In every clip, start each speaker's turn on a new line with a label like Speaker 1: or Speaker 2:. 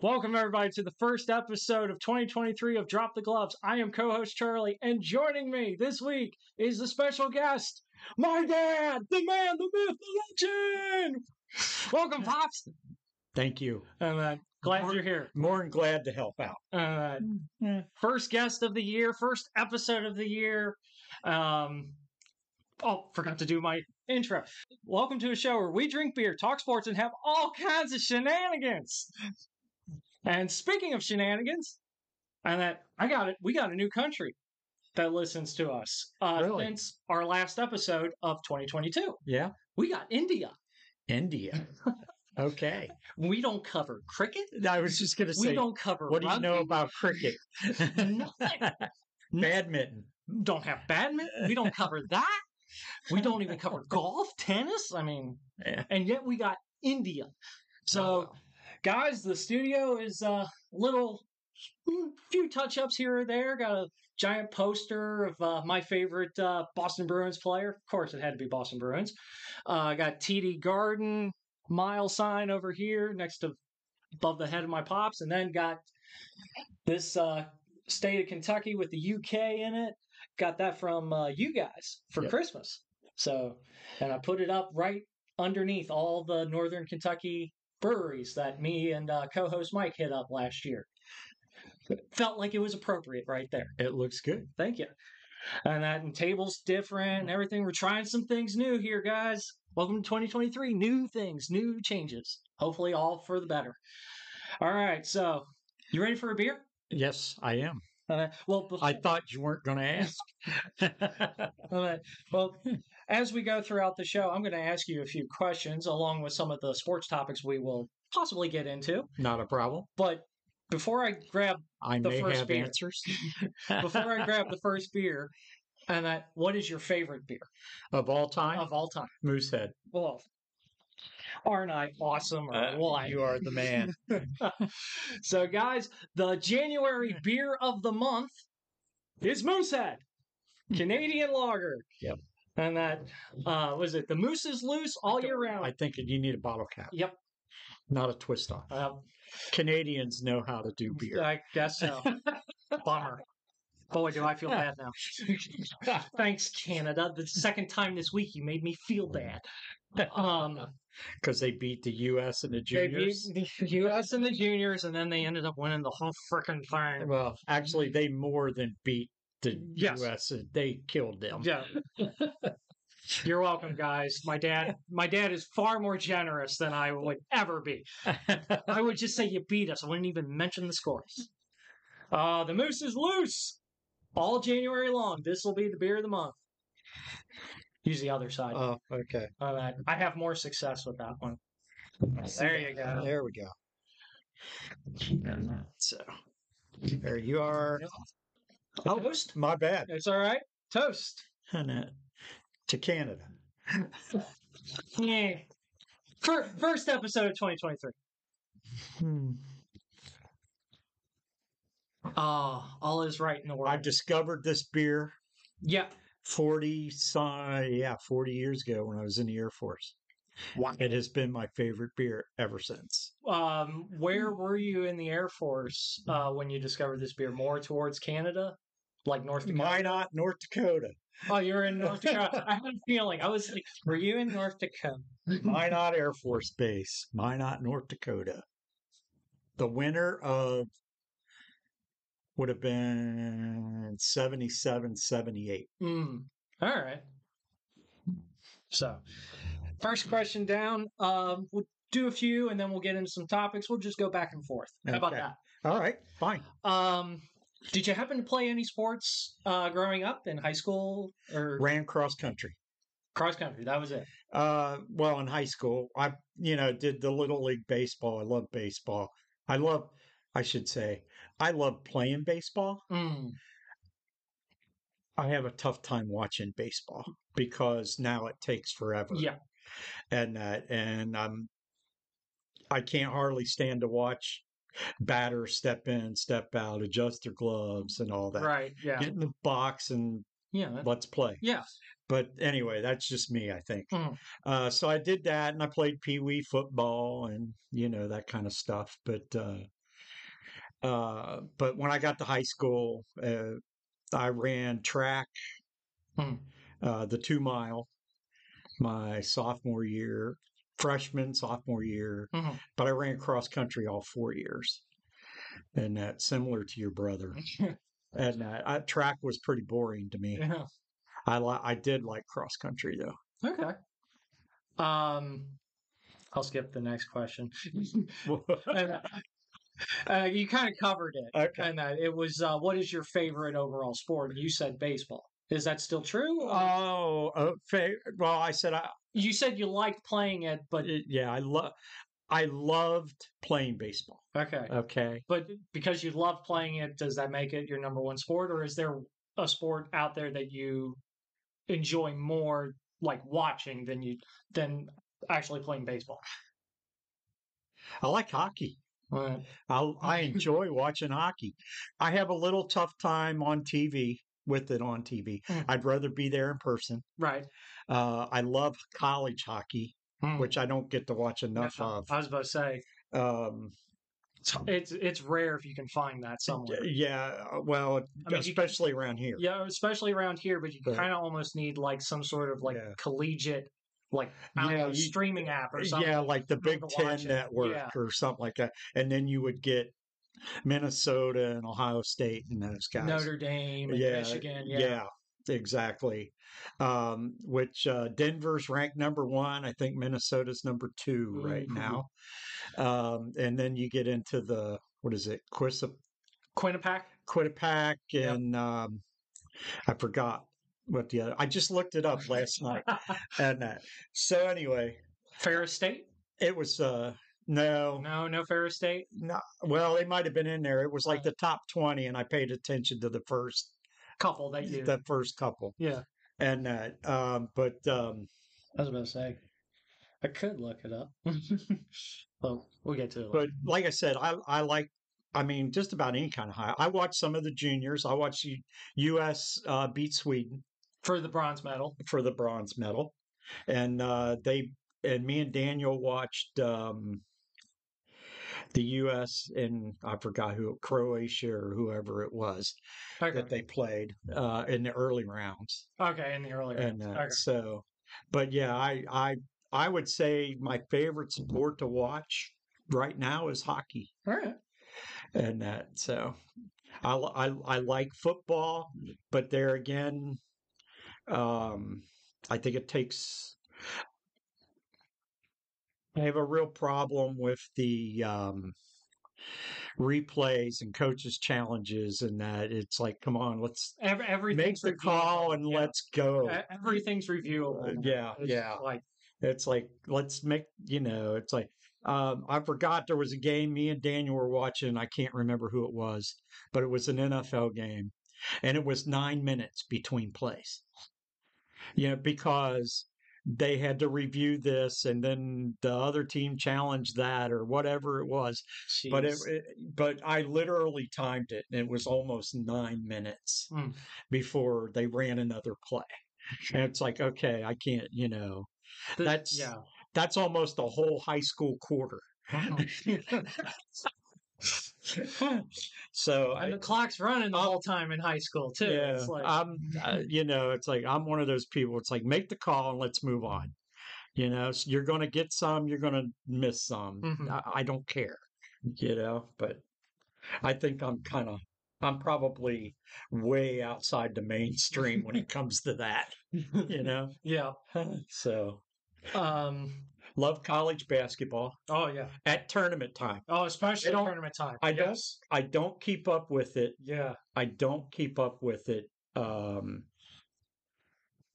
Speaker 1: Welcome, everybody, to the first episode of 2023 of Drop the Gloves. I am co host Charlie, and joining me this week is the special guest, my dad, the man, the myth, the legend. Welcome, Pops.
Speaker 2: Thank you.
Speaker 1: And uh, glad you're here.
Speaker 2: More than glad to help out.
Speaker 1: Uh, first guest of the year, first episode of the year. Um, oh, forgot to do my intro. Welcome to a show where we drink beer, talk sports, and have all kinds of shenanigans. And speaking of shenanigans, and that I got it. We got a new country that listens to us uh,
Speaker 2: Really?
Speaker 1: since our last episode of 2022.
Speaker 2: Yeah.
Speaker 1: We got India.
Speaker 2: India. okay.
Speaker 1: We don't cover cricket.
Speaker 2: I was just going to
Speaker 1: We
Speaker 2: say,
Speaker 1: don't cover.
Speaker 2: what do you
Speaker 1: rugby.
Speaker 2: know about cricket?
Speaker 1: Nothing.
Speaker 2: Badminton.
Speaker 1: don't have badminton. We don't cover that. We don't even cover golf, tennis. I mean,
Speaker 2: Yeah.
Speaker 1: and yet we got India. So, guys, the studio is a little mm, few touch ups here or there. Got a giant poster of uh, my favorite uh, Boston Bruins player. Of course, it had to be Boston Bruins. Uh, got TD Garden mile sign over here next to above the head of my pops, and then got this uh, state of Kentucky with the UK in it. Got that from uh, you guys for
Speaker 2: Yep.
Speaker 1: Christmas. So, and I put it up right underneath all the Northern Kentucky breweries that me and uh, co-host Mike hit up last year. Felt like it was appropriate right there.
Speaker 2: It looks good.
Speaker 1: Thank you. And that and tables different and everything. We're trying some things new here, guys. Welcome to 2023. New things, new changes. Hopefully, all for the better. All right. So, you ready for a beer?
Speaker 2: Yes, I am.
Speaker 1: Uh, well, bef-
Speaker 2: I thought you weren't going to ask.
Speaker 1: uh, well, as we go throughout the show, I'm going to ask you a few questions along with some of the sports topics we will possibly get into.
Speaker 2: Not a problem.
Speaker 1: But before I grab
Speaker 2: I
Speaker 1: The
Speaker 2: may
Speaker 1: first
Speaker 2: have
Speaker 1: beer.
Speaker 2: answers.
Speaker 1: before I grab the first beer, and I, what is your favorite beer
Speaker 2: of all time,
Speaker 1: of all time?
Speaker 2: Moosehead.
Speaker 1: Well, aren't I awesome or
Speaker 2: Uh,
Speaker 1: what?
Speaker 2: You are the man.
Speaker 1: so, guys, the January beer of the month is Moosehead, Canadian Lager.
Speaker 2: Yep.
Speaker 1: And that uh, was it. The moose is loose all year round.
Speaker 2: I think you need a bottle cap,
Speaker 1: yep.
Speaker 2: not a twist off.
Speaker 1: Uh,
Speaker 2: Canadians know how to do beer.
Speaker 1: I guess so. Bummer. Boy, do I feel bad now. Thanks, Canada. The second time this week, you made me feel bad. Um,
Speaker 2: because they beat the U.S. and the
Speaker 1: they
Speaker 2: juniors.
Speaker 1: beat the U.S. and the juniors, and then they ended up winning the whole freaking thing.
Speaker 2: Well, actually, they more than beat the
Speaker 1: Yes.
Speaker 2: U.S. and They killed them.
Speaker 1: Yeah. You're welcome, guys. My dad, my dad is far more generous than I would ever be. I would just say you beat us. I wouldn't even mention the scores. Uh, the moose is loose all January long. This will be the beer of the month. Use the other side.
Speaker 2: Oh, okay.
Speaker 1: All right. I have more success with that one. There you go.
Speaker 2: There we go. So there you are.
Speaker 1: Toast.
Speaker 2: My bad.
Speaker 1: It's all right. Toast.
Speaker 2: And, uh, to Canada.
Speaker 1: Yeah. Fir- First episode of 2023. Hmm. Oh, all is right in the world.
Speaker 2: I discovered this beer
Speaker 1: yeah.
Speaker 2: 40 some, yeah, 40 years ago when I was in the Air Force. It has been my favorite beer ever since.
Speaker 1: um where were you in the air force uh when you discovered this beer more towards canada like north dakota
Speaker 2: Minot, North Dakota.
Speaker 1: oh you were in north dakota i had a feeling i was like were you in north dakota
Speaker 2: Minot Air Force Base, Minot, North Dakota. The winner of would have been 77, 78.
Speaker 1: mm. all right so first question down um we'll do a few and then we'll get into some topics we'll just go back and forth how about
Speaker 2: Okay.
Speaker 1: that
Speaker 2: All right, fine.
Speaker 1: um did you happen to play any sports uh growing up in high school or
Speaker 2: Ran cross country.
Speaker 1: cross country that was it
Speaker 2: Uh, well, in high school, I, you know, did the little league baseball. I love baseball. I love, I should say, I love playing baseball.
Speaker 1: mm.
Speaker 2: I have a tough time watching baseball because now it takes forever.
Speaker 1: yeah
Speaker 2: and that and i'm i can't hardly stand to watch batter step in step out adjust their gloves and all that
Speaker 1: right yeah
Speaker 2: get in the box and
Speaker 1: yeah that-
Speaker 2: let's play
Speaker 1: Uh-huh. yeah
Speaker 2: but anyway that's just me i think
Speaker 1: Mm.
Speaker 2: uh, so i did that and i played pee-wee football and you know that kind of stuff but uh, Uh, but when I got to high school, uh, I ran track,
Speaker 1: Hmm.
Speaker 2: uh, the two mile, my sophomore year, freshman, sophomore year,
Speaker 1: Mhm.
Speaker 2: but I ran cross country all four years. And that's similar to your brother. And uh, I, track was pretty boring to me.
Speaker 1: yeah.
Speaker 2: I li- I did like cross country though.
Speaker 1: Okay. Um, I'll skip the next question. And, uh, you kind of covered it.
Speaker 2: Uh, okay.
Speaker 1: And that it was, uh, what is your favorite overall sport? You said baseball. Is that still true? or-
Speaker 2: Oh, okay. Well, I said I,
Speaker 1: you said you liked playing it, but
Speaker 2: it- yeah, I love I loved playing baseball.
Speaker 1: okay.
Speaker 2: Okay.
Speaker 1: But because you love playing it, does that make it your number one sport, or is there a sport out there that you enjoy more, like watching, than you than actually playing baseball?
Speaker 2: I like hockey. Uh,
Speaker 1: Right.
Speaker 2: I I enjoy watching hockey. I have a little tough time on TV with it on TV.
Speaker 1: Mm.
Speaker 2: I'd rather be there in person.
Speaker 1: Right.
Speaker 2: Uh, I love college hockey,
Speaker 1: Hmm.
Speaker 2: which I don't get to watch enough
Speaker 1: No,
Speaker 2: of.
Speaker 1: I was about to say
Speaker 2: Um,
Speaker 1: it's it's rare if you can find that somewhere.
Speaker 2: yeah, well,
Speaker 1: I mean, you-
Speaker 2: especially around here.
Speaker 1: Yeah, especially around here, but you
Speaker 2: But-
Speaker 1: kind of almost need like some sort of like
Speaker 2: Yeah.
Speaker 1: collegiate, like I don't
Speaker 2: Yeah,
Speaker 1: know,
Speaker 2: you-
Speaker 1: streaming app or something.
Speaker 2: Eh, Yeah, like the
Speaker 1: be
Speaker 2: Big
Speaker 1: able to watch
Speaker 2: Ten
Speaker 1: it.
Speaker 2: Network
Speaker 1: Yeah.
Speaker 2: or something like that. And then you would get Minnesota and Ohio State and those guys.
Speaker 1: Notre Dame, and
Speaker 2: Yeah,
Speaker 1: Michigan. Yeah.
Speaker 2: yeah, exactly. Um, which uh, Denver's ranked number one. I think Minnesota's number two right
Speaker 1: Ooh.
Speaker 2: now. Um, and then you get into the what is it, Quissa,
Speaker 1: Quinnipiac.
Speaker 2: Quinnipiac,
Speaker 1: Yep.
Speaker 2: and um, I forgot what the other. I just looked it up last night. And that. So anyway,
Speaker 1: Ferris State?
Speaker 2: it was uh, no,
Speaker 1: No, no Ferris State.
Speaker 2: no. Well, they might have been in there. It was like
Speaker 1: Uh,
Speaker 2: the top twenty, and I paid attention to the first
Speaker 1: Couple that year.
Speaker 2: the first couple.
Speaker 1: yeah,
Speaker 2: and that. Um, but um,
Speaker 1: I was about to say. I could look it up. well, we'll get to it.
Speaker 2: but like I said, I I like. I mean, just about any kind of high. I watched some of the juniors. I watched the U.S. Uh, beat Sweden
Speaker 1: For the bronze medal.
Speaker 2: for the bronze medal, and uh, they and me and Daniel watched um, the U.S. and I forgot who Croatia or whoever it was
Speaker 1: Okay.
Speaker 2: that they played uh, in the early rounds.
Speaker 1: okay, in the earlier.
Speaker 2: and uh,
Speaker 1: rounds. okay.
Speaker 2: so but yeah i i i would say my favorite
Speaker 1: Mm-hmm.
Speaker 2: sport to watch right now is hockey
Speaker 1: All right.
Speaker 2: and that so i li- i, I like football but there again um i think it takes i have a real problem with the um replays and coaches challenges and that it's like come on let's
Speaker 1: Ev- everything's
Speaker 2: make the
Speaker 1: reviewable.
Speaker 2: call and
Speaker 1: Yeah.
Speaker 2: let's go Uh,
Speaker 1: E- Everything's reviewable. now.
Speaker 2: yeah,
Speaker 1: It's
Speaker 2: yeah.
Speaker 1: Like
Speaker 2: It's like let's make you know. It's like um, I forgot there was a game me and Daniel were watching. I can't remember who it was, but it was an NFL game, and it was nine minutes between plays. You know, because they had to review this, and then the other team challenged that or whatever it was. But it,
Speaker 1: jeez.
Speaker 2: it- but I literally timed it, and it was almost nine minutes
Speaker 1: Mm.
Speaker 2: before they ran another play. And it's like, okay, I can't, you know
Speaker 1: Th-
Speaker 2: that's-
Speaker 1: yeah.
Speaker 2: that's almost a whole high school quarter.
Speaker 1: Oh,
Speaker 2: so
Speaker 1: and
Speaker 2: I,
Speaker 1: the clock's running the whole time in high school too.
Speaker 2: yeah,
Speaker 1: It's like
Speaker 2: I'm, uh, you know, it's like I'm one of those people. It's like make the call and let's move on. You know, so you're going to get some, you're going to miss some.
Speaker 1: Mhm.
Speaker 2: I, I don't care. You know, but I think I'm kind of. I'm probably way outside the mainstream when it comes to that, you know.
Speaker 1: yeah.
Speaker 2: So,
Speaker 1: Um.
Speaker 2: love college basketball
Speaker 1: Oh yeah.
Speaker 2: at tournament time.
Speaker 1: Oh, especially
Speaker 2: They don't-
Speaker 1: tournament time.
Speaker 2: I
Speaker 1: yeah.
Speaker 2: don't I don't keep up with it.
Speaker 1: Yeah.
Speaker 2: I don't keep up with it um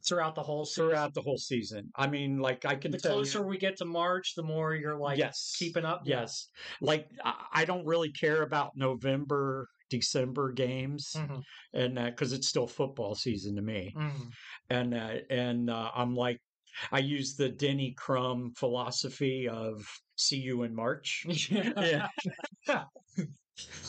Speaker 1: Throughout the whole season.
Speaker 2: throughout the whole season. I mean, like I can
Speaker 1: the
Speaker 2: tell you-
Speaker 1: closer we get to March, the more you're like
Speaker 2: yes,
Speaker 1: keeping up.
Speaker 2: yes. Like I, I don't really care about November, December games,
Speaker 1: Mhm,
Speaker 2: and because it's still football season to me,
Speaker 1: mhm.
Speaker 2: and uh, and uh, I'm like, I use the Denny Crum philosophy of see you in March.
Speaker 1: yeah.
Speaker 2: yeah.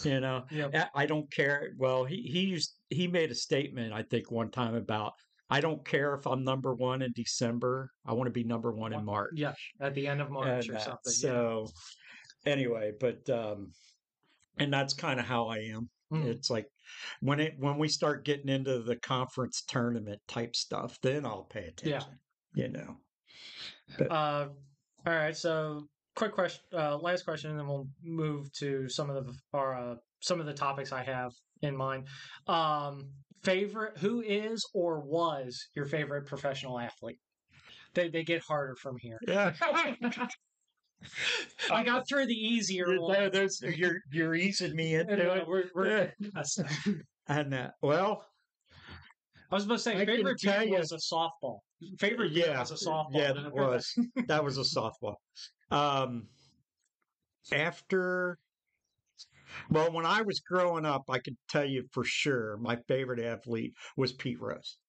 Speaker 2: you know,
Speaker 1: Yep.
Speaker 2: Eh, I- I don't care. Well, he he used he made a statement I think one time about I don't care if I'm number one in December. I want to be number one in March.
Speaker 1: Yeah. At the end of March or
Speaker 2: And, uh,
Speaker 1: something. yeah.
Speaker 2: So anyway, but um, and that's kind of how I am.
Speaker 1: Mm.
Speaker 2: It's like when it when we start getting into the conference tournament type stuff, then I'll pay attention. You know.
Speaker 1: Uh, all right. So, quick question. Uh, last question, and then we'll move to some of the our, uh, some of the topics I have in mind. Um, favorite? Who is or was your favorite professional athlete? They they get harder from here.
Speaker 2: Yeah.
Speaker 1: I got through the easier one.
Speaker 2: There- there's you're you're easing me
Speaker 1: And,
Speaker 2: into
Speaker 1: uh,
Speaker 2: it.
Speaker 1: we're- we're-
Speaker 2: And uh, well,
Speaker 1: I was about to say
Speaker 2: I can
Speaker 1: favorite
Speaker 2: tell
Speaker 1: beer
Speaker 2: you-
Speaker 1: was a softball. Favorite beer
Speaker 2: yeah,
Speaker 1: was a softball.
Speaker 2: yeah,
Speaker 1: and I
Speaker 2: that
Speaker 1: heard
Speaker 2: was that was a softball. Um, after, well, when I was growing up, I could tell you for sure my favorite athlete was Pete Rose.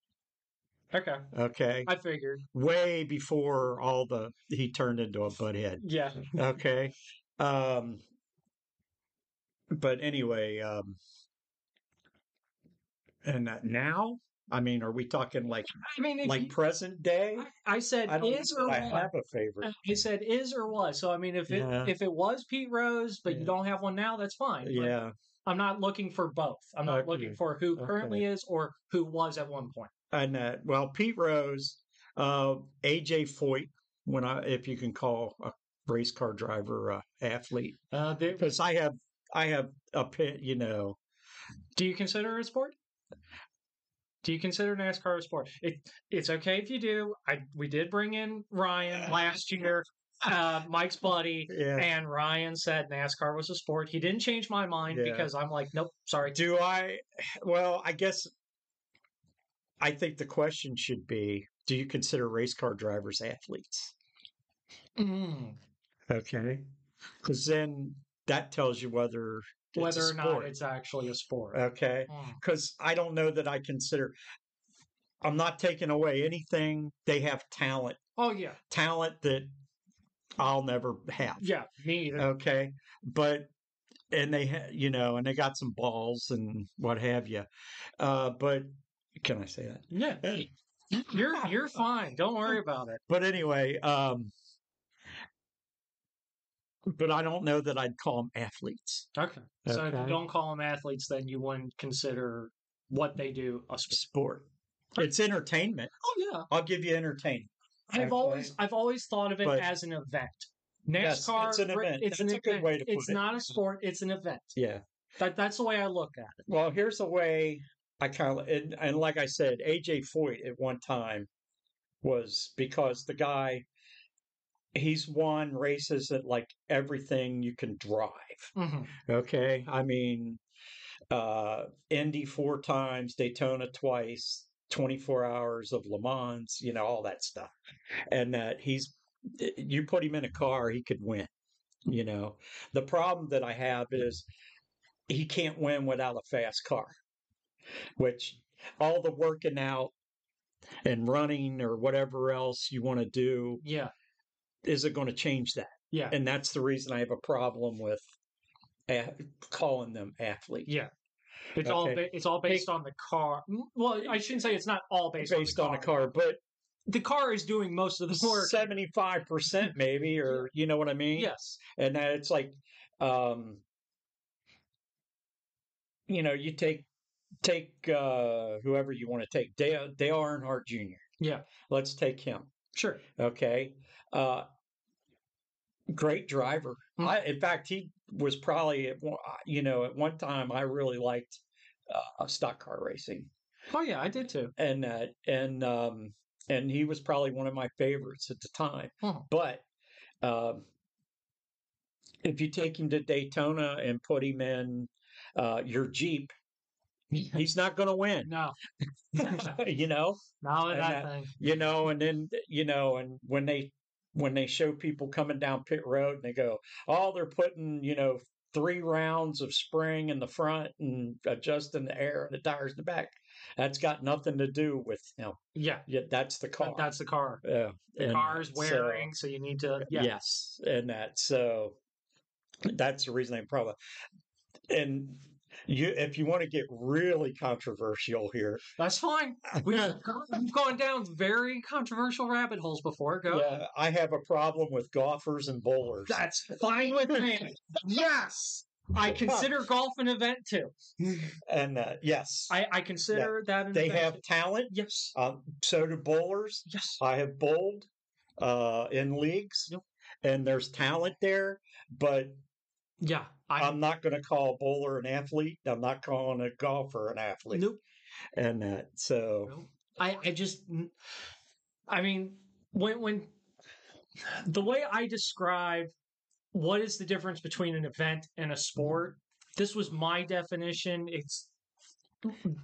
Speaker 1: Okay,
Speaker 2: Okay,
Speaker 1: I figured.
Speaker 2: way before all the he turned into a butthead.
Speaker 1: Yeah.
Speaker 2: okay um but anyway um and uh, now i mean are we talking like
Speaker 1: I mean, if
Speaker 2: like
Speaker 1: you-
Speaker 2: present day
Speaker 1: I, I said
Speaker 2: i don't
Speaker 1: is
Speaker 2: know
Speaker 1: or
Speaker 2: if i
Speaker 1: was.
Speaker 2: have a favorite
Speaker 1: He said is or was. So I mean, if it
Speaker 2: Yeah.
Speaker 1: if it was Pete Rose, but
Speaker 2: Yeah.
Speaker 1: you don't have one now, that's fine. But
Speaker 2: yeah
Speaker 1: I'm not looking for both. I'm not looking
Speaker 2: Okay.
Speaker 1: for who
Speaker 2: Okay.
Speaker 1: currently is or who was at one point.
Speaker 2: and uh well pete rose uh aj foyt when i if you can call a race car driver uh athlete
Speaker 1: Uh, they-
Speaker 2: because i have i have a pit you know
Speaker 1: do you consider it a sport? Do you consider NASCAR a sport? It, it's okay if you do. I we did bring in Ryan last year, uh, Mike's buddy,
Speaker 2: yeah
Speaker 1: and Ryan said NASCAR was a sport. He didn't change my mind
Speaker 2: Yeah.
Speaker 1: because I'm like, nope, sorry.
Speaker 2: Do I? Well, I guess I think the question should be: Do you consider race car drivers athletes?
Speaker 1: Mm,
Speaker 2: Okay, because then that tells you whether it's a
Speaker 1: whether or not
Speaker 2: sport. Uh,
Speaker 1: it's actually a sport.
Speaker 2: okay.
Speaker 1: Mm.
Speaker 2: Because I don't know that I consider. I'm not taking away anything. They have talent,
Speaker 1: Oh yeah,
Speaker 2: talent that I'll never have.
Speaker 1: yeah, me
Speaker 2: uh,
Speaker 1: either.
Speaker 2: Okay, but and they ha- you know and they got some balls and what have you. Uh, but can I say that?
Speaker 1: Yeah. You're you're fine. Don't worry about it.
Speaker 2: but anyway, um, but I don't know that I'd call them athletes.
Speaker 1: Okay. So if you
Speaker 2: Okay.
Speaker 1: don't call them athletes, then you wouldn't consider what they do a sport.
Speaker 2: Sport. It's entertainment.
Speaker 1: Oh yeah.
Speaker 2: I'll give you entertainment.
Speaker 1: I've always I've always thought of it
Speaker 2: But-
Speaker 1: as an event. NASCAR
Speaker 2: Yes, it's an
Speaker 1: ra-
Speaker 2: event.
Speaker 1: It's an
Speaker 2: That's a good
Speaker 1: event.
Speaker 2: way to
Speaker 1: it's
Speaker 2: put it.
Speaker 1: not a sport, it's an event.
Speaker 2: Yeah.
Speaker 1: That that's the way I look at it.
Speaker 2: Well, here's a way I kind of and, and like I said, AJ Foyt at one time was because the guy he's won races at like everything you can drive.
Speaker 1: Mhm.
Speaker 2: Okay. I mean, uh, Indy four times, Daytona twice, 24 hours of Le Mans, you know, all that stuff. And that he's, eh, you put him in a car, he could win. You know, the problem that I have is he can't win without a fast car, which all the working out and running or whatever else you want to do
Speaker 1: Yeah.
Speaker 2: isn't going to change that.
Speaker 1: Yeah.
Speaker 2: And that's the reason I have a problem with a- calling them athletes.
Speaker 1: Yeah. It's all
Speaker 2: Okay.
Speaker 1: ba- it's all based on the car. Mm, Well, I shouldn't say it's not all based,
Speaker 2: based, on, a car, but
Speaker 1: The car is doing most of the work.
Speaker 2: seventy-five percent maybe, or you know what I mean.
Speaker 1: Yes.
Speaker 2: and that it's like, um, you know, you take take uh, whoever you want to take. Dale Dale Earnhardt Jr.
Speaker 1: Yeah.
Speaker 2: let's take him.
Speaker 1: Sure.
Speaker 2: Okay, uh, great driver.
Speaker 1: Mm.
Speaker 2: I, in fact, he was probably at one, you know at one time I really liked uh, stock car racing
Speaker 1: Oh yeah, I did too.
Speaker 2: and that and um and he was probably one of my favorites at the time
Speaker 1: Hmm.
Speaker 2: but um if you take him to daytona and put him in uh your jeep he's not going to win
Speaker 1: No.
Speaker 2: you know
Speaker 1: Now
Speaker 2: And
Speaker 1: that
Speaker 2: that-
Speaker 1: thing.
Speaker 2: you know and then you know and when they when they show people coming down pit road and they go oh they're putting you know three rounds of spring in the front and adjusting the air and the tires in the back that's got nothing to do with him
Speaker 1: Yeah.
Speaker 2: yeah, that's the
Speaker 1: that-
Speaker 2: car.
Speaker 1: That's the car.
Speaker 2: yeah,
Speaker 1: The
Speaker 2: and
Speaker 1: car's
Speaker 2: so-
Speaker 1: wearing, so, you need to. Yeah.
Speaker 2: Yes, and that. So that's the reason they probably. And you, if you want to get really controversial here,
Speaker 1: That's fine. We've, gone- we've gone down very controversial rabbit holes before. Go.
Speaker 2: yeah, I have a problem with golfers and bowlers.
Speaker 1: That's fine with me. yes. I consider golf an event too.
Speaker 2: and uh, yes,
Speaker 1: I, I consider that an
Speaker 2: they
Speaker 1: event.
Speaker 2: have talent.
Speaker 1: yes,
Speaker 2: Um, so do bowlers.
Speaker 1: yes.
Speaker 2: I have bowled uh, in leagues,
Speaker 1: Yep.
Speaker 2: and there's talent there. But
Speaker 1: Yeah, I
Speaker 2: I'm not going to call a bowler an athlete. I'm not calling a golfer an athlete.
Speaker 1: nope.
Speaker 2: And that so
Speaker 1: Nope. I I just I mean when when the way I describe what is the difference between an event and a sport, this was my definition. It's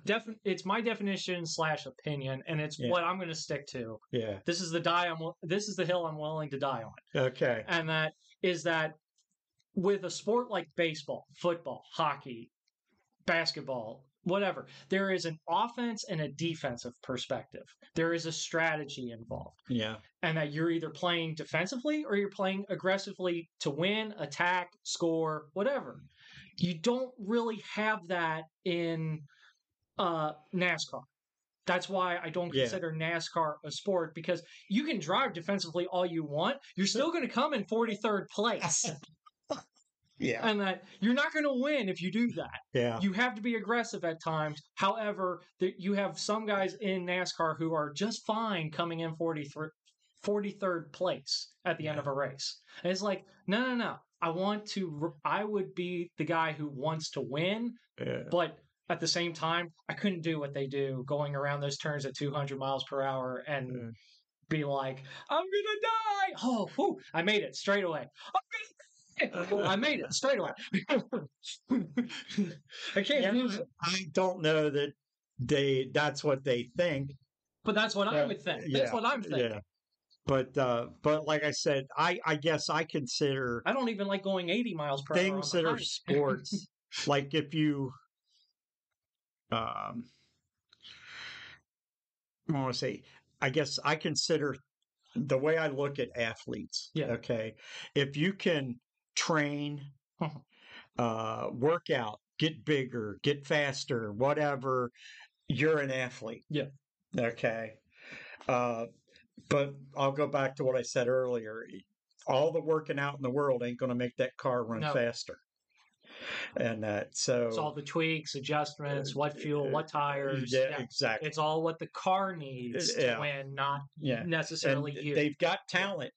Speaker 1: def it's my definition slash opinion, and it's
Speaker 2: Yeah.
Speaker 1: what I'm going to stick to.
Speaker 2: yeah,
Speaker 1: This is the die I'm wi- this is the hill I'm willing to die on.
Speaker 2: okay,
Speaker 1: and that is that with a sport like baseball, football, hockey, basketball, whatever, there is an offense and a defensive perspective. There is a strategy involved,
Speaker 2: yeah,
Speaker 1: and that you're either playing defensively or you're playing aggressively to win, attack, score, whatever. You don't really have that in uh, NASCAR. That's why I don't
Speaker 2: Yeah.
Speaker 1: consider NASCAR a sport because you can drive defensively all you want. You're still going to come in 43rd place.
Speaker 2: yeah,
Speaker 1: and that you're not going to win if you do that.
Speaker 2: yeah,
Speaker 1: You have to be aggressive at times. However, that you have some guys in NASCAR who are just fine coming in 43rd, 43rd place at the end
Speaker 2: Yeah.
Speaker 1: of a race. And it's like, no, no, no. I want to, I would be the guy who wants to win
Speaker 2: yeah.
Speaker 1: but at the same time, I couldn't do what they do going around those turns at 200 miles per hour and
Speaker 2: Yeah.
Speaker 1: be like, I'm gonna die. Oh, whew, I made it straight away. I'm gonna die. Well, I made it straight away. I can't
Speaker 2: Yeah.
Speaker 1: do it.
Speaker 2: I don't know that they that's what they think.
Speaker 1: But that's what I
Speaker 2: Yeah,
Speaker 1: would think.
Speaker 2: yeah,
Speaker 1: That's what I'm thinking.
Speaker 2: Yeah. But uh but like I said, I I guess I consider
Speaker 1: I don't even like going 80 miles per hour. on
Speaker 2: things
Speaker 1: the
Speaker 2: that are
Speaker 1: highway.
Speaker 2: sports like if you um I want to say I guess I consider the way I look at athletes.
Speaker 1: Yeah.
Speaker 2: Okay. If you can train,
Speaker 1: Mhm.
Speaker 2: uh, work out, get bigger, get faster, whatever, you're an athlete.
Speaker 1: Yeah.
Speaker 2: Okay. Uh, but I'll go back to what I said earlier. e, All the working out in the world ain't going to make that car run
Speaker 1: No.
Speaker 2: faster. And uh, so,
Speaker 1: It's all the tweaks, adjustments, what fuel,
Speaker 2: uh,
Speaker 1: what tires.
Speaker 2: yeah,
Speaker 1: yeah.
Speaker 2: exactly.
Speaker 1: It's all what the car needs
Speaker 2: Yeah.
Speaker 1: to win, not
Speaker 2: Yeah.
Speaker 1: necessarily
Speaker 2: and
Speaker 1: you.
Speaker 2: They've got talent.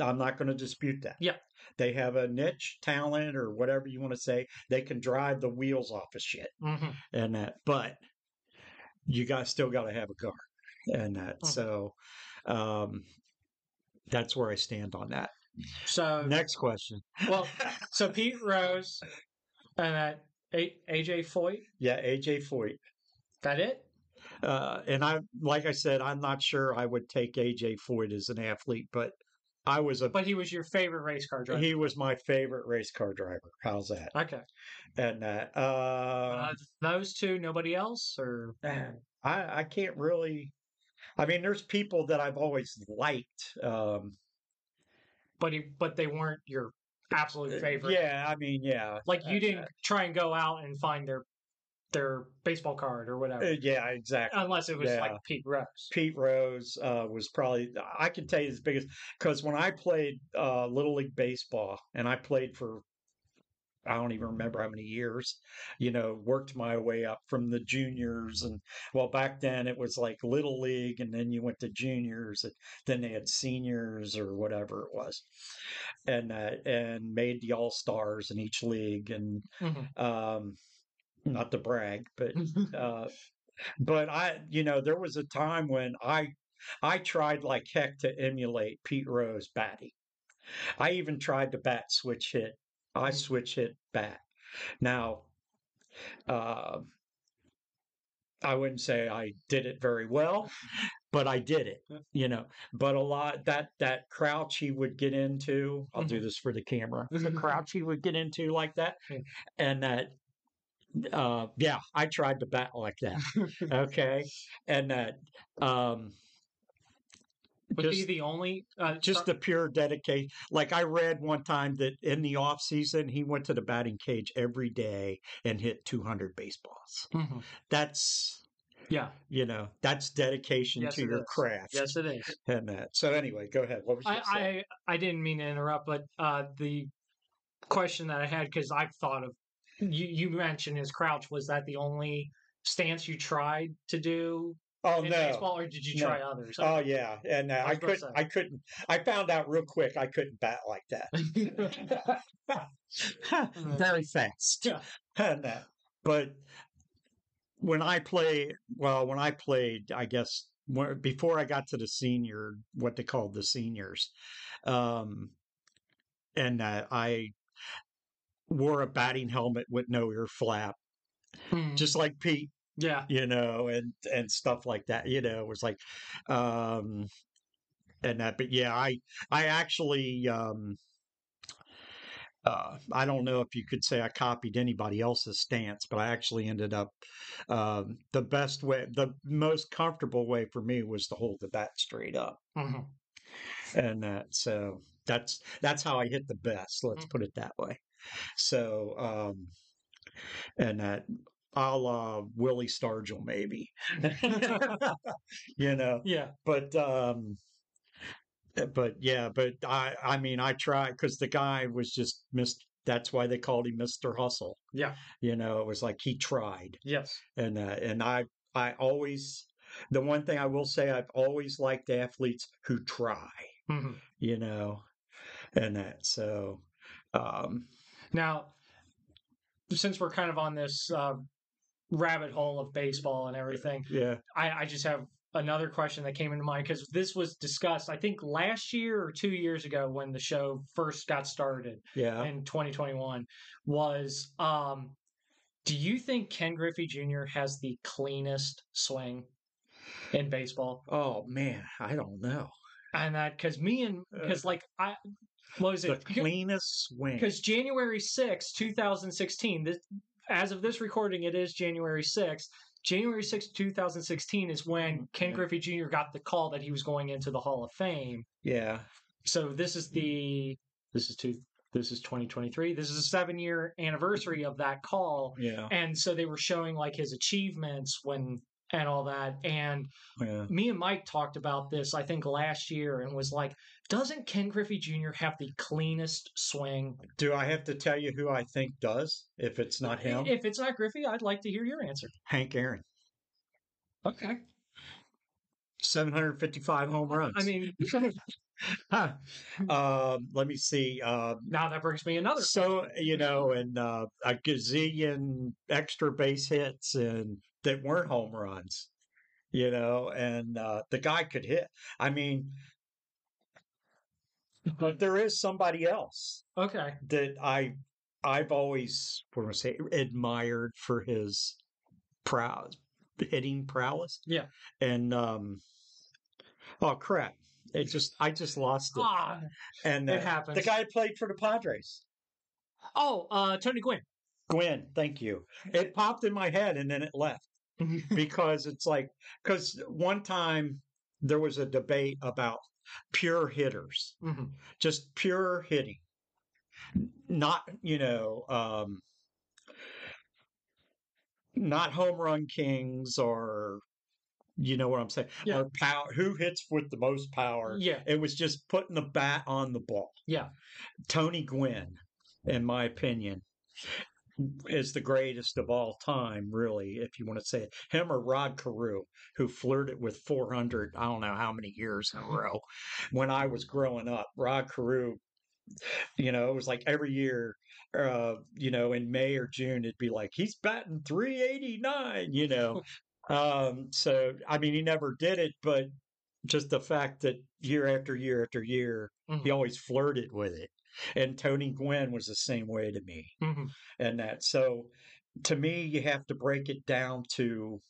Speaker 2: I'm not going to dispute that.
Speaker 1: Yeah.
Speaker 2: They have a niche talent or whatever you want to say. They can drive the wheels off of shit
Speaker 1: Mhm.
Speaker 2: and that, but you guys still got to have a car and that.
Speaker 1: Mhm.
Speaker 2: So, um, that's where I stand on that.
Speaker 1: So
Speaker 2: Next question.
Speaker 1: well, so Pete Rose and uh, A- AJ Foyt.
Speaker 2: Yeah. AJ Foyt.
Speaker 1: That it?
Speaker 2: Uh, and I, like I said, I'm not sure I would take AJ Foyt as an athlete, but I was a,
Speaker 1: But he was your favorite race car driver.
Speaker 2: he was my favorite race car driver. How's that?
Speaker 1: okay.
Speaker 2: And that, uh,
Speaker 1: Uh, those two, nobody else, or
Speaker 2: I I can't really. I mean, there's people that I've always liked. Um,
Speaker 1: but he, but they weren't your
Speaker 2: Uh,
Speaker 1: absolute favorite.
Speaker 2: yeah, I mean, yeah,
Speaker 1: Like you
Speaker 2: uh,
Speaker 1: didn't try and go out and find their their baseball card or
Speaker 2: uh,
Speaker 1: whatever,
Speaker 2: yeah, exactly.
Speaker 1: unless it was like
Speaker 2: yeah.
Speaker 1: Pete Rose.
Speaker 2: Pete Rose uh, was probably I can tell you his biggest because when I played uh, little league baseball and I played for I don't even remember how many years, you know, worked my way up from the juniors and well back then it was like little league and then you went to juniors and then they had seniors or whatever it was, and uh, and made the all stars in each league and
Speaker 1: Mhm.
Speaker 2: um, not to brag but uh, but I, you know, there was a time when I, I tried like heck to emulate Pete Rose batting. I even tried to bat switch hit. I
Speaker 1: Mhm.
Speaker 2: switch hit bat. Now, uh, I wouldn't say I did it very well, but I did it.
Speaker 1: Yeah.
Speaker 2: You know, but a lot that that crouch he would get into. I'll do
Speaker 1: Mhm.
Speaker 2: this for the camera. The crouch he would get into like that,
Speaker 1: Yeah.
Speaker 2: and that. Uh, yeah, I tried to bat like that okay and that um
Speaker 1: Would be
Speaker 2: just,
Speaker 1: the only uh,
Speaker 2: just the pure dedication like i read one time that in the off season he went to the batting cage every day and hit 200 baseballs
Speaker 1: Mhm.
Speaker 2: that's
Speaker 1: yeah.
Speaker 2: you know that's dedication
Speaker 1: Yes,
Speaker 2: to
Speaker 1: it
Speaker 2: your
Speaker 1: is.
Speaker 2: craft
Speaker 1: Yes, it is.
Speaker 2: and that so anyway go ahead what was your
Speaker 1: I, I I didn't mean to interrupt, but uh, the question that I had because I've thought of you you mentioned his crouch. Was that the only stance you tried to do
Speaker 2: Oh
Speaker 1: in
Speaker 2: no.
Speaker 1: baseball, or did you
Speaker 2: No.
Speaker 1: try others?
Speaker 2: Oh yeah, and uh,
Speaker 1: I
Speaker 2: I
Speaker 1: was about to
Speaker 2: couldn't. I couldn't. I found out real quick. I couldn't bat like that. Very fast.
Speaker 1: Yeah.
Speaker 2: And, uh, but when I play, well, when I played, I guess where- before I got to the senior, what they called the seniors, um, and uh, I wore a batting helmet with no ear flap,
Speaker 1: Hmm.
Speaker 2: just like Pete
Speaker 1: yeah.
Speaker 2: you know, and and stuff like that. You know, it was like, um, and that. But yeah, I I actually, um, uh, I don't know if you could say I copied anybody else's stance, but I actually ended up um, the best way, the most comfortable way for me was to hold the bat straight up,
Speaker 1: Mhm.
Speaker 2: and that. So that's that's how I hit the best. Let's
Speaker 1: Mm.
Speaker 2: put it that way. So. um and that a la Willie Stargell, maybe. you know,
Speaker 1: Yeah.
Speaker 2: but um eh, but yeah, but I I mean I tried because the guy was just Mr. That's why they called him Mr. Hustle.
Speaker 1: Yeah.
Speaker 2: You know, it was like he tried,
Speaker 1: Yes.
Speaker 2: and uh, and I I always the one thing I will say I've always liked athletes who try. Mm-hmm.
Speaker 1: Mhm.
Speaker 2: You know, and that so. Um,
Speaker 1: Now, since we're kind of on this uh, rabbit hole of baseball and everything,
Speaker 2: yeah,
Speaker 1: I, I just have another question that came into mind because this was discussed, I think, last year or two years ago when the show first got started
Speaker 2: yeah.
Speaker 1: in 2021. Was um, do you think Ken Griffey Jr. has the cleanest swing in baseball?
Speaker 2: Oh man, I don't know.
Speaker 1: And that because me and because like I what was
Speaker 2: The
Speaker 1: it
Speaker 2: cleanest swing.
Speaker 1: because January sixth, two 2016, this, as of this recording, it is January 6th. January sixth, two 2016 is when Ken
Speaker 2: Yeah.
Speaker 1: Griffey Jr. got the call that he was going into the Hall of Fame.
Speaker 2: Yeah.
Speaker 1: So this is the this is two this is 2023. This is a 7-year anniversary of that call.
Speaker 2: Yeah.
Speaker 1: And so they were showing like his achievements when and all that and
Speaker 2: Yeah.
Speaker 1: me and Mike talked about this, I think, last year, and was like, doesn't Ken Griffey Jr. have the cleanest swing?
Speaker 2: Do I have to tell you who I think does? If it's not him,
Speaker 1: If it's not Griffey, I'd like to hear your answer.
Speaker 2: Hank Aaron,
Speaker 1: Okay.
Speaker 2: 755 home runs.
Speaker 1: Oh, I mean, hmm.
Speaker 2: Huh. Um, let me see. Um,
Speaker 1: now that brings me another.
Speaker 2: so you know, and uh, a gazillion extra base hits and that weren't home runs. You know, and uh, the guy could hit. I mean, but there is somebody else
Speaker 1: Okay.
Speaker 2: that I I've always what do I say admired for his prowess, hitting prowess.
Speaker 1: Yeah.
Speaker 2: And um, oh crap! It just I just lost it.
Speaker 1: Ah,
Speaker 2: and
Speaker 1: it
Speaker 2: uh,
Speaker 1: happens.
Speaker 2: the guy that played for the Padres,
Speaker 1: oh, uh, Tony Gwynn.
Speaker 2: Gwen. Thank you. It popped in my head and then it left
Speaker 1: Mm-hmm.
Speaker 2: because it's like because one time there was a debate about pure hitters.
Speaker 1: Mhm.
Speaker 2: just pure hitting not you know um not home run kings or you know what i'm saying
Speaker 1: Yeah.
Speaker 2: or power who hits with the most power
Speaker 1: Yeah.
Speaker 2: it was just putting the bat on the ball
Speaker 1: Yeah.
Speaker 2: tony gwynn in my opinion is the greatest of all time really if you want to say it him or rod carew who flirted with 400 i don't know how many years in a
Speaker 1: Mm-hmm.
Speaker 2: row when i was growing up rod carew you know it was like every year uh you know in may or june it'd be like he's batting 389 you know um so i mean he never did it but just the fact that year after year after year he
Speaker 1: Mhm.
Speaker 2: always flirted with it and tony gwynn was the same way to me
Speaker 1: Mhm.
Speaker 2: and that so to me you have to break it down to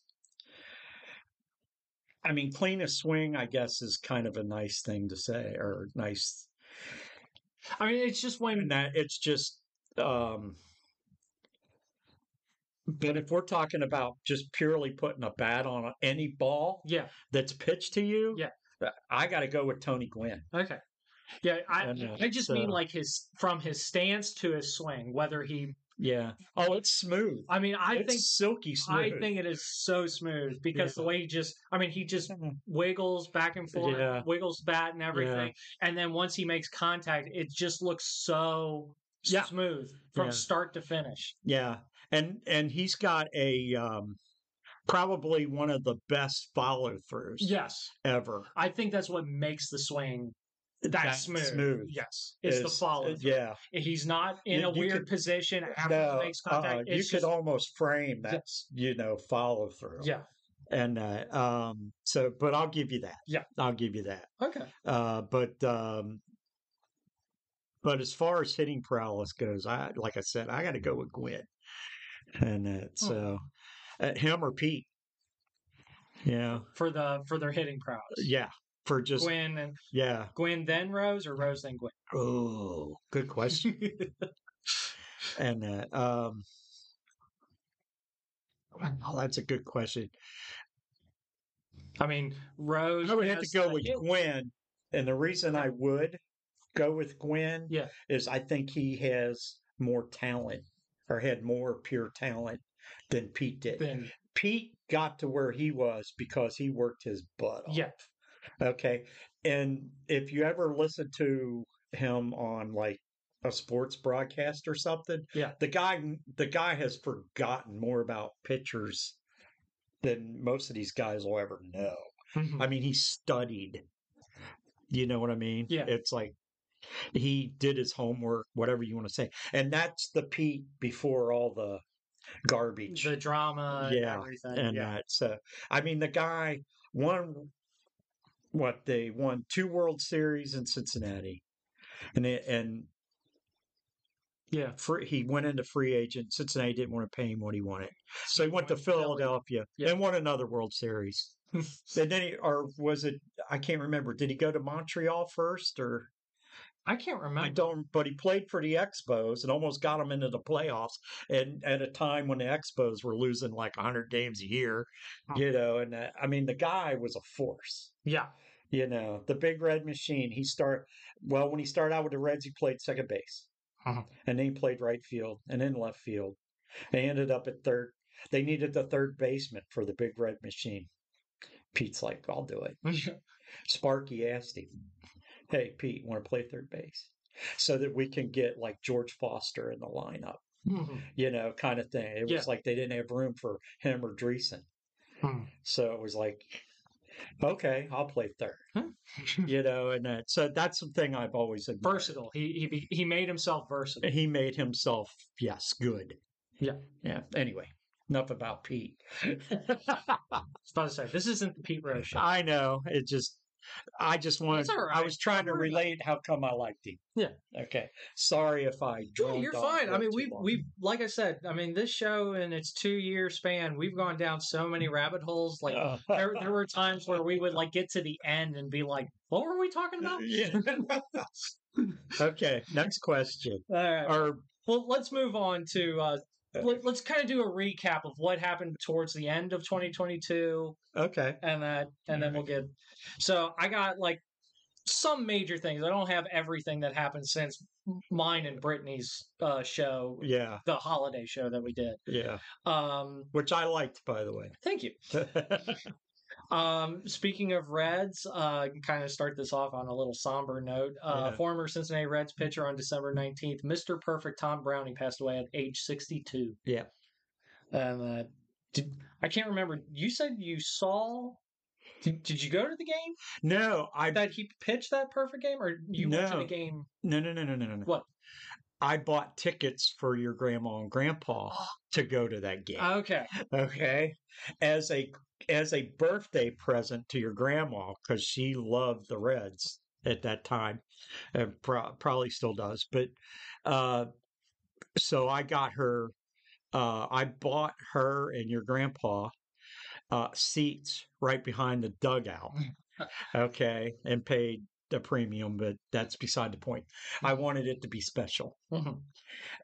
Speaker 2: i mean cleanest swing i guess is kind of a nice thing to say or nice
Speaker 1: I mean, it's just when.
Speaker 2: and that it's just um but if we're talking about just purely putting a bat on a- any ball
Speaker 1: Yeah.
Speaker 2: that's pitched to you
Speaker 1: Yeah.
Speaker 2: uh, i gotta go with tony gwynn
Speaker 1: Okay. Yeah, I,
Speaker 2: I know,
Speaker 1: I just mean
Speaker 2: so-
Speaker 1: like his from his stance to his swing, whether he.
Speaker 2: yeah oh it's smooth
Speaker 1: I mean, I
Speaker 2: it's
Speaker 1: think
Speaker 2: silky smooth
Speaker 1: I think it is so smooth because the way he just, I mean, he just wiggles back and forth,
Speaker 2: Yeah.
Speaker 1: wiggles bat and everything. And then once he makes contact, it just looks so
Speaker 2: Yeah.
Speaker 1: smooth from
Speaker 2: Yeah.
Speaker 1: start to finish.
Speaker 2: Yeah, and and he's got a um, probably one of the best follow throughs
Speaker 1: Yes,
Speaker 2: ever.
Speaker 1: I think that's what makes the swing that,
Speaker 2: That
Speaker 1: smooth.
Speaker 2: smooth
Speaker 1: Yes, it's the
Speaker 2: Is- uh,
Speaker 1: follow.
Speaker 2: Yeah,
Speaker 1: He's not in
Speaker 2: You-
Speaker 1: a
Speaker 2: you
Speaker 1: weird
Speaker 2: could-
Speaker 1: position after
Speaker 2: no,
Speaker 1: he makes contact.
Speaker 2: uh-uh,
Speaker 1: It's
Speaker 2: you
Speaker 1: just,
Speaker 2: could almost frame that
Speaker 1: yes,
Speaker 2: you know follow through.
Speaker 1: yeah,
Speaker 2: and uh, um, so but I'll give you that.
Speaker 1: Yeah.
Speaker 2: I'll give you that.
Speaker 1: okay,
Speaker 2: Uh, but um, but as far as hitting prowess goes, I like I said, I got to go with Gwen, and uh, so uh, him or Pete. Yeah,
Speaker 1: for the for their hitting prowess.
Speaker 2: yeah, for just
Speaker 1: Gwen and
Speaker 2: yeah.
Speaker 1: Gwen then Rose or Rose then Gwen.
Speaker 2: Oh, good question. and uh, um, wow, that's a good question.
Speaker 1: I mean Rose.
Speaker 2: I would have
Speaker 1: has
Speaker 2: to go
Speaker 1: the
Speaker 2: with
Speaker 1: hit-
Speaker 2: Gwen, and the reason I would go with Gwen
Speaker 1: Yeah.
Speaker 2: is I think he has more talent or had more pure talent than Pete did.
Speaker 1: Then
Speaker 2: Pete got to where he was because he worked his butt off.
Speaker 1: yeah,
Speaker 2: Okay. And if you ever listen to him on like a sports broadcast or something,
Speaker 1: Yeah.
Speaker 2: the guy the guy has forgotten more about pitchers than most of these guys will ever know.
Speaker 1: Mhm.
Speaker 2: I mean, he studied. You know what I mean?
Speaker 1: Yeah.
Speaker 2: It's like he did his homework, whatever you want to say. And that's the peak before all the garbage
Speaker 1: the drama. and
Speaker 2: Yeah,
Speaker 1: everything.
Speaker 2: and uh,
Speaker 1: yeah.
Speaker 2: that. So, I mean, the guy won what they won two World Series in Cincinnati, and it, and
Speaker 1: yeah.
Speaker 2: free, he went into free agent. Cincinnati didn't want to pay him what he wanted, so he went to
Speaker 1: went to Philly.
Speaker 2: Philadelphia
Speaker 1: Yeah.
Speaker 2: and won another World Series. and then he, or was it? I can't remember. Did he go to Montreal first, or
Speaker 1: I can't
Speaker 2: I
Speaker 1: remember.
Speaker 2: don't? But he played for the Expos and almost got them into the playoffs. And at a time when the Expos were losing like 100 games a year,
Speaker 1: Huh.
Speaker 2: you know. And uh, I mean, the guy was a force.
Speaker 1: Yeah.
Speaker 2: You know, the big red machine. He start well when he started out with the Reds, he played second base,
Speaker 1: Uh-huh.
Speaker 2: and then he played right field, and then left field. They ended up at third. They needed the third baseman for the big red machine. Pete's like, I'll do it.
Speaker 1: mm-hmm.
Speaker 2: Sparky asked him, "Hey, Pete, want to play third base?" So that we can get like George Foster in the lineup,
Speaker 1: Mhm.
Speaker 2: you know, kind of thing. It
Speaker 1: Yeah.
Speaker 2: was like they didn't have room for him or Dreesen.
Speaker 1: Hmm.
Speaker 2: So it was like, okay, I'll play third.
Speaker 1: Huh.
Speaker 2: you know, and that, so that's the thing I've always admired.
Speaker 1: versatile. He he be- he made himself versatile.
Speaker 2: He made himself, yes, good.
Speaker 1: Yeah.
Speaker 2: Yeah. Anyway, enough about Pete.
Speaker 1: I was about to say this isn't the Pete Rose show.
Speaker 2: I know. It just, I just wanted,
Speaker 1: It's all
Speaker 2: I
Speaker 1: right.
Speaker 2: was trying to
Speaker 1: We're-
Speaker 2: relate how come I liked him.
Speaker 1: Yeah.
Speaker 2: Okay. Sorry if I.
Speaker 1: No,
Speaker 2: droned
Speaker 1: you're
Speaker 2: on
Speaker 1: fine. I
Speaker 2: way
Speaker 1: mean,
Speaker 2: too
Speaker 1: we've
Speaker 2: long.
Speaker 1: we've like I said. I mean, this show in its two year span, we've gone down so many rabbit holes. Like
Speaker 2: Uh,
Speaker 1: there, there were times where we would like get to the end and be like, "What were we talking about?"
Speaker 2: yeah. okay. Next question.
Speaker 1: All right.
Speaker 2: Or
Speaker 1: Well, let's move on to uh,
Speaker 2: Okay.
Speaker 1: let, let's kind of do a recap of what happened towards the end of 2022.
Speaker 2: okay.
Speaker 1: and that and then we'll
Speaker 2: Mm-hmm.
Speaker 1: get so i got like some major things i don't have everything that happened since mine and brittany's uh show
Speaker 2: Yeah.
Speaker 1: the holiday show that we did
Speaker 2: Yeah.
Speaker 1: um
Speaker 2: Which I liked, by the way.
Speaker 1: thank you um speaking of reds uh kind of start this off on a little somber note uh
Speaker 2: Yeah. Mm-hmm.
Speaker 1: former cincinnati reds pitcher on december 19th mr perfect tom browning passed away at age 62
Speaker 2: Yeah.
Speaker 1: and uh did, i can't remember you said you saw did, did you go to the game
Speaker 2: no, I
Speaker 1: that he pitched that perfect game, or you went to
Speaker 2: No.
Speaker 1: the game?
Speaker 2: No, no, no, no, no, no. no.
Speaker 1: What?
Speaker 2: I bought tickets for your grandma and grandpa
Speaker 1: Oh.
Speaker 2: to go to that game.
Speaker 1: Okay,
Speaker 2: okay, as a as a birthday present to your grandma because she loved the Reds at that time, and pro- probably still does. But uh, so I got her. Uh, I bought her and your grandpa uh, seats right behind the dugout. Okay, and paid the premium, but that's beside the point. I wanted it to be special
Speaker 1: Mhm.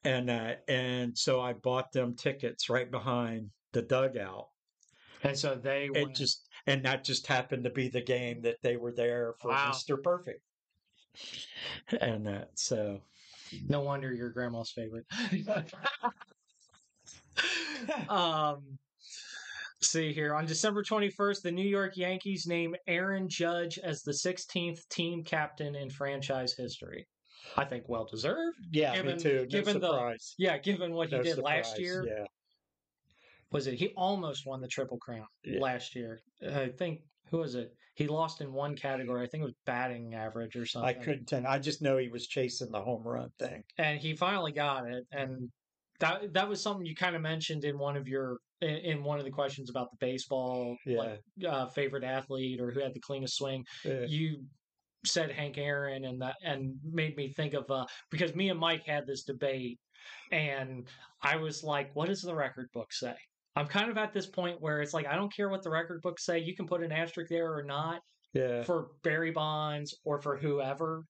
Speaker 2: and uh, and so I bought them tickets right behind the dugout.
Speaker 1: and so they
Speaker 2: It
Speaker 1: went.
Speaker 2: just and that just happened to be the game that they were there for
Speaker 1: Wow.
Speaker 2: Mr. Perfect. And uh, so
Speaker 1: no wonder your grandma's favorite. um, let's see here on December twenty first, the New York Yankees named Aaron Judge as the sixteenth team captain in franchise history.
Speaker 2: I think well deserved.
Speaker 3: Yeah,
Speaker 1: Given-
Speaker 3: me too. No
Speaker 1: given the-
Speaker 3: surprise.
Speaker 1: Yeah, given what he
Speaker 3: No
Speaker 1: did last
Speaker 3: surprise,
Speaker 1: year,
Speaker 3: Yeah.
Speaker 1: was it? He almost won the Triple Crown
Speaker 3: Yeah.
Speaker 1: last year. I think who was it? He lost in one category. I think it was batting average or
Speaker 3: I
Speaker 1: something.
Speaker 3: couldn't tell. I just know he was chasing the home run thing.
Speaker 1: and he finally got it and that that was something you kind of mentioned in one of your in, in one of the questions about the baseball
Speaker 3: Yeah.
Speaker 1: like uh, favorite athlete or who had the cleanest swing
Speaker 3: Yeah.
Speaker 1: you said Hank Aaron and that and made me think of uh because me and Mike had this debate and I was like what does the record book say I'm kind of at this point where it's like I don't care what the record books say you can put an asterisk there or not
Speaker 3: Yeah.
Speaker 1: for Barry Bonds or for whoever,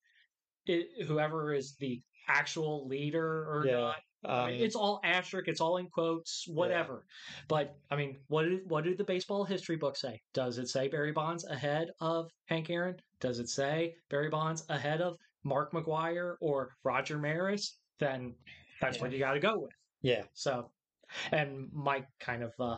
Speaker 1: it, whoever is the actual leader or
Speaker 3: Yeah,
Speaker 1: not. I
Speaker 3: Um,
Speaker 1: mean, it's all asterisk. It's all in quotes. Whatever. But I mean, what did what did the baseball history book say? Does it say Barry Bonds ahead of Hank Aaron? Does it say Barry Bonds ahead of Mark McGuire or Roger Maris? Then that's what you got to go with.
Speaker 3: yeah.
Speaker 1: So, and Mike kind of uh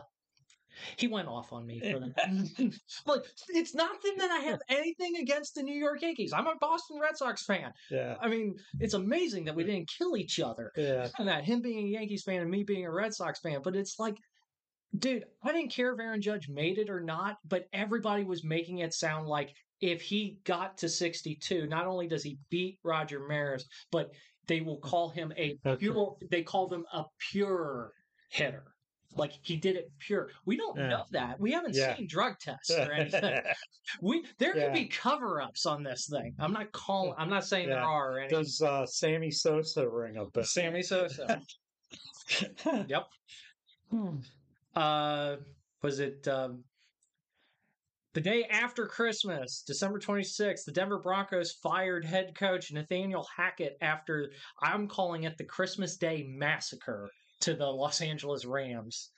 Speaker 1: he went off on me for that. like it's nothing that I have anything against the New York Yankees. I'm a Boston Red Sox fan.
Speaker 3: Yeah.
Speaker 1: I mean, it's amazing that we didn't kill each other.
Speaker 3: Yeah.
Speaker 1: And that him being a Yankees fan and me being a Red Sox fan, but it's like dude, I didn't care if Aaron Judge made it or not, but everybody was making it sound like if he got to 62, not only does he beat Roger Maris, but they will call him a
Speaker 2: That's
Speaker 1: pure, they call him a pure hitter. Like he did it pure. We don't
Speaker 2: Yeah.
Speaker 1: know that. We haven't
Speaker 3: Yeah.
Speaker 1: seen drug tests or anything. we there could be cover ups on this thing. I'm not calling. I'm not saying there
Speaker 3: Yeah.
Speaker 1: are or anything.
Speaker 3: Does uh, Sammy Sosa ring a bell?
Speaker 1: Sammy Sosa. yep. Uh, was it um, the day after Christmas, December 26th? The Denver Broncos fired head coach Nathaniel Hackett after I'm calling it the Christmas Day massacre to the Los Angeles Rams.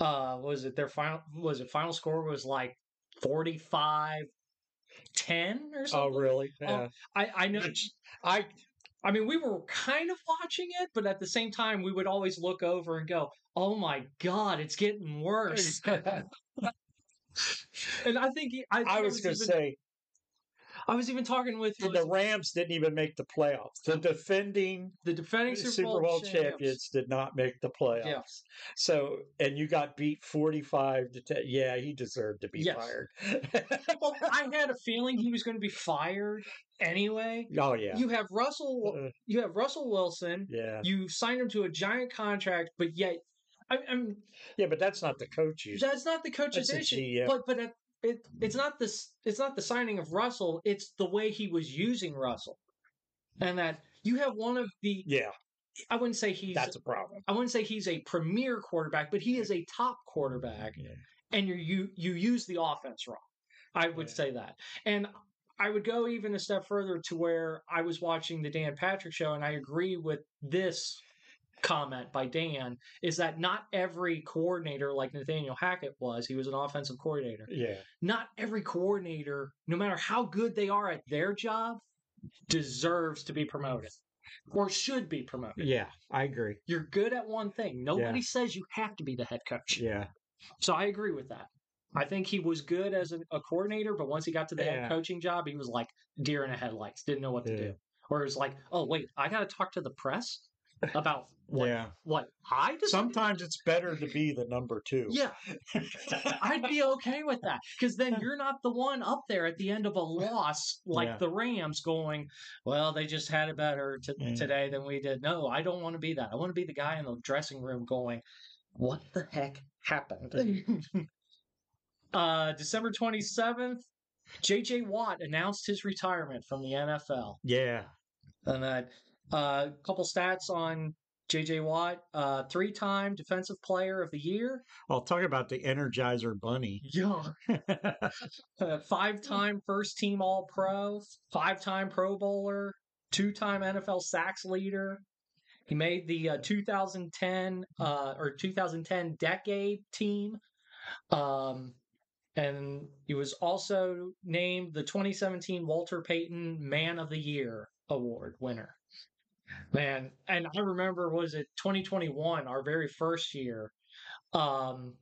Speaker 1: Uh, was it their final? Was it final score was like 45 10 or
Speaker 3: Oh,
Speaker 1: something?
Speaker 3: really? Yeah.
Speaker 1: I, I know
Speaker 3: I
Speaker 1: I mean, we were kind of watching it, but at the same time, we would always look over and go, "Oh my god, it's getting worse." and I think he- I, think
Speaker 3: I was going to
Speaker 1: even-
Speaker 3: say
Speaker 1: I was even talking with
Speaker 3: the- the Rams didn't even make the playoffs. The defending
Speaker 1: the defending
Speaker 3: Super, Bowl champions did not make the playoffs.
Speaker 1: Yeah.
Speaker 3: So, and you got beat forty-five to ten. Yeah, he deserved to be
Speaker 1: Yes.
Speaker 3: fired.
Speaker 1: Well, I had a feeling he was going to be fired anyway.
Speaker 3: oh yeah,
Speaker 1: You have Russell.
Speaker 3: Uh,
Speaker 1: You have Russell Wilson.
Speaker 3: yeah,
Speaker 1: You signed him to a giant contract, but yet, I, I mean,
Speaker 3: yeah. But that's not the coach. You
Speaker 1: That's not the coach's
Speaker 3: That's a
Speaker 1: issue.
Speaker 3: GM.
Speaker 1: But but it, it it's not this it's not the signing of Russell. It's the way he was using Russell, and that you have one of the
Speaker 3: yeah,
Speaker 1: I wouldn't say he's
Speaker 3: that's a problem.
Speaker 1: I wouldn't say he's a premier quarterback, but he is a top quarterback,
Speaker 3: Yeah.
Speaker 1: and you you you use the offense wrong. I would
Speaker 3: Yeah.
Speaker 1: say that, and I would go even a step further to where I was watching the Dan Patrick show, and I agree with this comment by Dan is that not every coordinator like Nathaniel Hackett was, he was an offensive coordinator.
Speaker 3: Yeah,
Speaker 1: Not every coordinator, no matter how good they are at their job, deserves to be promoted or should be promoted.
Speaker 2: Yeah, I agree.
Speaker 1: You're good at one thing. Nobody says you have to be the head coach.
Speaker 2: Yeah,
Speaker 1: So I agree with that. I think he was good as an, a coordinator, but once he got to the
Speaker 3: Yeah.
Speaker 1: head coaching job, he was like deer in the headlights, didn't know what to
Speaker 2: Yeah.
Speaker 1: do. Or it was like, oh, wait, I got to talk to the press about what,
Speaker 2: yeah.
Speaker 1: what I decided.
Speaker 3: sometimes it's better to be the number two.
Speaker 1: Yeah, I'd be okay with that because then you're not the one up there at the end of a loss like
Speaker 2: Yeah.
Speaker 1: the Rams going, well, they just had it better t-
Speaker 2: Yeah.
Speaker 1: today than we did. No, I don't want to be that. I want to be the guy in the dressing room going, what the heck happened? uh, December 27th, JJ Watt announced his retirement from the NFL.
Speaker 2: Yeah.
Speaker 1: And that uh, couple stats on JJ Watt, uh, three time defensive player of the year.
Speaker 2: I'll talk about the Energizer Bunny.
Speaker 1: Yeah. uh, five time first team All Pro, five time Pro Bowler, two time NFL sacks leader. He made the uh, 2010 uh, or 2010 decade team. Um, and he was also named the 2017 Walter Payton Man of the Year award winner. Man, and I remember was it 2021, our very first year, um,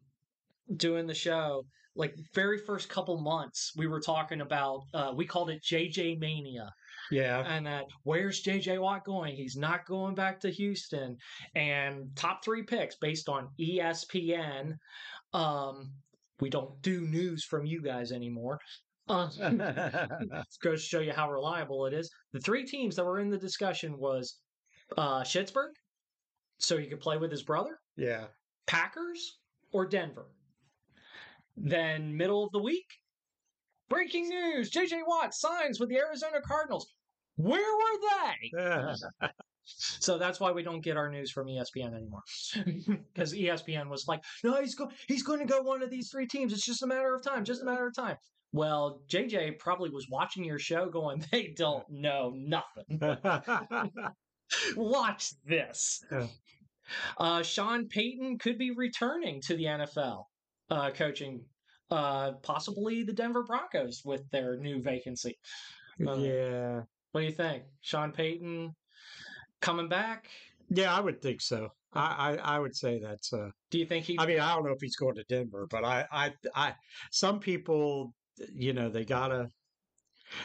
Speaker 1: doing the show like very first couple months, we were talking about uh, we called it JJ Mania,
Speaker 2: Yeah.
Speaker 1: and that where's JJ Watt going? He's not going back to Houston. And top three picks based on E ESPN. Um, we don't do news from you guys anymore. Uh, goes to show you how reliable it is. The three teams that were in the discussion was uh, Pittsburgh, so he could play with his brother,
Speaker 3: yeah.
Speaker 1: Packers, or Denver. Then middle of the week, breaking news: J.J. Watt signs with the Arizona Cardinals. Where were they? So that's why we don't get our news from E ESPN anymore, E because ESPN was like, "No, he's go- he's going to go one of these three teams. It's just a matter of time. Just a matter of time." Well, JJ probably was watching your show, going, "They don't know nothing." Watch this.
Speaker 2: Yeah.
Speaker 1: Uh, Sean Payton could be returning to the NFL, uh, coaching uh, possibly the Denver Broncos with their new vacancy.
Speaker 2: yeah.
Speaker 1: What do you think? Sean Payton coming back?
Speaker 2: Yeah, I would think so. I, I, I would say that's uh
Speaker 1: Do you think he?
Speaker 2: I mean, I don't know if he's going to Denver, but I, I, I, some people, you know, they gotta,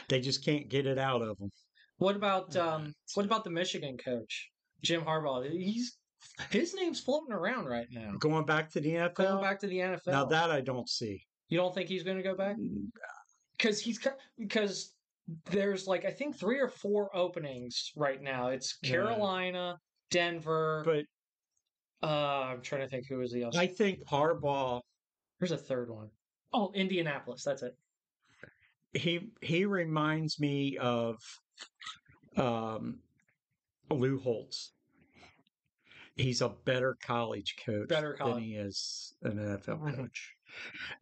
Speaker 2: they just can't get it out of them.
Speaker 1: what about
Speaker 2: Uh,
Speaker 1: um, what about the Michigan coach Jim Harbaugh? He's his name's floating around right now.
Speaker 2: Going back to the NFL.
Speaker 1: Going back to the NFL.
Speaker 2: Now that I don't see.
Speaker 1: you don't think he's going to go back? because he's because there's like I think three or four openings right now. It's
Speaker 2: Yeah.
Speaker 1: Carolina, Denver.
Speaker 2: But
Speaker 1: uh, I'm trying to think who is the other.
Speaker 2: I think Harbaugh,
Speaker 1: There's a third one. Oh, Indianapolis. That's it.
Speaker 2: he, he reminds me of, um, Lou Holtz. He's a better college coach
Speaker 1: Better college.
Speaker 2: than he is an NFL
Speaker 1: Mhm.
Speaker 2: coach.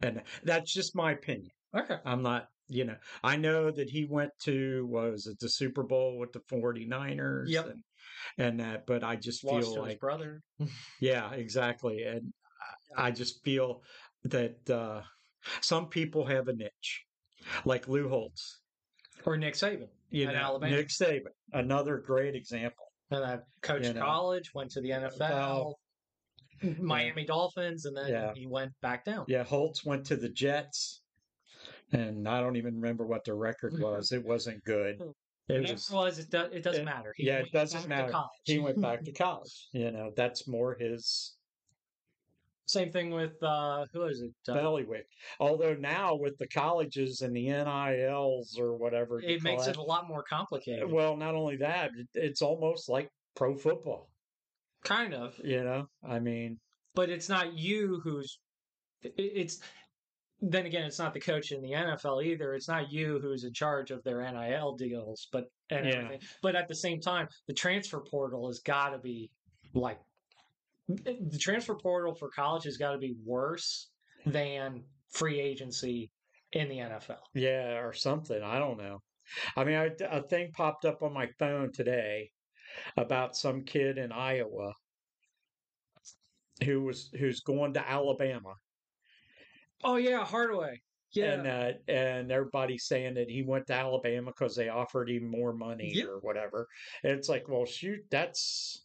Speaker 2: And that's just my opinion.
Speaker 1: Okay.
Speaker 2: I'm not, you know, I know that he went to, what was it, the Super Bowl with the 49ers
Speaker 1: Yep.
Speaker 2: and, and that, but I just
Speaker 1: Lost
Speaker 2: feel
Speaker 1: to his
Speaker 2: like,
Speaker 1: brother.
Speaker 2: yeah, exactly. And I I just feel that uh, some people have a niche, like Lou Holtz,
Speaker 1: Or Nick Saban.
Speaker 2: you
Speaker 1: At
Speaker 2: know,
Speaker 1: Alabama.
Speaker 2: Nick Saban, another great example.
Speaker 1: And I coached
Speaker 2: You know.
Speaker 1: college, went to the NFL,
Speaker 2: Well,
Speaker 1: Miami Dolphins, and then
Speaker 2: Yeah.
Speaker 1: he went back down.
Speaker 2: Yeah, Holtz went to the Jets, and I don't even remember what the record was. It wasn't good. It
Speaker 1: It
Speaker 2: was,
Speaker 1: was it, do, it doesn't
Speaker 2: it-
Speaker 1: matter.
Speaker 2: yeah, it
Speaker 1: went
Speaker 2: doesn't
Speaker 1: back to
Speaker 2: matter.
Speaker 1: college.
Speaker 2: he went back to college. You know, that's more his
Speaker 1: Same thing with uh, who is it? Uh,
Speaker 2: Ballywick. Although now with the colleges and the NILs or whatever, you
Speaker 1: it
Speaker 2: call
Speaker 1: makes it
Speaker 2: that-
Speaker 1: a lot more complicated.
Speaker 2: well. Not only that, it- it's almost like pro football.
Speaker 1: Kind of.
Speaker 2: You know, I mean,
Speaker 1: but it's not you who's it- it's then again it's not the coach in the NFL either it's not you who's in charge of their NIL deals but and
Speaker 2: Yeah.
Speaker 1: everything. but at the same time the transfer portal has got to be like the transfer portal for college has got to be worse than free agency in the NFL
Speaker 2: yeah, or something. I don't know. I mean, I, a thing popped up on my phone today about some kid in Iowa who was who's going to Alabama,
Speaker 1: oh yeah Hardaway yeah
Speaker 2: and uh, and everybody's saying that he went to Alabama because they offered him more money
Speaker 1: Yeah.
Speaker 2: or whatever. And it's like, well, shoot, that's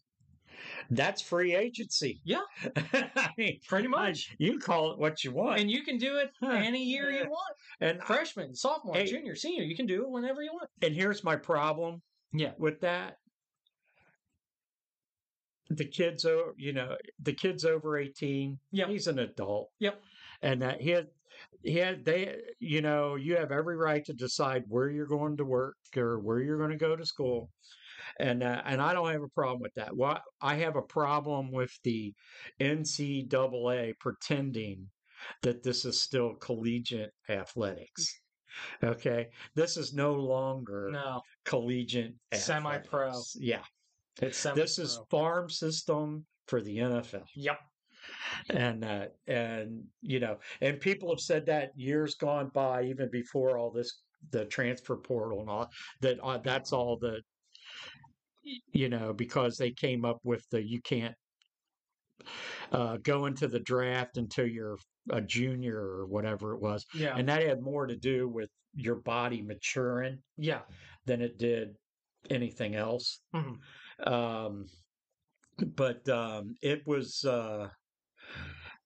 Speaker 2: that's free agency.
Speaker 1: Yeah.
Speaker 2: I mean,
Speaker 1: pretty
Speaker 2: I-
Speaker 1: much
Speaker 2: you call it what you want,
Speaker 1: and you can do it
Speaker 2: Huh.
Speaker 1: any year you want
Speaker 2: and
Speaker 1: freshman sophomore
Speaker 2: Hey.
Speaker 1: junior senior you can do it whenever you want
Speaker 2: and here's my problem.
Speaker 1: Yeah.
Speaker 2: with that. The kids, o- you know, the kids over eighteen.
Speaker 1: Yep.
Speaker 2: he's an adult.
Speaker 1: Yep.
Speaker 2: and that he had, he had they, you know, you have every right to decide where you're going to work or where you're going to go to school, and uh, and I don't have a problem with that. Well, I have a problem with the NCAA pretending that this is still collegiate athletics.
Speaker 1: Mm.
Speaker 2: Okay, this is no longer
Speaker 1: no
Speaker 2: collegiate
Speaker 1: Semi-pro.
Speaker 2: athletics. Yeah,
Speaker 1: it's
Speaker 2: this is farm system for the NFL,
Speaker 1: Yep.
Speaker 2: and uh, and you know, and people have said that years gone by, even before all this, the transfer portal and all that. Uh, that's all the you know because they came up with the you can't uh, go into the draft until you're a junior or whatever it was,
Speaker 1: Yeah.
Speaker 2: and that had more to do with your body maturing
Speaker 1: yeah.
Speaker 2: than it did anything else.
Speaker 1: Mhm.
Speaker 2: Um, but um, it was, uh,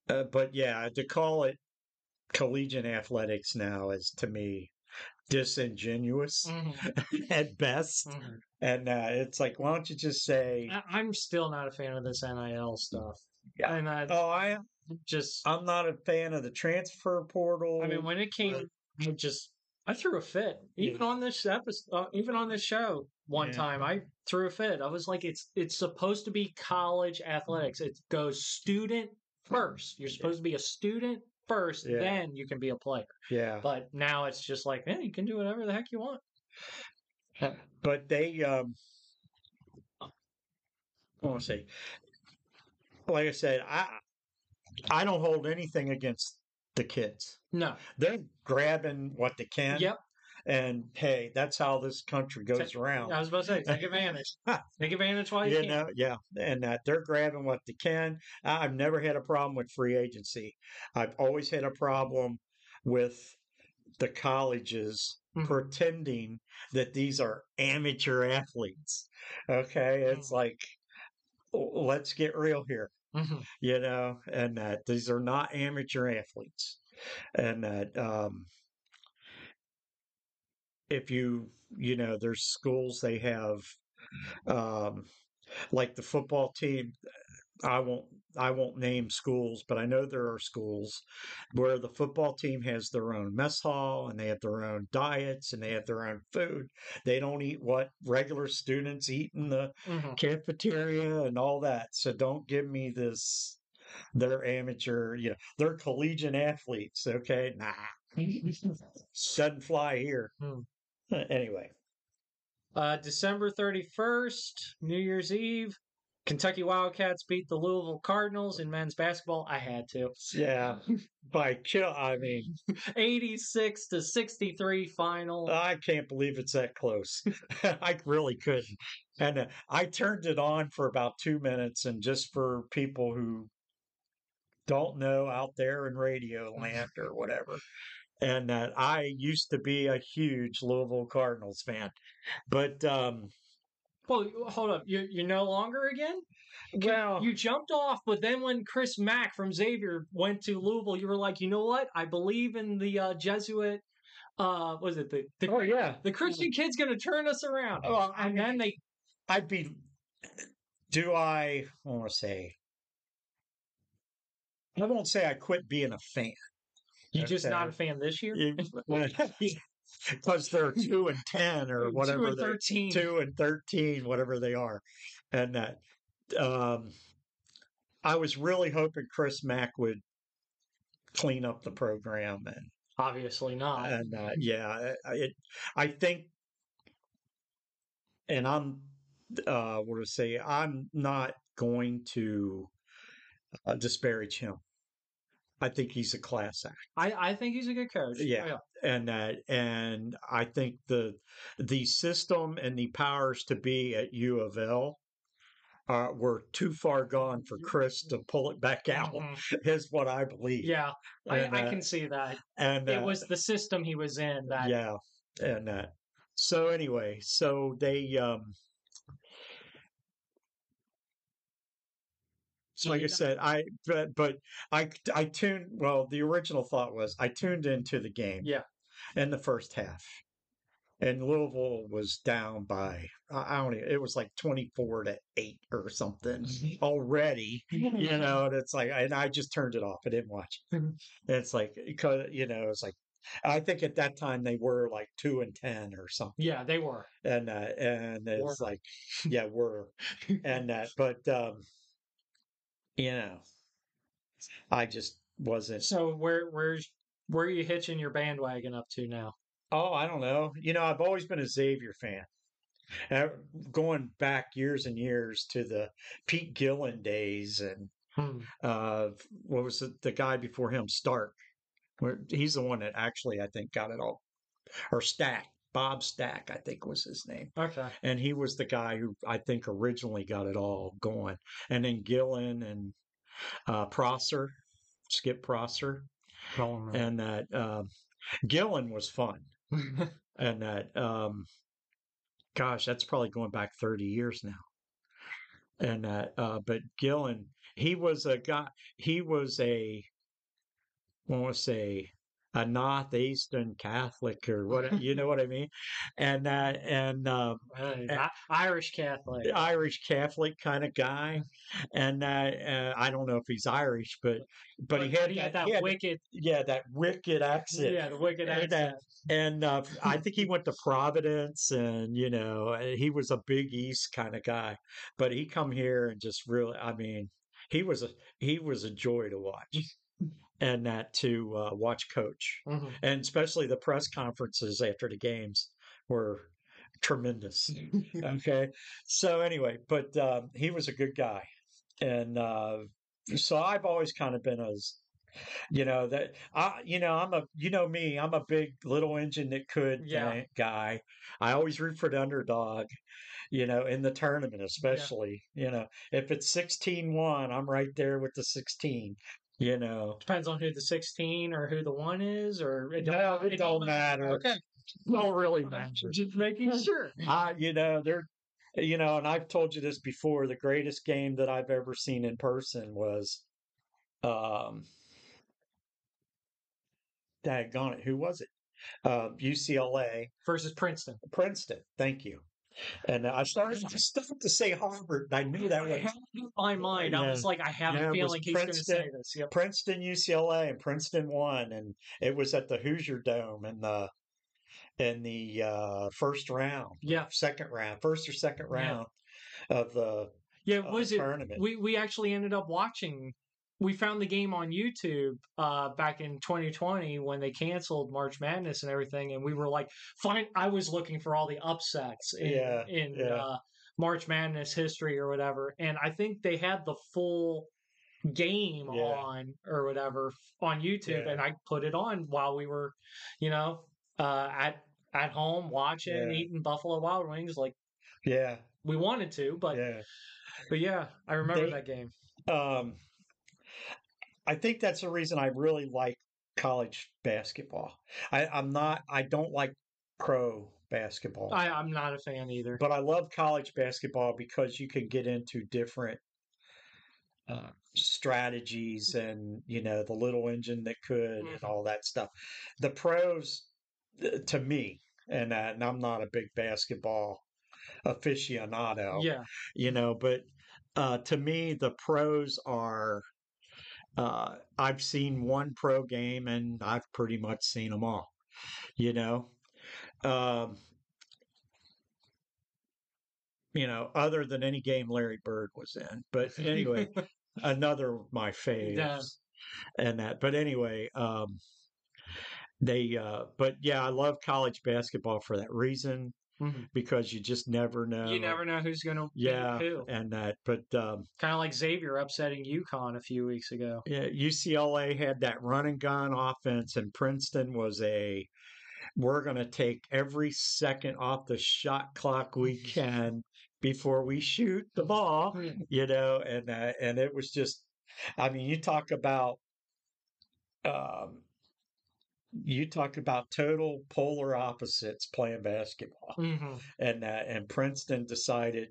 Speaker 2: uh, but yeah, to call it collegiate athletics now is to me disingenuous
Speaker 1: Mhm,
Speaker 2: at best.
Speaker 1: mhm.
Speaker 2: And uh, it's like, why don't you just say,
Speaker 1: I- I'm still not a fan of this NIL stuff.
Speaker 2: Yeah.
Speaker 1: And I
Speaker 2: "Oh, I
Speaker 1: just,
Speaker 2: I'm not a fan of the transfer portal."
Speaker 1: I mean, when it came, I just, I threw a fit. Even on this episode, uh, even on this show, one
Speaker 2: Yeah.
Speaker 1: time I threw a fit. I was like, it's it's supposed to be college athletics. It goes student first. You're supposed to be a student first,
Speaker 2: Yeah.
Speaker 1: then you can be a player.
Speaker 2: yeah,
Speaker 1: But now it's just like, man, you can do whatever the heck you want.
Speaker 2: but they um I want to say like I said I I don't hold anything against the kids.
Speaker 1: No,
Speaker 2: They're grabbing what they can.
Speaker 1: Yep.
Speaker 2: And hey, that's how this country goes around.
Speaker 1: I was about to say, take advantage. take advantage while you
Speaker 2: you
Speaker 1: can.
Speaker 2: know, yeah, and uh, they're grabbing what they can. I- I've never had a problem with free agency. I've always had a problem with the colleges
Speaker 1: Mhm.
Speaker 2: pretending that these are amateur athletes. Okay, it's like l- let's get real here,
Speaker 1: Mhm.
Speaker 2: you know, and uh, these are not amateur athletes, and that um, if you you know, there's schools they have um, like the football team i won't i won't name schools but i know there are schools where the football team has their own mess hall and they have their own diets and they have their own food they don't eat what regular students eat in the
Speaker 1: Mhm.
Speaker 2: cafeteria and all that so don't give me this they're amateur you know they're collegiate athletes okay nah doesn't fly here
Speaker 1: Hmm.
Speaker 2: Uh, anyway
Speaker 1: Uh, December 31st, New Year's Eve, Kentucky Wildcats beat the Louisville Cardinals in men's basketball. I had to.
Speaker 2: yeah by kill i mean
Speaker 1: 86 to 63 final.
Speaker 2: Oh, I can't believe it's that close. I really couldn't. And uh, I turned it on for about two minutes. And just for people who don't know out there in radio land or whatever, and uh, I used to be a huge Louisville Cardinals fan. But, um,
Speaker 1: well, hold up. You're, you're no longer again?
Speaker 2: well,
Speaker 1: You jumped off, but then when Chris Mack from Xavier went to Louisville, you were like, you know what? I believe in the uh, Jesuit. Uh, was it the, the
Speaker 2: oh, yeah.
Speaker 1: the Christian kid's going to turn us around?
Speaker 2: Well, I
Speaker 1: and then they
Speaker 2: I'd be. Do I, I want to say, I won't say I quit being a fan.
Speaker 1: you just
Speaker 2: Okay.
Speaker 1: not a fan this year.
Speaker 2: because they're two and ten or
Speaker 1: Two
Speaker 2: whatever
Speaker 1: and
Speaker 2: they're
Speaker 1: thirteen.
Speaker 2: two and thirteen, whatever they are, and that. Um, I was really hoping Chris Mack would clean up the program, and
Speaker 1: Obviously not.
Speaker 2: and uh, yeah, I- it, I think, and I'm uh, what do I say? I'm not going to uh, disparage him. I think he's a class act.
Speaker 1: I, I think he's a good coach. Oh,
Speaker 2: Yeah. and that and i think the the system and the powers to be at u of l uh, were too far gone
Speaker 1: Mm-hmm.
Speaker 2: for chris to pull it back out
Speaker 1: Mhm.
Speaker 2: is what i believe
Speaker 1: Yeah. I,
Speaker 2: And,
Speaker 1: I
Speaker 2: uh,
Speaker 1: can see that.
Speaker 2: and
Speaker 1: It
Speaker 2: uh,
Speaker 1: was the system he was in that
Speaker 2: yeah and uh, so anyway so they um so like i said i but but i i tuned well the original thought was i tuned into the game
Speaker 1: Yeah.
Speaker 2: in the first half and louisville was down by i I don't know it was like 24 to 8 or something
Speaker 1: Mm-hmm.
Speaker 2: already you know and it's like and i just turned it off i didn't watch it.
Speaker 1: Mhm.
Speaker 2: it's like because you know it's like i think at that time they were like 2 and 10 or something
Speaker 1: Yeah, they were.
Speaker 2: and uh, and it's
Speaker 1: Were.
Speaker 2: like yeah we're and that but um you know i just wasn't
Speaker 1: So where where's where are you hitching your bandwagon up to now?
Speaker 2: oh i don't know you know i've always been a xavier fan Uh, going back years and years to the pete gillen days and
Speaker 1: Hmm.
Speaker 2: uh what was it, the guy before him stark where he's the one that actually i think got it all or stack bob stack i think was his name
Speaker 1: Okay.
Speaker 2: and he was the guy who I think originally got it all going. And then Gillen and uh, Prosser, Skip Prosser, and that um Gillen was fun, and that um, gosh, that's probably going back thirty years now. And that, uh, but Gillen, he was a guy. He was a, I want to say, a northeastern Catholic or what you know what I mean, and uh, and um,
Speaker 1: Hey, I- Irish Catholic.
Speaker 2: Irish Catholic kind of guy, and uh, uh, I don't know if he's Irish, but but, he had,
Speaker 1: he had that
Speaker 2: he had-
Speaker 1: wicked,
Speaker 3: Yeah, that wicked accent.
Speaker 1: yeah, the wicked
Speaker 2: Hey, that-
Speaker 1: accent.
Speaker 2: and uh, I think he went to Providence, and you know uh, he was a Big East kind of guy, but he come here and just really, I mean, he was a he was a joy to watch, and that to uh, watch coach,
Speaker 1: Mhm.
Speaker 2: and especially the press conferences after the games were tremendous. okay, so anyway, but um, he was a good guy, and uh, so I've always kind of been as you know that I you know I'm a you know me I'm a big little engine that could
Speaker 1: Yeah.
Speaker 2: guy- guy. I always root for the underdog, you know, in the tournament especially. You know, if it's 16-1, I'm right there with the 16. You know,
Speaker 1: Depends on who the 16 or who the one is, or it don't,
Speaker 2: no,
Speaker 1: it don't
Speaker 2: matter.
Speaker 1: okay.
Speaker 2: Don't really
Speaker 1: Just making sure.
Speaker 2: I, you know, they're, you know, and I've told you this before. The greatest game that I've ever seen in person was, um, daggone it, who was it? Uh, UCLA,
Speaker 1: Versus Princeton.
Speaker 2: Princeton. Thank you. And I started, I started to say Harvard, and I knew that
Speaker 1: I
Speaker 2: was
Speaker 1: had it in my mind. I
Speaker 2: Yeah.
Speaker 1: was like, I have
Speaker 2: Yeah, it
Speaker 1: a
Speaker 2: was
Speaker 1: feeling he's going to say
Speaker 2: Princeton.
Speaker 1: this. Yep.
Speaker 2: Princeton, UCLA, and Princeton won, and it was at the Hoosier Dome in the in the uh, first round,
Speaker 1: Yeah.
Speaker 2: second round, first or second
Speaker 1: Yeah.
Speaker 2: round of the
Speaker 1: Yeah.
Speaker 2: uh,
Speaker 1: Was it?
Speaker 2: tournament.
Speaker 1: We we actually ended up watching. We found the game on YouTube uh, back in 2020 when they canceled March Madness and everything, and we were like, "Fine." I was looking for all the upsets in
Speaker 2: Yeah,
Speaker 1: in
Speaker 2: yeah.
Speaker 1: Uh, March Madness history or whatever, and I think they had the full game
Speaker 2: Yeah.
Speaker 1: on or whatever f- on YouTube,
Speaker 2: Yeah.
Speaker 1: and I put it on while we were, you know, uh, at at home watching
Speaker 2: Yeah.
Speaker 1: eating Buffalo Wild Wings like
Speaker 2: yeah,
Speaker 1: we wanted to, but
Speaker 2: yeah.
Speaker 1: but yeah, I remember
Speaker 2: They-
Speaker 1: that game.
Speaker 2: Um, I think that's the reason I really like college basketball. I, I'm not. I don't like pro basketball.
Speaker 1: I, I'm not a fan either.
Speaker 2: but I love college basketball because you can get into different uh, strategies and you know the little engine that could and
Speaker 1: Mhm.
Speaker 2: all that stuff. The pros, uh, to me, and, uh, and I'm not a big basketball aficionado,
Speaker 1: Yeah,
Speaker 2: you know, but uh, to me the pros are. Uh, I've seen one pro game and I've pretty much seen them all, you know. Um, you know, other than any game Larry Bird was in. But anyway, another of my faves
Speaker 1: Yeah.
Speaker 2: and that. But anyway, um, they, uh, but yeah, I love college basketball for that reason
Speaker 1: Mhm.
Speaker 2: because you just never know.
Speaker 1: you never know who's going to
Speaker 2: um, Yeah.
Speaker 1: who.
Speaker 2: And that, but um,
Speaker 1: Kind of like Xavier upsetting UConn a few weeks ago.
Speaker 2: yeah, UCLA had that run and gun offense, and Princeton was a we're going to take every second off the shot clock we can before we shoot the ball.
Speaker 1: Mm-hmm.
Speaker 2: you know and uh, and it was just i mean you talk about um you talk about total polar opposites playing basketball
Speaker 1: Mhm.
Speaker 2: and uh, and princeton decided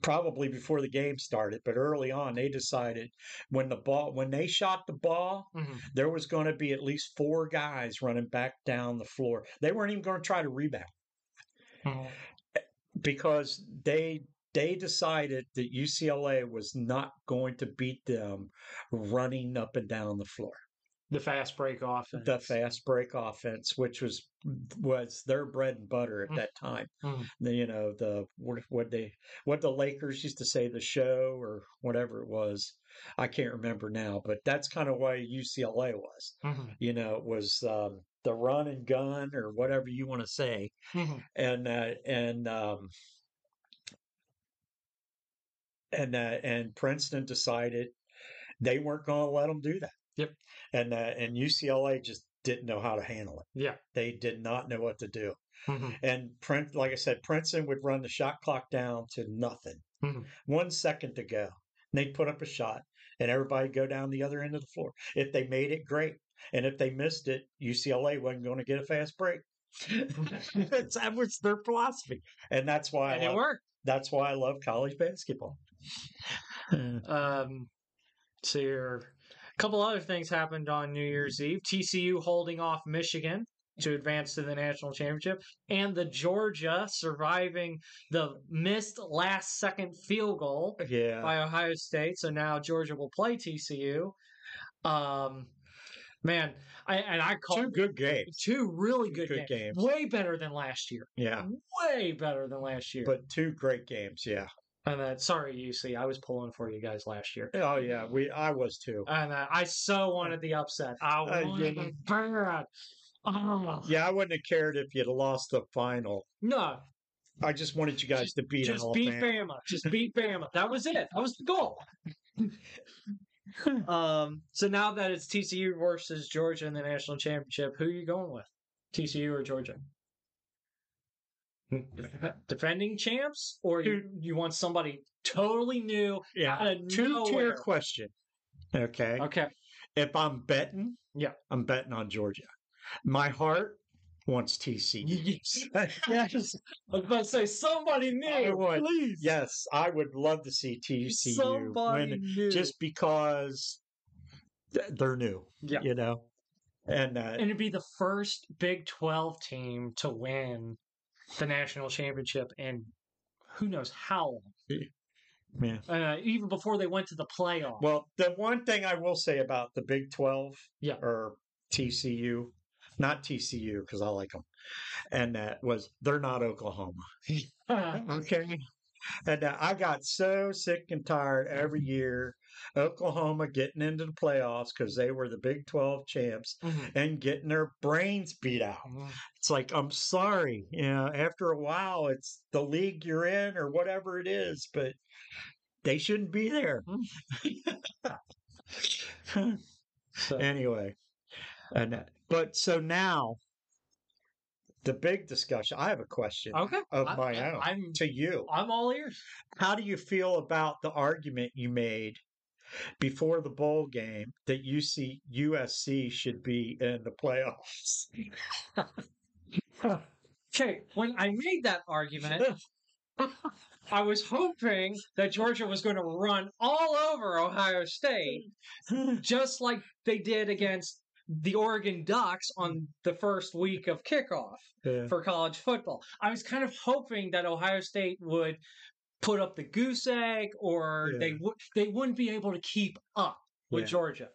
Speaker 2: probably before the game started but early on they decided when the ball when they shot the ball
Speaker 1: Mhm.
Speaker 2: there was going to be at least four guys running back down the floor they weren't even going to try to rebound Mm-hmm.
Speaker 1: Mhm.
Speaker 2: because they they decided that UCLA was not going to beat them running up and down the floor.
Speaker 1: The fast break offense.
Speaker 2: The fast break offense, which was was their bread and butter at
Speaker 1: Mm.
Speaker 2: that time.
Speaker 1: Mm.
Speaker 2: The, you know the what, what they what the Lakers used to say the show or whatever it was. I can't remember now, but that's kind of why UCLA was.
Speaker 1: Mhm.
Speaker 2: You know, it was um, the run and gun or whatever you want to say
Speaker 1: Mhm.
Speaker 2: and uh, and um, and uh, and Princeton decided they weren't going to let them do that.
Speaker 1: Yep.
Speaker 2: And uh, and UCLA just didn't know how to handle it.
Speaker 1: Yeah.
Speaker 2: They did not know what to do.
Speaker 1: Mhm.
Speaker 2: And Prince, like I said, Princeton would run the shot clock down to nothing,
Speaker 1: Mhm.
Speaker 2: one second to go. And they'd put up a shot, and everybody would go down the other end of the floor. If they made it, great. And if they missed it, UCLA wasn't going to get a fast break. that was their philosophy, and that's why I
Speaker 1: And it
Speaker 2: love-
Speaker 1: worked.
Speaker 2: that's why I love college basketball. Uh,
Speaker 1: Um, so your couple other things happened on New Year's Eve. TCU holding off Michigan to advance to the national championship, and the Georgia surviving the missed last second field goal
Speaker 3: Yeah.
Speaker 1: by Ohio State. So now Georgia will play TCU. Um, man, I and I call
Speaker 2: Two good games.
Speaker 1: two really good,
Speaker 2: good
Speaker 1: games.
Speaker 2: games.
Speaker 1: way better than last year,
Speaker 2: Yeah.
Speaker 1: way better than last year.
Speaker 2: But two great games. Yeah.
Speaker 1: and then, sorry, UC, I was pulling for you guys last year.
Speaker 2: Oh yeah. We I was too.
Speaker 1: And uh, I so wanted the upset. I
Speaker 2: I
Speaker 1: wanted
Speaker 2: didn't.
Speaker 1: it bad. Oh,
Speaker 2: Yeah, I wouldn't have cared if you'd have lost the final.
Speaker 1: no,
Speaker 2: I just wanted you guys to beat
Speaker 1: just
Speaker 2: Alabama.
Speaker 1: beat Bama. Just beat Bama. That was it. That was the goal. um. So now that it's TCU versus Georgia in the national championship, who are you going with? TCU or Georgia? Hmm. Defending champs, or you, you want somebody totally new? out
Speaker 2: Yeah,
Speaker 1: of
Speaker 2: two
Speaker 1: nowhere.
Speaker 2: tier question. Okay.
Speaker 1: Okay.
Speaker 2: if I'm betting,
Speaker 1: Yeah.
Speaker 2: I'm betting on Georgia. My heart wants TCU.
Speaker 1: Yes.
Speaker 2: yes,
Speaker 1: I was about to say somebody
Speaker 2: I
Speaker 1: new.
Speaker 2: would. Yes, I would love to see TCU
Speaker 1: Somebody
Speaker 2: win
Speaker 1: new.
Speaker 2: just because th- they're new.
Speaker 1: Yeah.
Speaker 2: you know, and uh,
Speaker 1: and it'd be the first Big 12 team to win the national championship in who knows how long.
Speaker 2: yeah.
Speaker 1: Uh, even before they went to the playoff.
Speaker 2: Well, the one thing I will say about the Big 12
Speaker 1: Yeah.
Speaker 2: or TCU, not TCU because I like them, and that was they're not Oklahoma. Okay. And uh, I got so sick and tired every year Oklahoma getting into the playoffs because they were the Big 12 champs
Speaker 1: Mm-hmm.
Speaker 2: and getting their brains beat out. It's like, I'm sorry. You know, after a while, it's the league you're in or whatever it is, but they shouldn't be there.
Speaker 1: Hmm. So-
Speaker 2: anyway. And, uh, but so now, the big discussion. I have a question
Speaker 1: okay. Oh,
Speaker 2: of
Speaker 1: I-
Speaker 2: my
Speaker 1: I-
Speaker 2: own
Speaker 1: I'm,
Speaker 2: to you.
Speaker 1: I'm all ears.
Speaker 2: How do you feel about the argument you made before the bowl game that UC USC should be in the playoffs?
Speaker 1: Okay. When I made that argument, I was hoping that Georgia was going to run all over Ohio State, just like they did against the Oregon Ducks on the first week of kickoff.
Speaker 2: Yeah.
Speaker 1: for college football. I was kind of hoping that Ohio State would put up the goose egg, or
Speaker 2: Yeah.
Speaker 1: they would they wouldn't be able to keep up with
Speaker 2: Yeah.
Speaker 1: Georgia.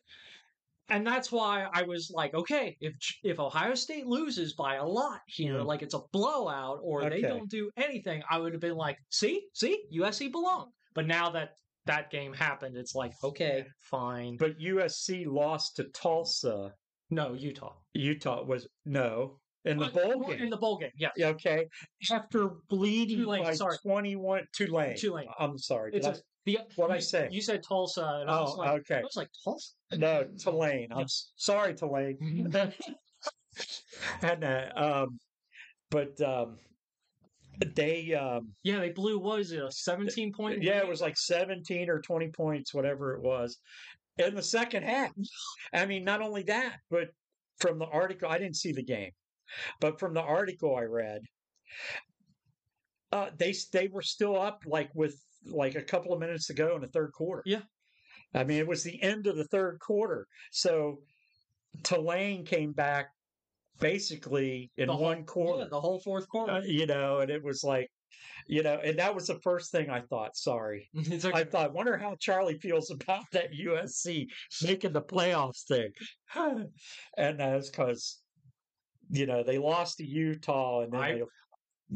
Speaker 1: And that's why I was like, okay, if if Ohio State loses by a lot here,
Speaker 2: Yeah.
Speaker 1: like it's a blowout, or they
Speaker 2: Mm-hmm. Okay.
Speaker 1: don't do anything, I would have been like, see, see, USC belong. But now that that game happened, it's like, okay, fine.
Speaker 2: But USC lost to Tulsa.
Speaker 1: No, Utah
Speaker 2: Utah was no in the
Speaker 1: Uh,
Speaker 2: bowl
Speaker 1: well,
Speaker 2: game.
Speaker 1: In the bowl game, yeah,
Speaker 2: okay, after bleeding
Speaker 1: Tulane,
Speaker 2: by
Speaker 1: sorry.
Speaker 2: twenty-one, Tulane.
Speaker 1: Tulane.
Speaker 2: I'm sorry. did
Speaker 1: It's
Speaker 2: I-
Speaker 1: a, the
Speaker 2: what'd I
Speaker 1: you-
Speaker 2: say?
Speaker 1: You said Tulsa, and I was
Speaker 2: oh,
Speaker 1: like,
Speaker 2: okay.
Speaker 1: I was like Tulsa.
Speaker 2: No, Tulane. I'm s- sorry, Tulane. and uh, um, but um, they um,
Speaker 1: Yeah, they blew. What was it? A seventeen point?
Speaker 2: yeah, it
Speaker 1: lead?
Speaker 2: was like 17 or 20 points, whatever it was, in the second half. I mean, not only that, but from the article, I didn't see the game, but from the article I read, uh, they s- they were still up like with like a couple of minutes to go in the third quarter.
Speaker 1: Yeah.
Speaker 2: I mean, it was the end of the third quarter, so Tulane came back basically in
Speaker 1: The whole-
Speaker 2: one quarter.
Speaker 1: Yeah, the whole fourth quarter.
Speaker 2: Uh, you know, and it was like, you know, and that was the first thing I thought. Sorry,
Speaker 1: it's
Speaker 2: I
Speaker 1: like,
Speaker 2: thought, wonder how Charlie feels about that USC making the playoffs thing, and that's because, you know, they lost to Utah, and then
Speaker 1: I-
Speaker 2: they,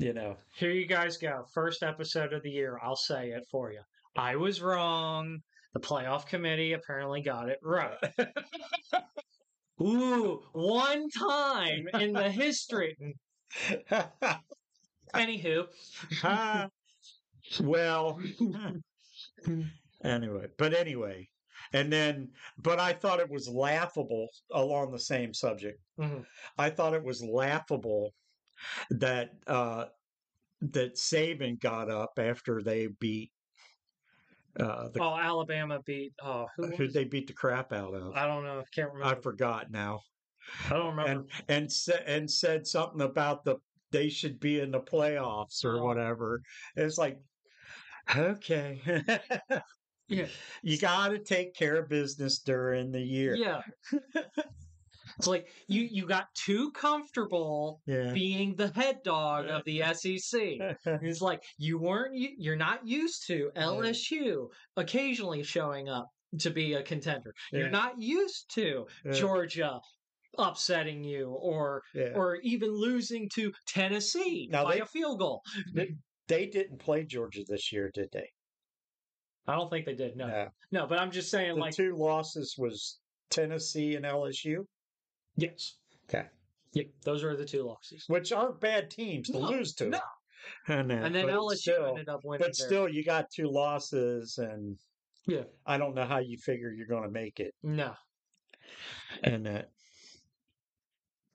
Speaker 2: you know,
Speaker 1: here you guys go. First episode of the year. I'll say it for you. I was wrong. The playoff committee apparently got it right. Ooh, one time in the history. Anywho,
Speaker 2: Ah, well, anyway, but anyway, and then, but I thought it was laughable along the same subject.
Speaker 1: Mhm.
Speaker 2: I thought it was laughable that uh, that Saban got up after they beat uh, the
Speaker 1: oh Alabama beat. Oh, who?
Speaker 2: who
Speaker 1: was-
Speaker 2: they beat the crap out of.
Speaker 1: I don't know. I can't
Speaker 2: I
Speaker 1: remember.
Speaker 2: forgot now,
Speaker 1: I don't remember.
Speaker 2: and and sa- and said something about the they should be in the playoffs or
Speaker 1: Oh.
Speaker 2: whatever. It's like okay.
Speaker 1: Yeah.
Speaker 4: You got to take care of business during the year.
Speaker 1: Yeah. it's like you you got too comfortable
Speaker 2: Uh-huh.
Speaker 4: Yeah.
Speaker 1: being the head dog of the SEC. It's like you weren't u- you're not used to LSU occasionally showing up to be a contender.
Speaker 4: Yeah.
Speaker 1: You're not used to
Speaker 4: Yeah.
Speaker 1: Georgia upsetting you or
Speaker 4: Yeah.
Speaker 1: or even losing to Tennessee
Speaker 2: Now
Speaker 1: by
Speaker 2: they-
Speaker 1: a field goal.
Speaker 2: They didn't play Georgia this year, did they?
Speaker 1: I don't think they did. No. No, but I'm just saying
Speaker 2: The
Speaker 1: like
Speaker 2: two losses was Tennessee and LSU,
Speaker 1: yes.
Speaker 2: Okay.
Speaker 1: Yep, those are the two losses.
Speaker 2: which aren't bad teams to
Speaker 1: No,
Speaker 2: lose to.
Speaker 1: no.
Speaker 4: I know.
Speaker 1: And then
Speaker 2: but
Speaker 1: LSU
Speaker 2: still-
Speaker 1: ended up winning.
Speaker 4: but
Speaker 1: there.
Speaker 2: Still, you got two losses, and
Speaker 1: Yeah.
Speaker 2: I don't know how you figure you're going to make it,
Speaker 1: no.
Speaker 4: and uh,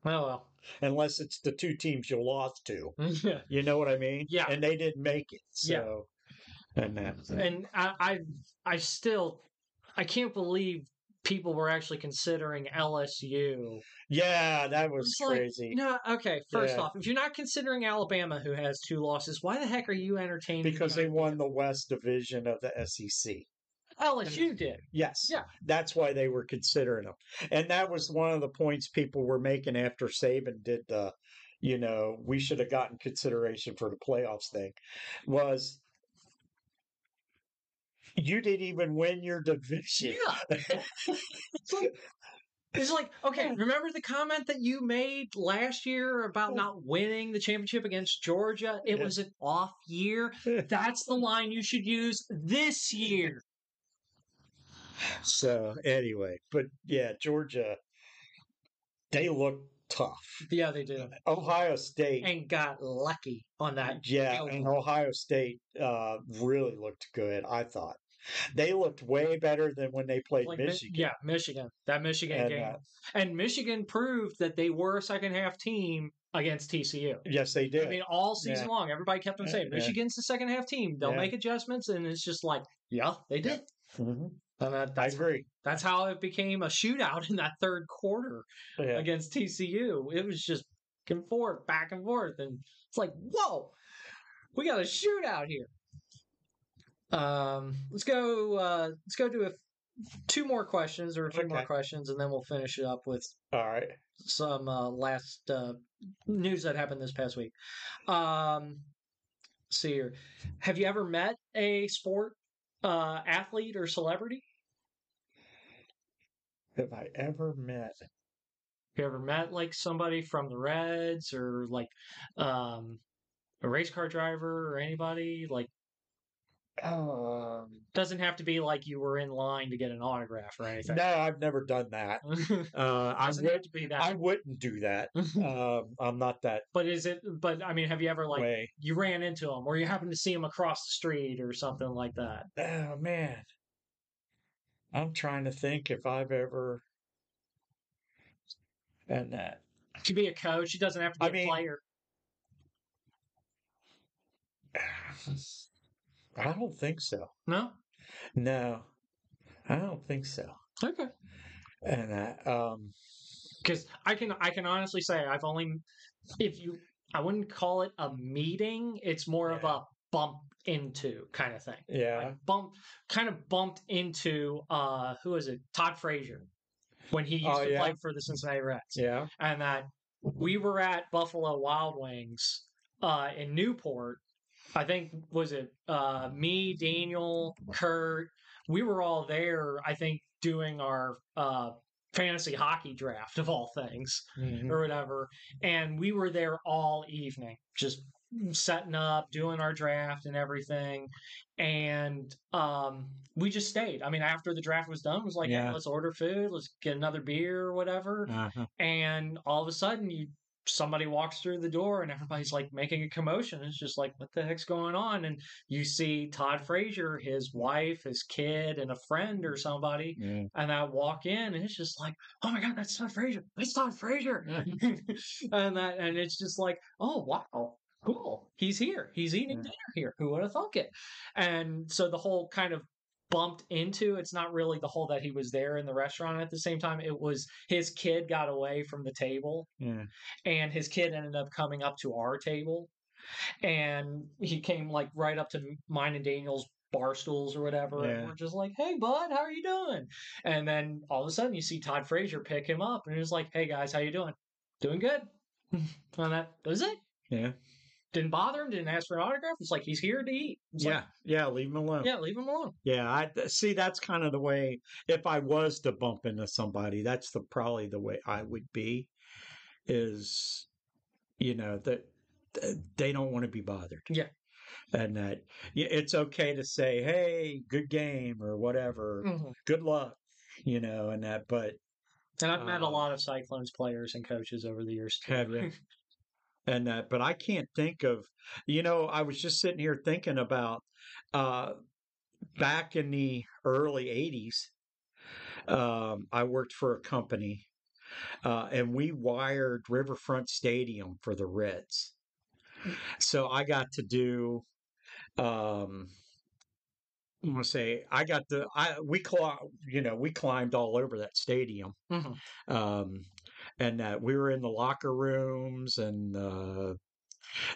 Speaker 1: Oh
Speaker 2: unless it's the two teams you lost to.
Speaker 1: well. Yeah.
Speaker 2: You know what I mean?
Speaker 1: Yeah.
Speaker 2: And they didn't make it.
Speaker 1: Yeah.
Speaker 2: So,
Speaker 4: and that.
Speaker 1: And I, I I still I can't believe people were actually considering LSU.
Speaker 2: yeah, that was
Speaker 1: It's like,
Speaker 2: crazy.
Speaker 1: No, okay, first
Speaker 2: Yeah.
Speaker 1: off, if you're not considering Alabama who has two losses, why the heck are you entertaining
Speaker 2: because they
Speaker 1: Johnny
Speaker 2: won the West Division of the E SEC.
Speaker 1: LSU did.
Speaker 2: Yes.
Speaker 1: Yeah.
Speaker 2: That's why they were considering them. And that was one of the points people were making after Saban did the, you know, we should have gotten consideration for the playoffs thing, was you didn't even win your division.
Speaker 1: Yeah. it's, like, it's like, okay, remember the comment that you made last year about not winning the championship against Georgia? It
Speaker 2: Yeah.
Speaker 1: was an off year. That's the line you should use this year.
Speaker 2: So anyway, but yeah, Georgia, they look tough.
Speaker 1: Yeah, they did.
Speaker 2: Ohio State.
Speaker 1: And got lucky on that.
Speaker 2: Yeah,
Speaker 1: field
Speaker 2: and Ohio State uh, really looked good. I thought they looked way better than when they played
Speaker 1: Like, Mi-
Speaker 2: Michigan.
Speaker 1: Yeah, Michigan. That Michigan
Speaker 2: And,
Speaker 1: game.
Speaker 2: uh,
Speaker 1: and Michigan proved that they were a second half team against TCU.
Speaker 2: Yes, they did.
Speaker 1: I mean, all season
Speaker 2: Yeah.
Speaker 1: long, everybody kept on
Speaker 2: Yeah,
Speaker 1: saying
Speaker 2: yeah.
Speaker 1: Michigan's the second half team. They'll
Speaker 2: Yeah.
Speaker 1: make adjustments, and it's just like, yeah, they did.
Speaker 2: Mhm.
Speaker 1: And that,
Speaker 2: I
Speaker 1: that's
Speaker 2: agree.
Speaker 1: That's how it became a shootout in that third quarter
Speaker 2: Yeah.
Speaker 1: against TCU. It was just back and forth, back and forth, and it's like, whoa, we got a shootout here. Um, let's go. Uh, let's go do a, two more questions or two more
Speaker 2: Okay.
Speaker 1: questions, and then we'll finish it up with
Speaker 2: All right.
Speaker 1: some uh, last uh, news that happened this past week. Um, let's see here, have you ever met a sport uh, athlete or celebrity?
Speaker 2: Have I ever met?
Speaker 1: you ever met like somebody from the Reds or like um a race car driver or anybody? Like
Speaker 2: Um,
Speaker 1: doesn't have to be like you were in line to get an autograph or anything.
Speaker 2: no, I've never done that.
Speaker 4: Uh, I
Speaker 1: doesn't have
Speaker 4: would.
Speaker 1: to be
Speaker 2: I
Speaker 1: that.
Speaker 2: wouldn't do that. Um, I'm not that
Speaker 1: but is it but I mean have you ever Hmm. like
Speaker 2: way.
Speaker 1: you ran into him or you happened to see him across the street or something like that?
Speaker 2: Oh man, I'm trying to think if I've ever. And that
Speaker 1: It could be a coach, he doesn't have to be
Speaker 2: I
Speaker 1: a
Speaker 2: mean-
Speaker 1: player.
Speaker 2: I don't think so.
Speaker 1: No?
Speaker 2: No, I don't think so.
Speaker 1: Okay.
Speaker 2: And I, um,
Speaker 1: because I can I can honestly say I've only if you I wouldn't call it a meeting. It's more of
Speaker 2: Yeah.
Speaker 1: a bump into kind of thing.
Speaker 2: yeah,
Speaker 1: I bump kind of bumped into uh who is it Todd Frazier when he used
Speaker 2: Oh,
Speaker 1: to
Speaker 2: yeah.
Speaker 1: play for the Cincinnati Reds,
Speaker 2: yeah,
Speaker 1: and that we were at Buffalo Wild Wings uh in Newport. I think was it uh me Daniel Kurt. We were all there. I think doing our uh fantasy hockey draft of all things
Speaker 2: mhm,
Speaker 1: or whatever. And we were there all evening, just setting up, doing our draft and everything. And um, we just stayed. I mean, after the draft was done, it was like,
Speaker 4: Yeah.
Speaker 1: "Hey, let's order food, let's get another beer or whatever.
Speaker 4: Uh-huh.
Speaker 1: And all of a sudden, you somebody walks through the door and everybody's like making a commotion. It's just like, what the heck's going on? And you see Todd Frazier, his wife, his kid, and a friend or somebody
Speaker 4: Yeah.
Speaker 1: and I walk in, and it's just like, oh my god, that's Todd Frazier. That's Todd Frazier.
Speaker 4: Yeah.
Speaker 1: and that, and it's just like, oh wow, cool. He's here. He's eating
Speaker 4: Yeah.
Speaker 1: dinner here. Who would have thunk it? And so the whole kind of bumped into. It's not really the whole that he was there in the restaurant at the same time. It was his kid got away from the table,
Speaker 4: Yeah.
Speaker 1: and his kid ended up coming up to our table, and he came like right up to mine and Daniel's bar stools or whatever.
Speaker 2: Yeah.
Speaker 1: And we're just like, hey, bud, how are you doing? And then all of a sudden you see Todd Frazier pick him up and he's like, hey, guys, how you doing? Doing good. and that was it.
Speaker 2: Yeah.
Speaker 1: Didn't bother him. Didn't ask for an autograph. It's like he's here to eat. It's
Speaker 2: yeah.
Speaker 1: like, "Oh,
Speaker 2: yeah. Leave him alone.
Speaker 1: yeah, leave him alone.
Speaker 2: Yeah, I th- see. That's kind of the way. If I was to bump into somebody, that's the probably the way I would be. Is you know that th- they don't want to be bothered.
Speaker 1: Yeah.
Speaker 2: and that yeah, it's okay to say, "Hey, good game" or whatever.
Speaker 1: Mhm.
Speaker 2: Good luck, you know, and that. But
Speaker 1: And I've met a
Speaker 2: Uh,
Speaker 1: lot of Cyclones players and coaches over the years. too.
Speaker 2: Have you? and that, but I can't think of, you know, I was just sitting here thinking about uh, back in the early 80s, um, I worked for a company uh, and we wired Riverfront Stadium for the Reds. So I got to do, um, I'm gonna say I got to I we cli- you know we climbed all over that stadium
Speaker 1: Mhm.
Speaker 2: um, and uh, we were in the locker rooms and uh,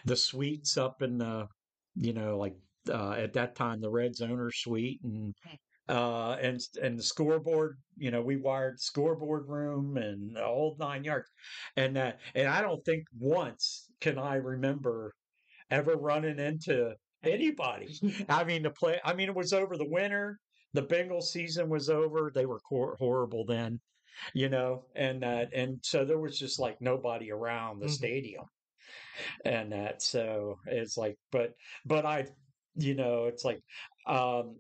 Speaker 2: the suites up in the you know like uh, at that time the Reds owner suite and uh, and and the scoreboard you know we wired scoreboard room and the whole nine yards and that and I don't think once can I remember ever running into anybody. I mean the play I mean it was over the winter. The Bengals season was over. They were cor- horrible then you know, and that, and so there was just like nobody around the
Speaker 1: Mhm.
Speaker 2: stadium, and that, so it's like, but, but I, you know, it's like, um,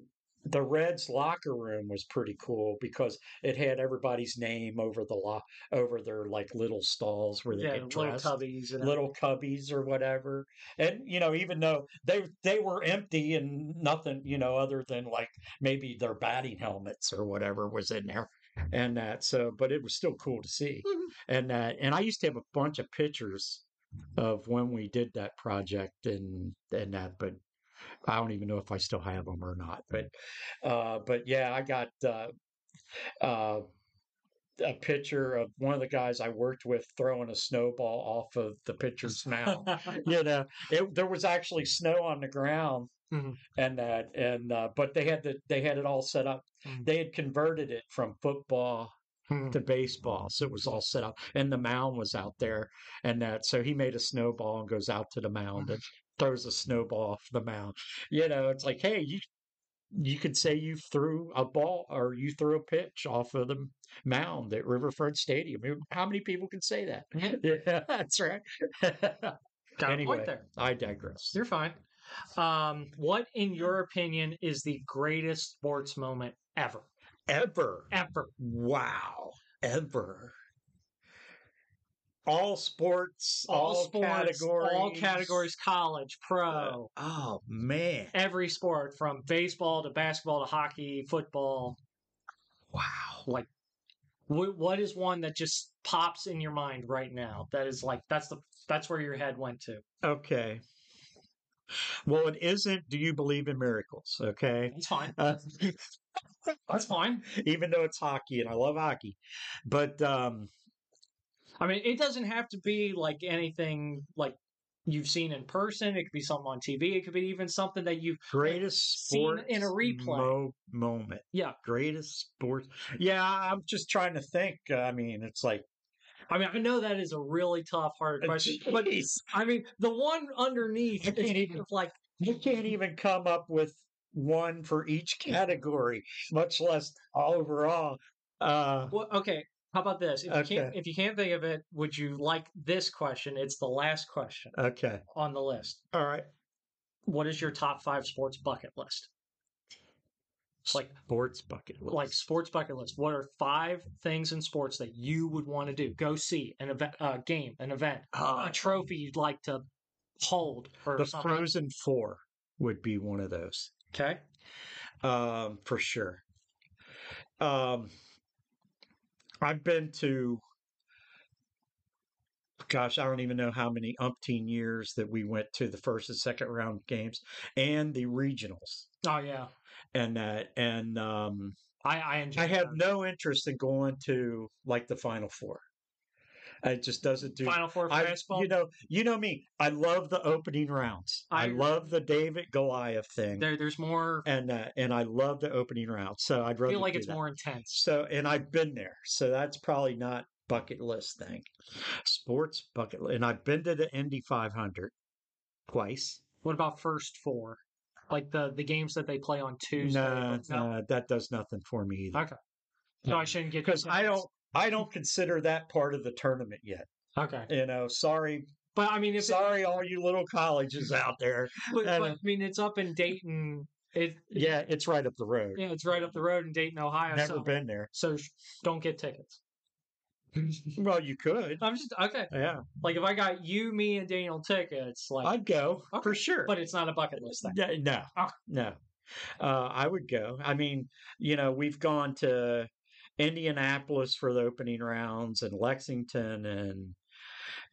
Speaker 2: the Reds locker room was pretty cool because it had everybody's name over the lo- over their like little stalls where they
Speaker 1: yeah,
Speaker 2: get
Speaker 1: little
Speaker 2: dressed,
Speaker 1: tubbies and
Speaker 2: little cubbies or whatever. And you know, even though they they were empty and nothing, you know, other than like maybe their batting helmets or whatever was in there. And that so, but it was still cool to see.
Speaker 1: Mhm.
Speaker 2: And that and I used to have a bunch of pictures of when we did that project and and that, but I don't even know if I still have them or not. But uh but yeah, I got uh uh a picture of one of the guys I worked with throwing a snowball off of the pitcher's mouth
Speaker 1: everything.
Speaker 2: you know, it, there was actually snow on the ground,
Speaker 1: Mhm.
Speaker 2: and that, and uh, but they had the, they had it all set up.
Speaker 1: Mhm.
Speaker 2: They had converted it from football
Speaker 1: Mhm.
Speaker 2: to baseball, so it was all set up, and the mound was out there, and that. So he made a snowball and goes out to the mound and throws a snowball off the mound. You know, it's like, hey, you. You could say you threw a ball or you threw a pitch off of the mound at Riverfront Stadium. How many people can say that?
Speaker 1: Yeah.
Speaker 2: Yeah, that's right.
Speaker 1: Got a
Speaker 2: Anyway.
Speaker 1: point there.
Speaker 2: I digress.
Speaker 1: You're fine. Um, what, in your opinion, is the greatest sports moment ever?
Speaker 2: Ever.
Speaker 1: Ever.
Speaker 2: Wow. Ever. All sports, all, categories.
Speaker 1: all categories, college, pro,
Speaker 2: Oh, man.
Speaker 1: every sport from baseball to basketball to hockey, football.
Speaker 2: Wow.
Speaker 1: What, what is one that just pops in your mind right now? That is like that's the that's where your head went to.
Speaker 2: Okay. Well, it isn't do you believe in miracles? Okay.
Speaker 1: It's fine.
Speaker 2: Uh,
Speaker 1: That's fine.
Speaker 2: even though it's hockey and I love hockey. But um
Speaker 1: I mean, it doesn't have to be like anything like you've seen in person. It could be something on TV. It could be even something that you've
Speaker 2: greatest
Speaker 1: Seen
Speaker 2: sports
Speaker 1: in a replay.
Speaker 2: mo- moment.
Speaker 1: Yeah.
Speaker 2: Greatest sports. Yeah, I'm just trying to think. I mean, it's like uh,
Speaker 1: I mean, I know that is a really tough, hard question, but
Speaker 2: Jeez.
Speaker 1: I mean, the one underneath
Speaker 2: I can't
Speaker 1: is
Speaker 2: even-
Speaker 1: kind of like,
Speaker 2: You can't even come up with one for each category, much less overall. Uh,
Speaker 1: well, okay, how about this? If you can't,
Speaker 2: Okay.
Speaker 1: if you can't think of it, would you like this question? It's the last question
Speaker 2: okay.
Speaker 1: on the list.
Speaker 2: All right.
Speaker 1: What is your top five sports bucket list? Like-
Speaker 2: sports bucket. list.
Speaker 1: Like sports bucket list. What are five things in sports that you would want to do? Go see an event, a game, an event,
Speaker 2: Uh,
Speaker 1: a trophy you'd like to hold, or
Speaker 2: the
Speaker 1: something.
Speaker 2: Frozen Four would be one of those
Speaker 1: okay.
Speaker 2: um, for sure. Um, I've been to, gosh, I don't even know how many umpteen years that we went to the first and second round games and the regionals
Speaker 1: Oh yeah,
Speaker 2: and that and um,
Speaker 1: I I enjoy.
Speaker 2: I have
Speaker 1: that.
Speaker 2: no interest in going to like the Final Four. It just doesn't do.
Speaker 1: Final four
Speaker 2: I,
Speaker 1: fastball.
Speaker 2: you know, you know me. I love the opening rounds.
Speaker 1: I
Speaker 2: I,
Speaker 1: agree.
Speaker 2: love the David Goliath thing,
Speaker 1: there, there's more.
Speaker 2: and uh, and I love the opening rounds. So I'd
Speaker 1: I
Speaker 2: rather
Speaker 1: feel like
Speaker 2: do
Speaker 1: it's
Speaker 2: that.
Speaker 1: more intense.
Speaker 2: So, and I've been there. So that's probably not bucket list thing. Sports bucket list. And I've been to the Indy 500 twice.
Speaker 1: What about first four? Like the the games that they play on Tuesday.
Speaker 2: No,
Speaker 1: but-
Speaker 2: no, that does nothing for me either.
Speaker 1: Okay. So I shouldn't get
Speaker 2: Because I
Speaker 1: intense?
Speaker 2: don't, I don't consider that part of the tournament yet.
Speaker 1: Okay,
Speaker 2: You know, sorry,
Speaker 1: but I mean, if it-
Speaker 2: sorry, all you little colleges out there.
Speaker 1: but,
Speaker 2: I
Speaker 1: but, I
Speaker 2: don't-
Speaker 1: mean, it's up in Dayton. It,
Speaker 2: Yeah, it's right up the road.
Speaker 1: yeah, it's right up the road in Dayton, Ohio.
Speaker 2: Never
Speaker 1: so,
Speaker 2: been there.
Speaker 1: so sh- don't get tickets.
Speaker 2: Well, you could.
Speaker 1: I'm just okay.
Speaker 2: Yeah,
Speaker 1: Like if I got you, me, and Daniel tickets, like,
Speaker 2: I'd go for
Speaker 1: Okay,
Speaker 2: sure.
Speaker 1: but it's not a bucket list thing.
Speaker 2: Yeah, No,
Speaker 1: Oh.
Speaker 2: no. Uh, I would go. I mean, you know, we've gone to Indianapolis for the opening rounds and Lexington and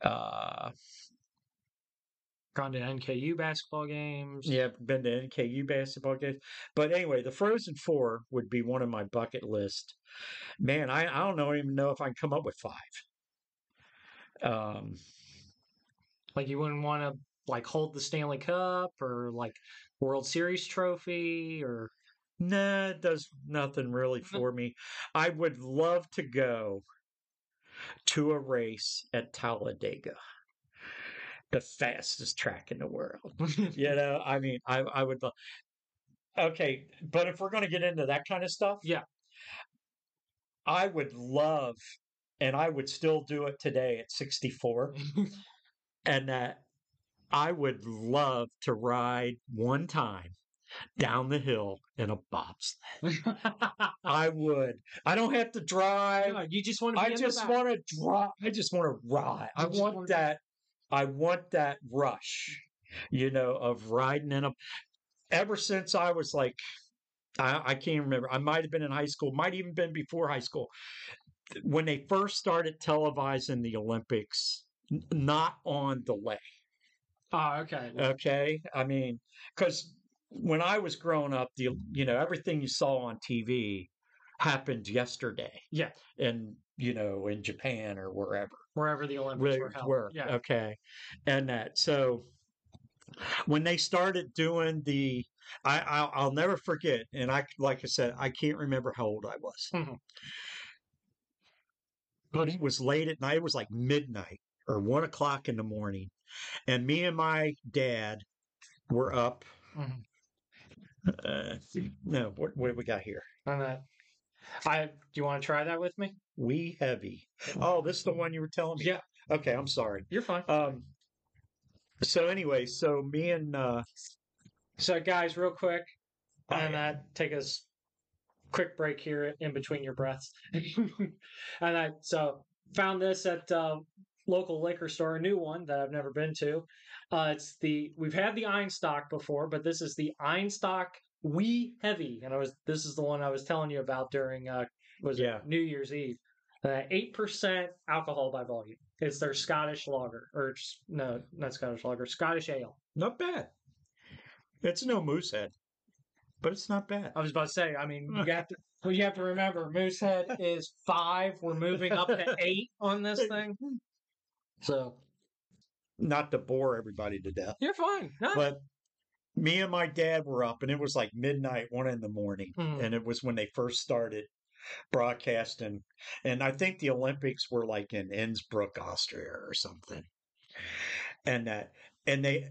Speaker 2: uh,
Speaker 1: Gone to NKU basketball games.
Speaker 2: yeah, been to NKU basketball games. But anyway, the Frozen Four would be one of my bucket list. Man, I, I don't know even know if I can come up with five. Um,
Speaker 1: Like you wouldn't want to like hold the Stanley Cup or like World Series trophy or
Speaker 2: Nah, it does nothing really for me. I would love to go to a race at Talladega, the fastest track in the world. You know, I mean, I, I would. lo- Okay, but if we're going to get into that kind of stuff,
Speaker 1: Yeah.
Speaker 2: I would love, and I would still do it today at 64, and that I would love to ride one time down the hill in a bobsled. I would. I don't have to drive.
Speaker 1: No, you just want to. Be
Speaker 2: I
Speaker 1: in the
Speaker 2: just
Speaker 1: back.
Speaker 2: want to drive. I just want to ride. I
Speaker 1: You just
Speaker 2: want
Speaker 1: wanna-
Speaker 2: that. I want that rush, you know, of riding in a. Ever since I was like, I, I can't remember. I might have been in high school. Might even been before high school when they first started televising the Olympics. n- Not on delay.
Speaker 1: Oh, okay.
Speaker 2: Okay, I mean, because when I was growing up, the you know everything you saw on TV happened yesterday.
Speaker 1: Yeah.
Speaker 2: and you know in Japan or wherever
Speaker 1: Wherever the Olympics
Speaker 2: where
Speaker 1: were held.
Speaker 2: were.
Speaker 1: Yeah.
Speaker 2: Okay, and that so when they started doing the, I, I I'll never forget, and I like I said I can't remember how old I was,
Speaker 1: Mhm. Mm-hmm.
Speaker 2: but it was late at night. It was like midnight or one o'clock in the morning, and me and my dad were up
Speaker 1: Mhm. Mm-hmm.
Speaker 2: uh, no, what, what do we got here?
Speaker 1: And that. I do you want to try that with me?
Speaker 2: We heavy. Oh, this is the one you were telling me.
Speaker 1: Yeah.
Speaker 2: Okay, I'm sorry.
Speaker 1: You're fine.
Speaker 2: Um. So anyway, so me and uh,
Speaker 1: So guys, real quick,
Speaker 2: I-
Speaker 1: and uh, take a s- quick break here in between your breaths. and I so found this at uh, local liquor store, a new one that I've never been to. Uh, it's the we've had the Einstock before, but this is the Einstock Wee Heavy, and I was this is the one I was telling you about during uh, was
Speaker 2: Yeah.
Speaker 1: it New Year's Eve. Uh, Eight percent alcohol by volume. It's their Scottish lager, or s- no, not Scottish lager, Scottish ale.
Speaker 2: not bad. It's no moose head, but it's not bad.
Speaker 1: I was about to say. I mean, you have to. Well, you have to remember, Moosehead is five. We're moving up to eight on this thing. So
Speaker 2: Not to bore everybody to death,
Speaker 1: you're fine. No.
Speaker 2: but me and my dad were up, and it was like midnight, one in the morning,
Speaker 1: Mhm.
Speaker 2: and it was when they first started broadcasting. And I think the Olympics were like in Innsbruck, Austria, or something. And that, and they,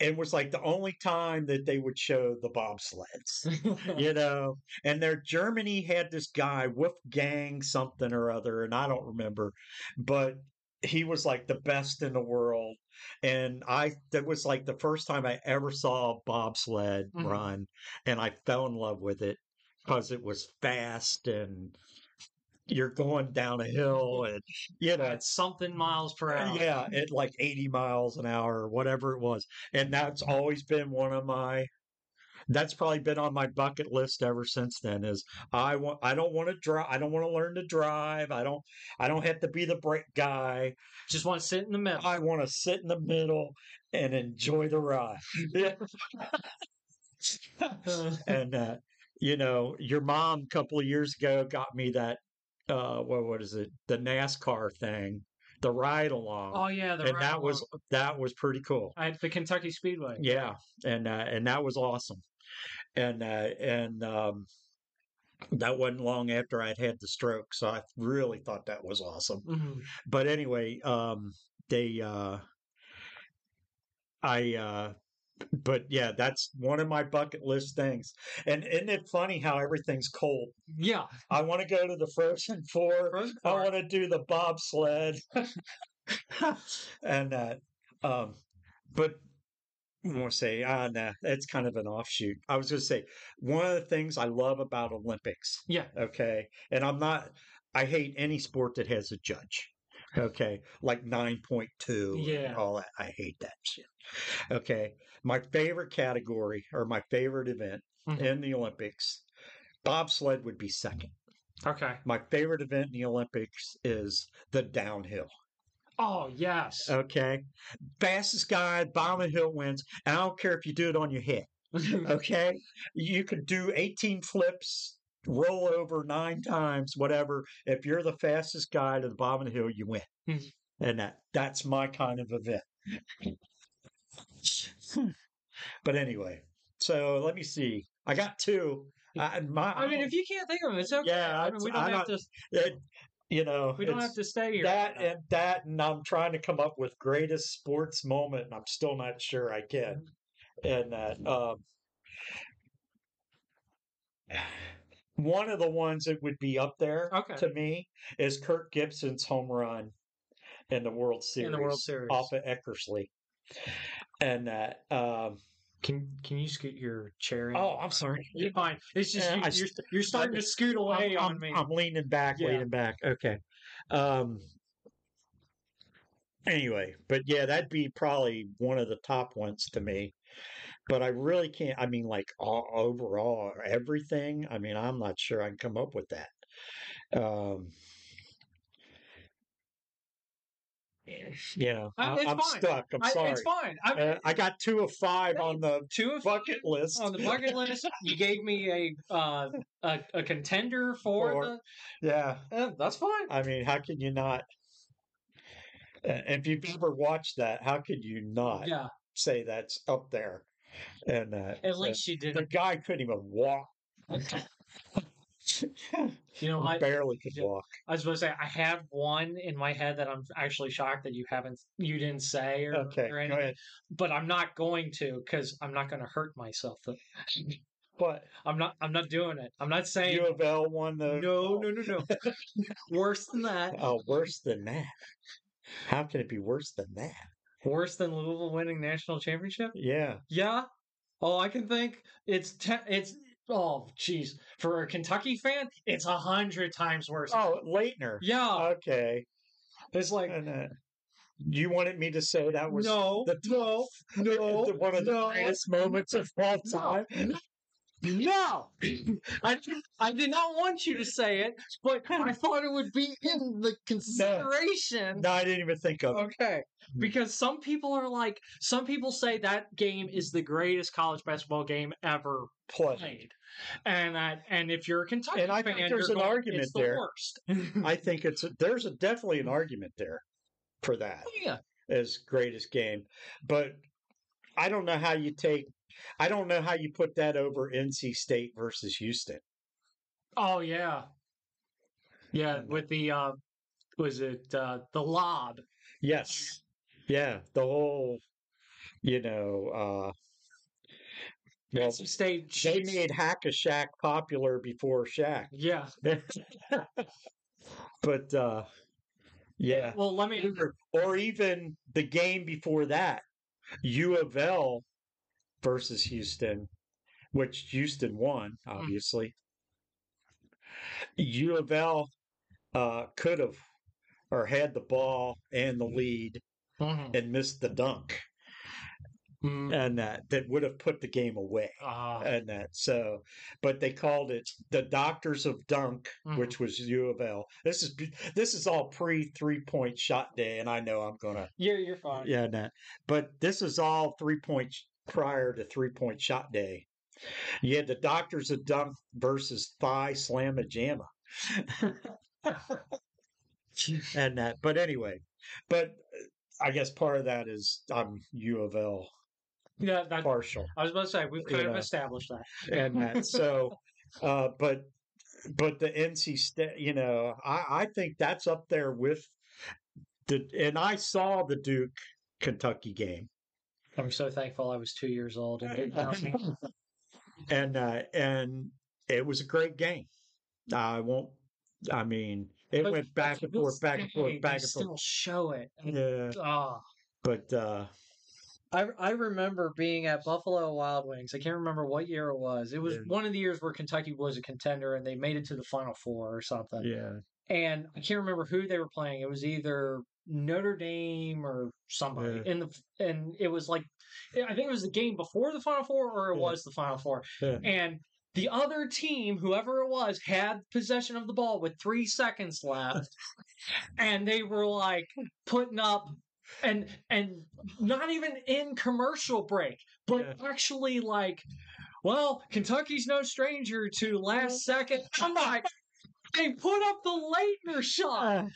Speaker 2: it was like the only time that they would show the bobsleds, you know. And their Germany had this guy Wolfgang something or other, and I don't remember, but he was like the best in the world. And I that was like the first time I ever saw a bobsled
Speaker 1: Mhm.
Speaker 2: run, and I fell in love with it because it was fast and you're going down a hill and you know
Speaker 1: At something miles per hour.
Speaker 2: yeah, at like 80 miles an hour or whatever it was. And that's always been one of my that's probably been on my bucket list ever since then is I want I don't want to drive I don't want to learn to drive. I don't I don't have to be the brake guy.
Speaker 1: Just want to sit in the middle.
Speaker 2: I want to sit in the middle and enjoy the ride.
Speaker 1: Uh,
Speaker 2: and uh, you know, your mom a couple of years ago got me that uh what what is it? The NASCAR thing the ride along,
Speaker 1: Oh yeah, the
Speaker 2: and
Speaker 1: ride
Speaker 2: that
Speaker 1: along.
Speaker 2: was that was pretty cool.
Speaker 1: at the Kentucky Speedway.
Speaker 2: Yeah, and uh, and that was awesome, and uh, and um, that wasn't long after I'd had the stroke, so I really thought that was awesome.
Speaker 1: Mhm.
Speaker 2: But anyway, um, they, uh, I, uh, but yeah, that's one of my bucket list things. And isn't it funny how everything's cold?
Speaker 1: Yeah,
Speaker 2: I want to go to the Frozen Four.
Speaker 1: Frozen
Speaker 2: I
Speaker 1: Four.
Speaker 2: want to do the bobsled and that. Um, but I want to say, ah, nah, that's kind of an offshoot. I was going to say, one of the things I love about Olympics,
Speaker 1: yeah,
Speaker 2: okay, and I'm not, I hate any sport that has a judge, okay, like 9.2
Speaker 1: Yeah.
Speaker 2: and all that. I hate that shit. Okay. My favorite category or my favorite event
Speaker 1: Mhm.
Speaker 2: in the Olympics, bobsled would be second.
Speaker 1: okay.
Speaker 2: My favorite event in the Olympics is the downhill.
Speaker 1: Oh yes,
Speaker 2: Okay. Fastest guy, Bowman Hill wins. And I don't care if you do it on your head.
Speaker 1: Mm-hmm.
Speaker 2: Okay. You could do 18 flips, roll over nine times, whatever. If you're the fastest guy to the bottom of the hill, you win.
Speaker 1: Mhm.
Speaker 2: and that that's my kind of event. but anyway, so let me see. I got two. I, my,
Speaker 1: I mean, if you can't think of it, it's okay.
Speaker 2: Yeah,
Speaker 1: I mean, we
Speaker 2: it's-
Speaker 1: don't
Speaker 2: I'm
Speaker 1: have to.
Speaker 2: it, you know,
Speaker 1: We don't
Speaker 2: it's-
Speaker 1: have to stay here.
Speaker 2: that and that and i'm trying to come up with greatest sports moment and i'm still not sure i can
Speaker 1: Mm-hmm.
Speaker 2: and that um one of the ones that would be up there
Speaker 1: Okay.
Speaker 2: to me is kirk gibson's home run in the world series
Speaker 1: In the World Series.
Speaker 2: off of eckersley and that um
Speaker 1: Can Can you scoot your chair? in?
Speaker 2: oh i'm sorry
Speaker 1: You're fine. It's just
Speaker 2: Yeah,
Speaker 1: you,
Speaker 2: I
Speaker 1: are
Speaker 2: s-
Speaker 1: you're starting to scoot away
Speaker 2: I'm,
Speaker 1: on me.
Speaker 2: I'm- I'm leaning back,
Speaker 1: Yeah.
Speaker 2: leaning back. Okay. Um anyway, but yeah, that'd be probably one of the top ones to me. But I really can't I mean like all, overall everything, I mean I'm not sure I can come up with that. Um yeah,
Speaker 1: I-
Speaker 2: I,
Speaker 1: it's
Speaker 2: am
Speaker 1: fine.
Speaker 2: stuck. I'm
Speaker 1: I-
Speaker 2: sorry.
Speaker 1: it's fine. I mean,
Speaker 2: Uh, I got two of five on the
Speaker 1: two of
Speaker 2: bucket list.
Speaker 1: on the bucket list. You gave me a uh, a, a contender for,
Speaker 2: For- yeah,
Speaker 1: the. eh, that's fine.
Speaker 2: I mean, how can you not? Uh, If you've ever watched that, how could you not
Speaker 1: yeah,
Speaker 2: say that's up there? And uh,
Speaker 1: at
Speaker 2: uh,
Speaker 1: least you did.
Speaker 2: the
Speaker 1: it.
Speaker 2: guy couldn't even walk;
Speaker 1: You know, I,
Speaker 2: barely could
Speaker 1: yeah.
Speaker 2: walk.
Speaker 1: I was supposed to say I have one in my head that I'm actually shocked that you haven't, you didn't say or,
Speaker 2: Okay,
Speaker 1: or
Speaker 2: go
Speaker 1: anything.
Speaker 2: ahead.
Speaker 1: But I'm not going to because I'm not going to hurt myself.
Speaker 2: But
Speaker 1: I'm not. I'm not doing it. I'm not saying
Speaker 2: U of L won the
Speaker 1: no, no, no, no. Worse than that.
Speaker 2: Oh, worse than that. How can it be worse than that?
Speaker 1: Worse than Louisville winning national championship.
Speaker 2: Yeah,
Speaker 1: Yeah. All I can think it's te- it's oh jeez for a Kentucky fan it's a hundred times worse.
Speaker 2: oh, Leitner.
Speaker 1: yeah,
Speaker 2: Okay,
Speaker 1: it's like
Speaker 2: and uh, you wanted me to say that was
Speaker 1: no,
Speaker 2: the
Speaker 1: no, no,
Speaker 2: the- one of the
Speaker 1: no,
Speaker 2: greatest moments of all time.
Speaker 1: No, I I did not want you to say it, but I thought it would be in the consideration.
Speaker 2: No, Hmm. I didn't even think of it.
Speaker 1: Okay, because some people are like, some people say that game is the greatest college basketball game ever
Speaker 2: play.
Speaker 1: played, and that and if you're a Kentucky
Speaker 2: And I
Speaker 1: fan,
Speaker 2: think there's
Speaker 1: you're
Speaker 2: an
Speaker 1: going,
Speaker 2: argument
Speaker 1: it's the
Speaker 2: there.
Speaker 1: worst.
Speaker 2: I think it's there's a, definitely an argument there for that
Speaker 1: yeah,
Speaker 2: as greatest game, but I don't know how you take. I don't know how you put that over NC State versus Houston.
Speaker 1: oh yeah, yeah.
Speaker 2: And-
Speaker 1: With the uh, was it uh, the lob?
Speaker 2: Yes, yeah, the whole, you know, uh, well,
Speaker 1: State
Speaker 2: they made Hack a Shack popular before Shack,
Speaker 1: Yeah.
Speaker 2: but uh, yeah,
Speaker 1: Well, let me.
Speaker 2: or, or even the game before that, U of L versus Houston, which Houston won, obviously. U of L uh, could have or had the ball and the lead
Speaker 1: Mhm.
Speaker 2: and missed the dunk,
Speaker 1: Mm.
Speaker 2: and that that would have put the game away.
Speaker 1: Ah,
Speaker 2: And that so, but they called it the Doctors of Dunk,
Speaker 1: Mhm.
Speaker 2: which was U of L. This is this is all pre three point shot day, and I know I'm gonna
Speaker 1: you're you're fine.
Speaker 2: Yeah, that. But this is all three points prior to three point shot day. You had the doctors of dunk versus thigh slamma jamma. and that. uh, But anyway, But uh, I guess part of that is I'm U of L
Speaker 1: Yeah, that,
Speaker 2: partial
Speaker 1: I was about to say we've kind of
Speaker 2: Yeah.
Speaker 1: established that.
Speaker 2: and that. So, uh, but but the NC State, you know, I, I think that's up there with the. And I saw the Duke Kentucky game,
Speaker 1: I'm so thankful I was two years old and didn't count me.
Speaker 2: and uh, and it was a great game. I won't. I mean, it
Speaker 1: But
Speaker 2: went back and
Speaker 1: to
Speaker 2: forth,
Speaker 1: this
Speaker 2: back and
Speaker 1: day,
Speaker 2: forth,
Speaker 1: they
Speaker 2: back and
Speaker 1: still
Speaker 2: forth.
Speaker 1: show it. And,
Speaker 2: Yeah,
Speaker 1: ah.
Speaker 2: but uh,
Speaker 1: I, I remember being at Buffalo Wild Wings. I can't remember what year it was. It was
Speaker 2: Yeah.
Speaker 1: one of the years where Kentucky was a contender and they made it to the Final Four or something.
Speaker 2: yeah,
Speaker 1: And I can't remember who they were playing. It was either Notre Dame or somebody.
Speaker 2: Yeah.
Speaker 1: And the and it was like I think it was the game before the Final Four or it
Speaker 2: Yeah.
Speaker 1: was the Final Four.
Speaker 2: Yeah.
Speaker 1: And the other team, whoever it was, had possession of the ball with three seconds left. and they were like putting up and and not even in commercial break, but actually like, well, Kentucky's no stranger to last second. I'm like, they put up the Leitner
Speaker 2: Uh,
Speaker 1: shot.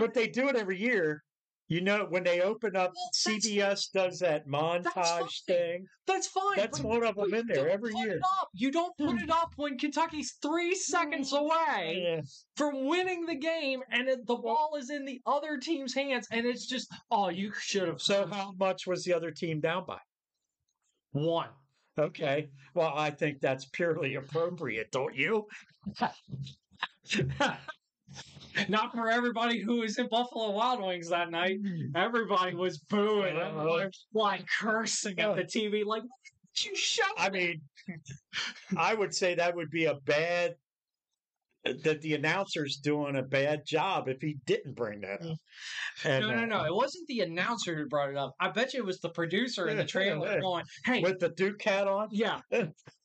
Speaker 2: but they do it every year. You know, when they open up,
Speaker 1: Well, that's-
Speaker 2: CBS does that montage
Speaker 1: fine.
Speaker 2: thing.
Speaker 1: That's fine.
Speaker 2: That's
Speaker 1: but-
Speaker 2: one of
Speaker 1: but
Speaker 2: them in
Speaker 1: you
Speaker 2: there
Speaker 1: don't
Speaker 2: every
Speaker 1: put
Speaker 2: year.
Speaker 1: it up. You don't put it up when Kentucky's three seconds away
Speaker 2: Yeah.
Speaker 1: from winning the game, and it, the ball is in the other team's hands, and it's just, oh, you should have
Speaker 2: So how much was the other team down by?
Speaker 1: won.
Speaker 2: Okay. Well, I think that's purely appropriate, don't you?
Speaker 1: Not for everybody who was in Buffalo Wild Wings that night. Everybody was booing.
Speaker 2: Yeah.
Speaker 1: Everybody was, like cursing at the TV, like, "What did you show?
Speaker 2: I mean, I would say that would be a bad uh, that the announcer's doing a bad job if he didn't bring that up. And,
Speaker 1: Mm. No, no,
Speaker 2: uh,
Speaker 1: no. It wasn't the announcer who brought it up. I bet you it was the producer in the trailer going, hey,
Speaker 2: With the Duke hat on,
Speaker 1: yeah,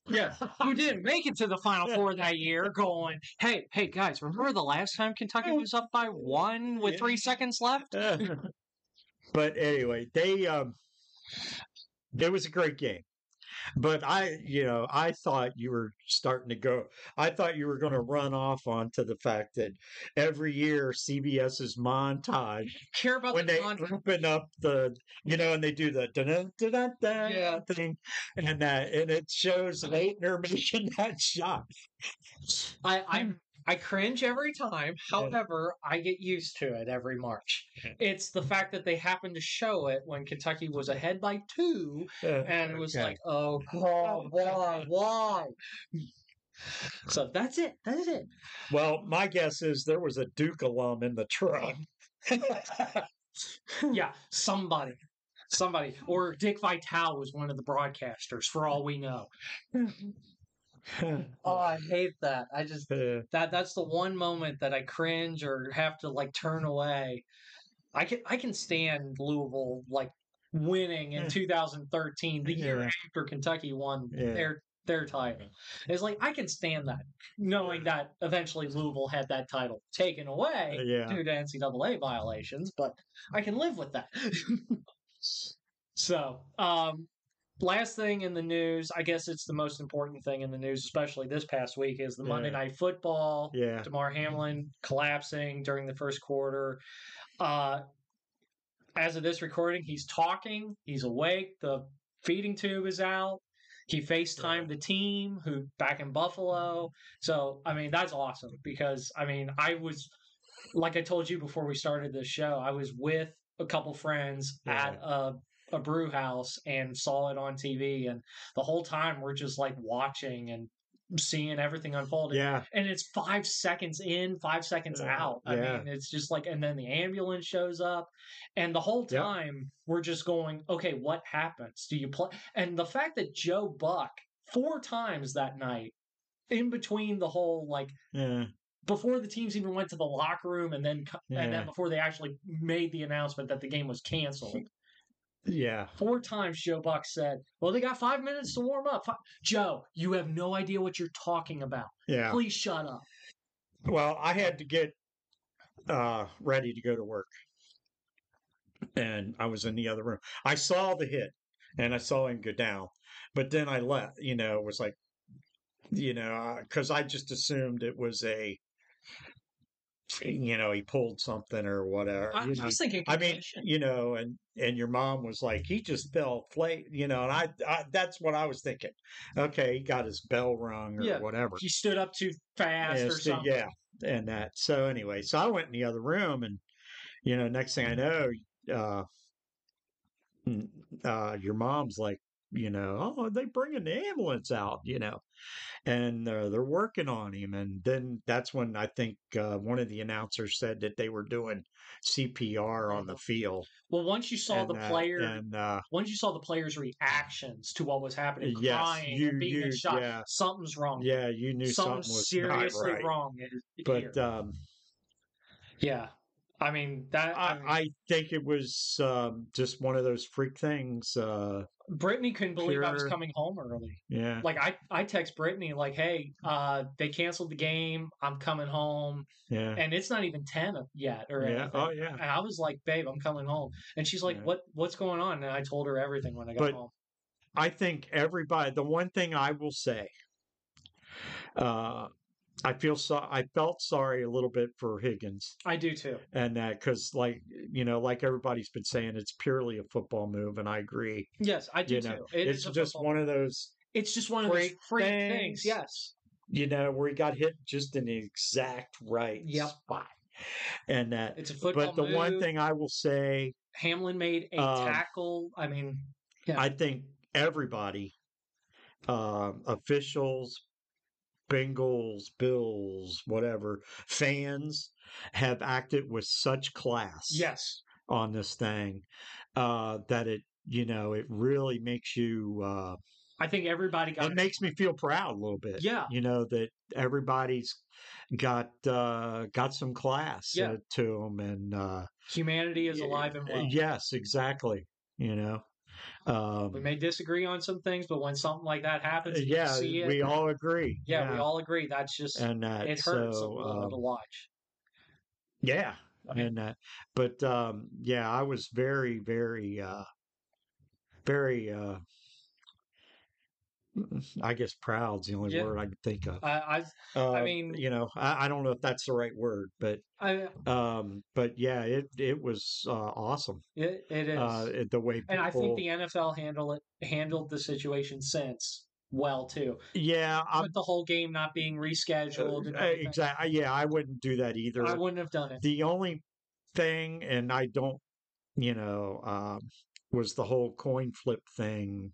Speaker 1: yeah, who didn't make it to the Final Four that year going, hey, hey, guys, remember the last time Kentucky was up by one with
Speaker 2: Yeah.
Speaker 1: three seconds left?
Speaker 2: eh. but anyway, they um it was a great game. But I, you know, I thought you were starting to go. I thought you were going to run off onto the fact that every year CBS's montage
Speaker 1: Care about
Speaker 2: when
Speaker 1: the
Speaker 2: they
Speaker 1: contract.
Speaker 2: open up the, you know, and they do the dun dun dun
Speaker 1: Yeah.
Speaker 2: dun thing, and that and it shows Leitner making that shot.
Speaker 1: I, I I cringe every time. However, I get used to it every March. It's the fact that they happened to show it when Kentucky was ahead by two, and it was
Speaker 2: Okay.
Speaker 1: like, oh, why, why, why? So that's it. That's it.
Speaker 2: well, my guess is there was a Duke alum in the truck.
Speaker 1: Yeah, somebody, somebody, or Dick Vitale was one of the broadcasters. For all we know. Oh, I hate that. I just
Speaker 2: Uh,
Speaker 1: that that's the one moment that I cringe or have to like turn away. I can I can stand Louisville like winning in
Speaker 2: Yeah.
Speaker 1: 2013, the year
Speaker 2: Hmm. Yeah.
Speaker 1: after Kentucky won
Speaker 2: Yeah.
Speaker 1: their their title. It's like I can stand that, knowing that eventually Louisville had that title taken away
Speaker 2: yeah.
Speaker 1: due to NCAA violations, but I can live with that. so, um, last thing in the news, I guess it's the most important thing in the news, especially this past week, is the Monday
Speaker 2: Yeah.
Speaker 1: Night Football.
Speaker 2: Yeah. Mm-hmm.
Speaker 1: Damar Hamlin collapsing during the first quarter. Uh, as of this recording, he's talking, he's awake, the feeding tube is out. He FaceTimed the team who back in Buffalo. So, I mean, that's awesome because, I mean, I was, like I told you before we started this show, I was with a couple friends
Speaker 2: Yeah.
Speaker 1: at a, a brew house and saw it on TV. And the whole time we're just like watching and seeing everything unfold
Speaker 2: Yeah.
Speaker 1: and it's five seconds in, five seconds
Speaker 2: Yeah,
Speaker 1: out. I
Speaker 2: Uh-huh. yeah.
Speaker 1: mean, it's just like, and then the ambulance shows up, and the whole
Speaker 2: Yep.
Speaker 1: time we're just going, okay, what happens? Do you play? And the fact that Joe Buck four times that night, in between the whole like
Speaker 2: Yeah.
Speaker 1: before the teams even went to the locker room, and then co- and
Speaker 2: Yeah.
Speaker 1: then before they actually made the announcement that the game was canceled,
Speaker 2: Yeah.
Speaker 1: four times Joe Buck said, "Well, they got five minutes to warm up." Fi- Joe, you have no idea what you're talking about.
Speaker 2: Yeah.
Speaker 1: Please shut up.
Speaker 2: Well, I had to get uh ready to go to work. And I was in the other room. I saw the hit and I saw him go down. But then I left, you know, it was like uh, you know, cuz I just assumed it was a you know, he pulled something or whatever.
Speaker 1: I,
Speaker 2: you
Speaker 1: I
Speaker 2: know.
Speaker 1: was thinking.
Speaker 2: I mean,
Speaker 1: concussion.
Speaker 2: you know, and and your mom was like, he just fell flat, you know, and I, I that's what I was thinking. Okay, he got his bell rung or
Speaker 1: Yeah.
Speaker 2: whatever.
Speaker 1: he stood up too fast
Speaker 2: And
Speaker 1: or
Speaker 2: so-
Speaker 1: something.
Speaker 2: yeah, and that. So anyway, so I went in the other room, and you know, next thing I know, uh, n- uh, your mom's like, you know, oh, they bringing the ambulance out, you know, and uh, they're working on him. And then that's when I think uh, one of the announcers said that they were doing CPR on the field.
Speaker 1: Well, once you saw
Speaker 2: and,
Speaker 1: the
Speaker 2: uh,
Speaker 1: player,
Speaker 2: and uh,
Speaker 1: once you saw the players' reactions to what was happening,
Speaker 2: Yes,
Speaker 1: crying
Speaker 2: you-
Speaker 1: and being
Speaker 2: you-
Speaker 1: shot,
Speaker 2: yeah.
Speaker 1: something's wrong.
Speaker 2: yeah, you knew
Speaker 1: something
Speaker 2: something, was not
Speaker 1: seriously
Speaker 2: right.
Speaker 1: wrong. in- here.
Speaker 2: But um,
Speaker 1: yeah, I mean that. I, mean,
Speaker 2: I, I think it was um, just one of those freak things. Uh,
Speaker 1: Brittany couldn't believe I was
Speaker 2: pure-
Speaker 1: coming home early.
Speaker 2: yeah.
Speaker 1: Like I, I text Brittany like, "Hey, uh, they canceled the game. I'm coming home,
Speaker 2: Yeah.
Speaker 1: and it's not even ten yet or
Speaker 2: yeah.
Speaker 1: anything."
Speaker 2: Oh, yeah.
Speaker 1: And I was like, "Babe, I'm coming home," and she's like,
Speaker 2: Yeah.
Speaker 1: "What? What's going on?" And I told her everything when I got
Speaker 2: But-
Speaker 1: home.
Speaker 2: I think everybody. The one thing I will say, uh, I feel so. I felt sorry a little bit for Higgins,
Speaker 1: I do too.
Speaker 2: and that because, like you know, like everybody's been saying, it's purely a football move, and I agree.
Speaker 1: Yes, I do
Speaker 2: You
Speaker 1: too.
Speaker 2: know,
Speaker 1: It is
Speaker 2: it's
Speaker 1: a
Speaker 2: just
Speaker 1: football-
Speaker 2: one of those,
Speaker 1: It's just one of those
Speaker 2: freak
Speaker 1: freak things.
Speaker 2: things.
Speaker 1: Yes.
Speaker 2: you know, where he got hit just in the exact right
Speaker 1: Yep.
Speaker 2: spot, and that.
Speaker 1: It's a football
Speaker 2: But the one
Speaker 1: move.
Speaker 2: thing I will say,
Speaker 1: Hamlin made a
Speaker 2: Um,
Speaker 1: tackle. I mean, Yeah.
Speaker 2: I think everybody, um, officials, Bengals, Bills, whatever, fans have acted with such class
Speaker 1: yes.
Speaker 2: on this thing uh, that it, you know, it really makes you, uh,
Speaker 1: I think everybody got
Speaker 2: it makes me feel proud a little bit.
Speaker 1: Yeah.
Speaker 2: You know, that everybody's got uh got some class
Speaker 1: Yeah.
Speaker 2: uh, to them and uh
Speaker 1: humanity is alive and well.
Speaker 2: yes exactly you know um
Speaker 1: We may disagree on some things, but when something like that happens, and you
Speaker 2: yeah,
Speaker 1: see it.
Speaker 2: we all agree.
Speaker 1: yeah, we all agree. That's just
Speaker 2: and that
Speaker 1: it hurts a
Speaker 2: so
Speaker 1: little
Speaker 2: um,
Speaker 1: to watch.
Speaker 2: yeah,
Speaker 1: Okay.
Speaker 2: and that. But um, yeah, I was very, very, uh, very. Uh, mm, I guess proud's the only
Speaker 1: Yeah.
Speaker 2: word I can think of.
Speaker 1: I, I,
Speaker 2: Um,
Speaker 1: mean-
Speaker 2: you know, I, I don't know if that's the right word, but
Speaker 1: I
Speaker 2: um, but yeah, it it was uh, awesome.
Speaker 1: it, it is,
Speaker 2: Uh, it- the way people,
Speaker 1: and I think the NFL handle it handled the situation since well too.
Speaker 2: yeah, I'm, Uh, eh,
Speaker 1: With the whole game not being rescheduled, and everything.
Speaker 2: exactly. Yeah, I wouldn't do that either.
Speaker 1: I wouldn't have done it.
Speaker 2: the only thing and i don't you know um was the whole coin flip thing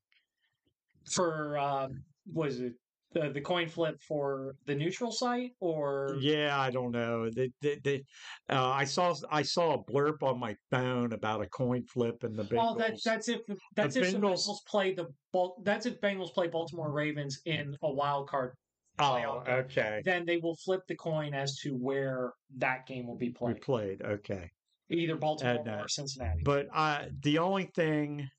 Speaker 1: for um was it the, the coin flip for the neutral site or
Speaker 2: yeah i don't know they, they, they, uh, i saw i saw a blurb on my phone about a coin flip and the Bengals.
Speaker 1: Oh, that, that's if that's if the
Speaker 2: Bengals-
Speaker 1: Bengals play the Bal- that's if Bengals play Baltimore Ravens in a wild card,
Speaker 2: oh
Speaker 1: playoff.
Speaker 2: okay
Speaker 1: then they will flip the coin as to where that game will be
Speaker 2: we
Speaker 1: played,
Speaker 2: played okay
Speaker 1: either Baltimore
Speaker 2: And, uh,
Speaker 1: or Cincinnati.
Speaker 2: but i the only thing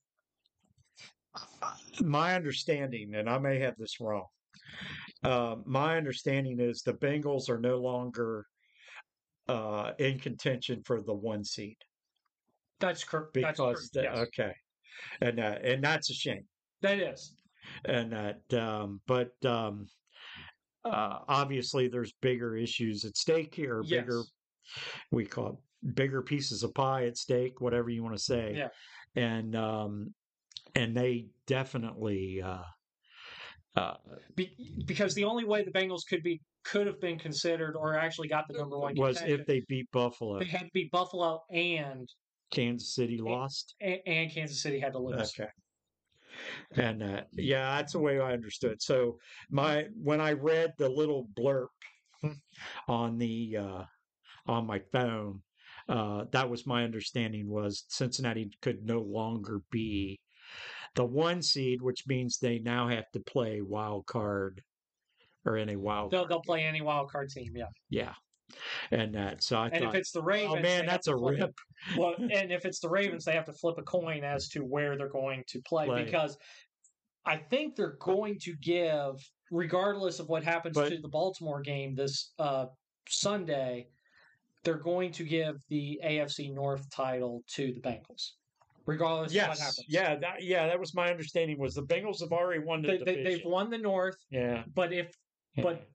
Speaker 2: uh, my understanding and i may have this wrong uh, my understanding is the bengals are no longer uh, in contention for the one seed
Speaker 1: that's correct. That's
Speaker 2: because
Speaker 1: correct.
Speaker 2: the, uh,
Speaker 1: yes.
Speaker 2: okay and uh, and that's a shame
Speaker 1: that is
Speaker 2: and that um but um uh, obviously there's bigger issues at stake here
Speaker 1: yes.
Speaker 2: bigger we call it bigger pieces of pie at stake whatever you want to say
Speaker 1: Yeah.
Speaker 2: and um and they definitely uh uh
Speaker 1: Be- because the only way the Bengals could be could have been considered or actually got the number one
Speaker 2: was
Speaker 1: contention,
Speaker 2: if they beat buffalo
Speaker 1: they had to be Buffalo and
Speaker 2: kansas city lost
Speaker 1: and, and Kansas City had to lose.
Speaker 2: Okay. And uh, yeah, that's the way I understood. So my when I read the little blurb on the uh, on my phone, uh, that was my understanding was Cincinnati could no longer be the one seed, which means they now have to play wild card or any wild.
Speaker 1: They'll
Speaker 2: card.
Speaker 1: they'll play any wild card team, yeah.
Speaker 2: Yeah, and that. So I
Speaker 1: and
Speaker 2: thought,
Speaker 1: if it's the Ravens,
Speaker 2: oh
Speaker 1: they
Speaker 2: man,
Speaker 1: have
Speaker 2: that's
Speaker 1: to
Speaker 2: a
Speaker 1: flip-
Speaker 2: rip.
Speaker 1: Well, and if it's the Ravens, they have to flip a coin as to where they're going to play,
Speaker 2: Play.
Speaker 1: because I think they're going to give, regardless of what happens
Speaker 2: But-
Speaker 1: to the Baltimore game this uh, Sunday, they're going to give the AFC North title to the Bengals, regardless of what
Speaker 2: Yes,
Speaker 1: happens.
Speaker 2: yeah, that, yeah. That was my understanding was the Bengals have already won the
Speaker 1: They, they,
Speaker 2: division.
Speaker 1: they've won the North,
Speaker 2: yeah,
Speaker 1: but if but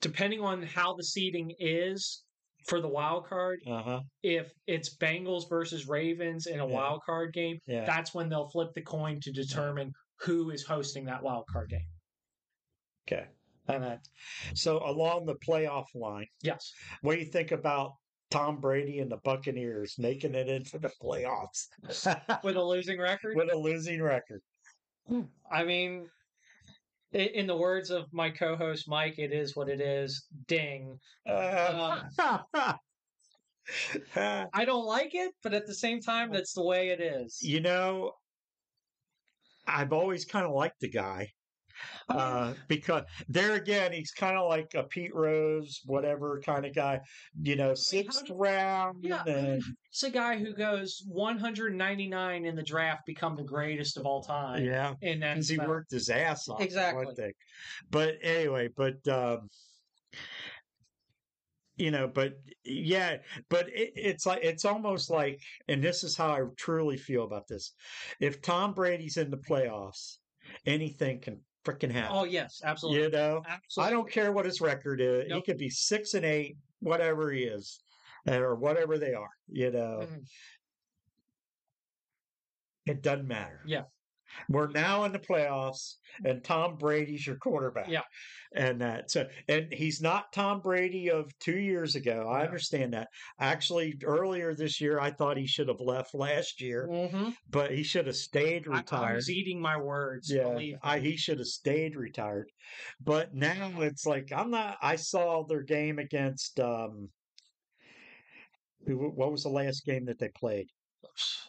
Speaker 1: depending on how the seeding is, for the wild card,
Speaker 2: Uh huh.
Speaker 1: if it's Bengals versus Ravens in a
Speaker 2: Yeah.
Speaker 1: wild card game,
Speaker 2: Yeah.
Speaker 1: that's when they'll flip the coin to determine who is hosting that wild card game.
Speaker 2: Okay. And that. So along the playoff line,
Speaker 1: Yes.
Speaker 2: what do you think about Tom Brady and the Buccaneers making it into the playoffs
Speaker 1: With a losing record,
Speaker 2: with a losing record?
Speaker 1: I mean, i- in the words of my co-host Mike, it is what it is. Ding.
Speaker 2: Uh,
Speaker 1: I don't like it, but at the same time, that's the way it is.
Speaker 2: you know, I've always kind of liked the guy.
Speaker 1: Oh,
Speaker 2: Uh, because there again, he's kind of like a Pete Rose, whatever kind of guy, you know, sixth round.
Speaker 1: Yeah.
Speaker 2: and-
Speaker 1: It's a guy who goes 199 in the draft, become the greatest of all time.
Speaker 2: yeah.
Speaker 1: And that's
Speaker 2: because he
Speaker 1: about-
Speaker 2: worked his ass off. for
Speaker 1: Exactly.
Speaker 2: One thing. But anyway, but um, you know, but yeah, but it, it's like it's almost like, and this is how I truly feel about this. If Tom Brady's in the playoffs, anything can freaking happen.
Speaker 1: Oh yes, absolutely.
Speaker 2: you know, I
Speaker 1: Absolutely.
Speaker 2: don't care what his record is. He
Speaker 1: Nope.
Speaker 2: could be six and eight, whatever he is, eh, or whatever they are. You know,
Speaker 1: Mhm.
Speaker 2: it doesn't matter.
Speaker 1: Yeah.
Speaker 2: We're now in the playoffs, and Tom Brady's your quarterback.
Speaker 1: Yeah.
Speaker 2: and that so, and he's not Tom Brady of two years ago. I
Speaker 1: No.
Speaker 2: understand that. Actually, earlier this year, I thought he should have left last year,
Speaker 1: Mhm.
Speaker 2: but he should have stayed
Speaker 1: I- I
Speaker 2: retired.
Speaker 1: was eating my words.
Speaker 2: yeah,
Speaker 1: believe
Speaker 2: I, he should have stayed retired. But now it's like I'm not. I saw their game against. um who- What was the last game that they played?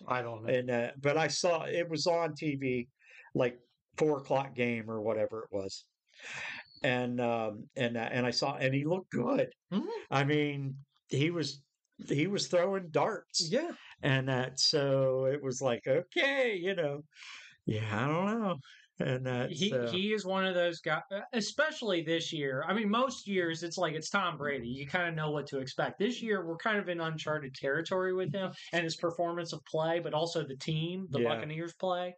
Speaker 1: I don't
Speaker 2: and uh, but I saw it was on TV, like four o'clock game or whatever it was, and um, and uh, and I saw and he looked good.
Speaker 1: Mm-hmm.
Speaker 2: I mean, he was he was throwing darts,
Speaker 1: Yeah,
Speaker 2: and that so it was like okay, you know, yeah, I don't know, and uh, that
Speaker 1: he
Speaker 2: so,
Speaker 1: he is one of those guys, especially this year. I mean, most years it's like it's Tom Brady. You kind of know what to expect. This year we're kind of in uncharted territory with him and his performance of play, but also the team, the
Speaker 2: Yeah.
Speaker 1: Buccaneers play.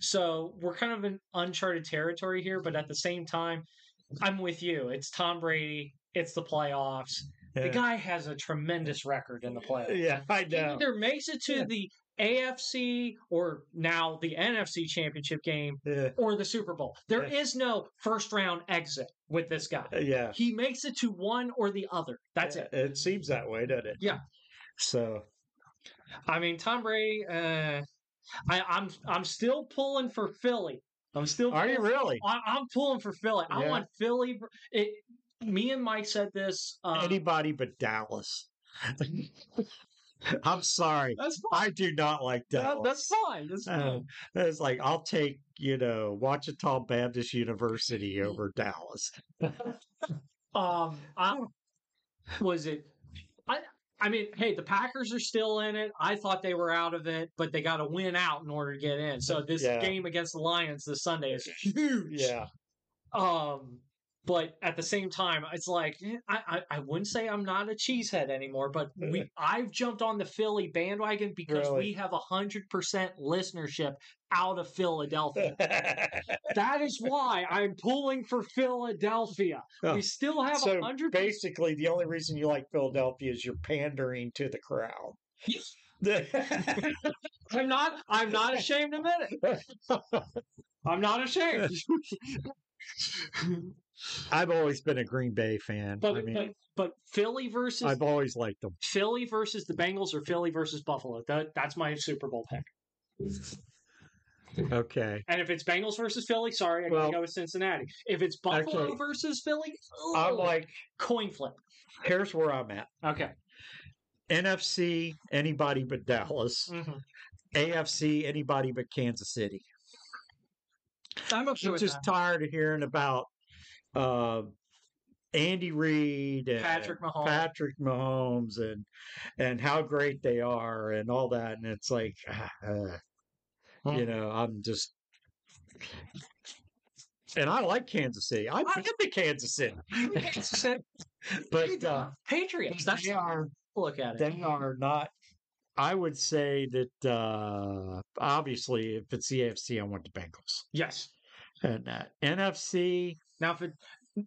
Speaker 1: So we're kind of in uncharted territory here, but at the same time, I'm with you. It's Tom Brady. It's the playoffs.
Speaker 2: yeah.
Speaker 1: The guy has a tremendous record in the playoffs.
Speaker 2: yeah, I
Speaker 1: He
Speaker 2: know,
Speaker 1: either makes it to
Speaker 2: Yeah.
Speaker 1: the AFC or now the NFC championship game
Speaker 2: yeah,
Speaker 1: or the Super Bowl. There is
Speaker 2: Yeah.
Speaker 1: no first round exit with this guy.
Speaker 2: yeah.
Speaker 1: He makes it to one or the other. That's it.
Speaker 2: It seems that way, doesn't it?
Speaker 1: Yeah.
Speaker 2: So
Speaker 1: I mean, Tom Brady. Uh, I, I'm I'm still pulling for Philly. I'm still.
Speaker 2: are you
Speaker 1: pulling-
Speaker 2: really?
Speaker 1: I, I'm pulling for Philly. I
Speaker 2: Yeah.
Speaker 1: want Philly. It, me and Mike said this. Um,
Speaker 2: anybody but Dallas. I'm sorry.
Speaker 1: that's fine.
Speaker 2: I do not like
Speaker 1: That-
Speaker 2: Dallas.
Speaker 1: that's fine. That's fine.
Speaker 2: Um, it's like I'll take, you know, Wachita Baptist University over Dallas.
Speaker 1: Um, I, was it? I I mean, hey, the Packers are still in it. I thought they were out of it, but they got to win out in order to get in. So this
Speaker 2: Uh, Yeah.
Speaker 1: game against the Lions this Sunday is huge.
Speaker 2: Yeah.
Speaker 1: Um, but at the same time, it's like eh, I I, I wouldn't say I'm not a cheesehead anymore, but we I've jumped on the Philly bandwagon because
Speaker 2: Really?
Speaker 1: we have a hundred percent listenership out of Philadelphia. That is why I'm pulling for Philadelphia.
Speaker 2: Oh,
Speaker 1: We still have
Speaker 2: so
Speaker 1: a hundred percent.
Speaker 2: basically, the only reason you like Philadelphia is you're pandering to the crowd.
Speaker 1: Yes.
Speaker 2: yeah,
Speaker 1: I'm not. I'm not ashamed to admit it. I'm not ashamed.
Speaker 2: I've always been a Green Bay fan.
Speaker 1: But
Speaker 2: I mean,
Speaker 1: but, but Philly versus
Speaker 2: I've always liked them.
Speaker 1: Philly versus the Bengals or Philly versus Buffalo. That, that's my Super Bowl pick.
Speaker 2: Okay.
Speaker 1: And if it's Bengals versus Philly, sorry, I gotta
Speaker 2: Well-
Speaker 1: go with Cincinnati. If it's Buffalo
Speaker 2: Okay.
Speaker 1: versus Philly,
Speaker 2: I'm
Speaker 1: ooh,
Speaker 2: like,
Speaker 1: coin flip.
Speaker 2: here's where I'm at.
Speaker 1: Okay.
Speaker 2: NFC, anybody but Dallas.
Speaker 1: Mhm.
Speaker 2: AFC, anybody but Kansas City.
Speaker 1: I'm okay
Speaker 2: I'm
Speaker 1: with
Speaker 2: just
Speaker 1: that.
Speaker 2: tired of hearing about uh, Andy Reid and
Speaker 1: Patrick Mahomes.
Speaker 2: Patrick Mahomes and and how great they are and all that. And it's like, ah, uh, you
Speaker 1: Hmm.
Speaker 2: know, I'm just. And I like Kansas City. I've been to Kansas City, but uh,
Speaker 1: Patriots. That's
Speaker 2: they are
Speaker 1: look at it.
Speaker 2: they are not. I would say that uh, obviously, if it's the AFC, I want the Bengals
Speaker 1: yes.
Speaker 2: and uh, NFC.
Speaker 1: Now, if it,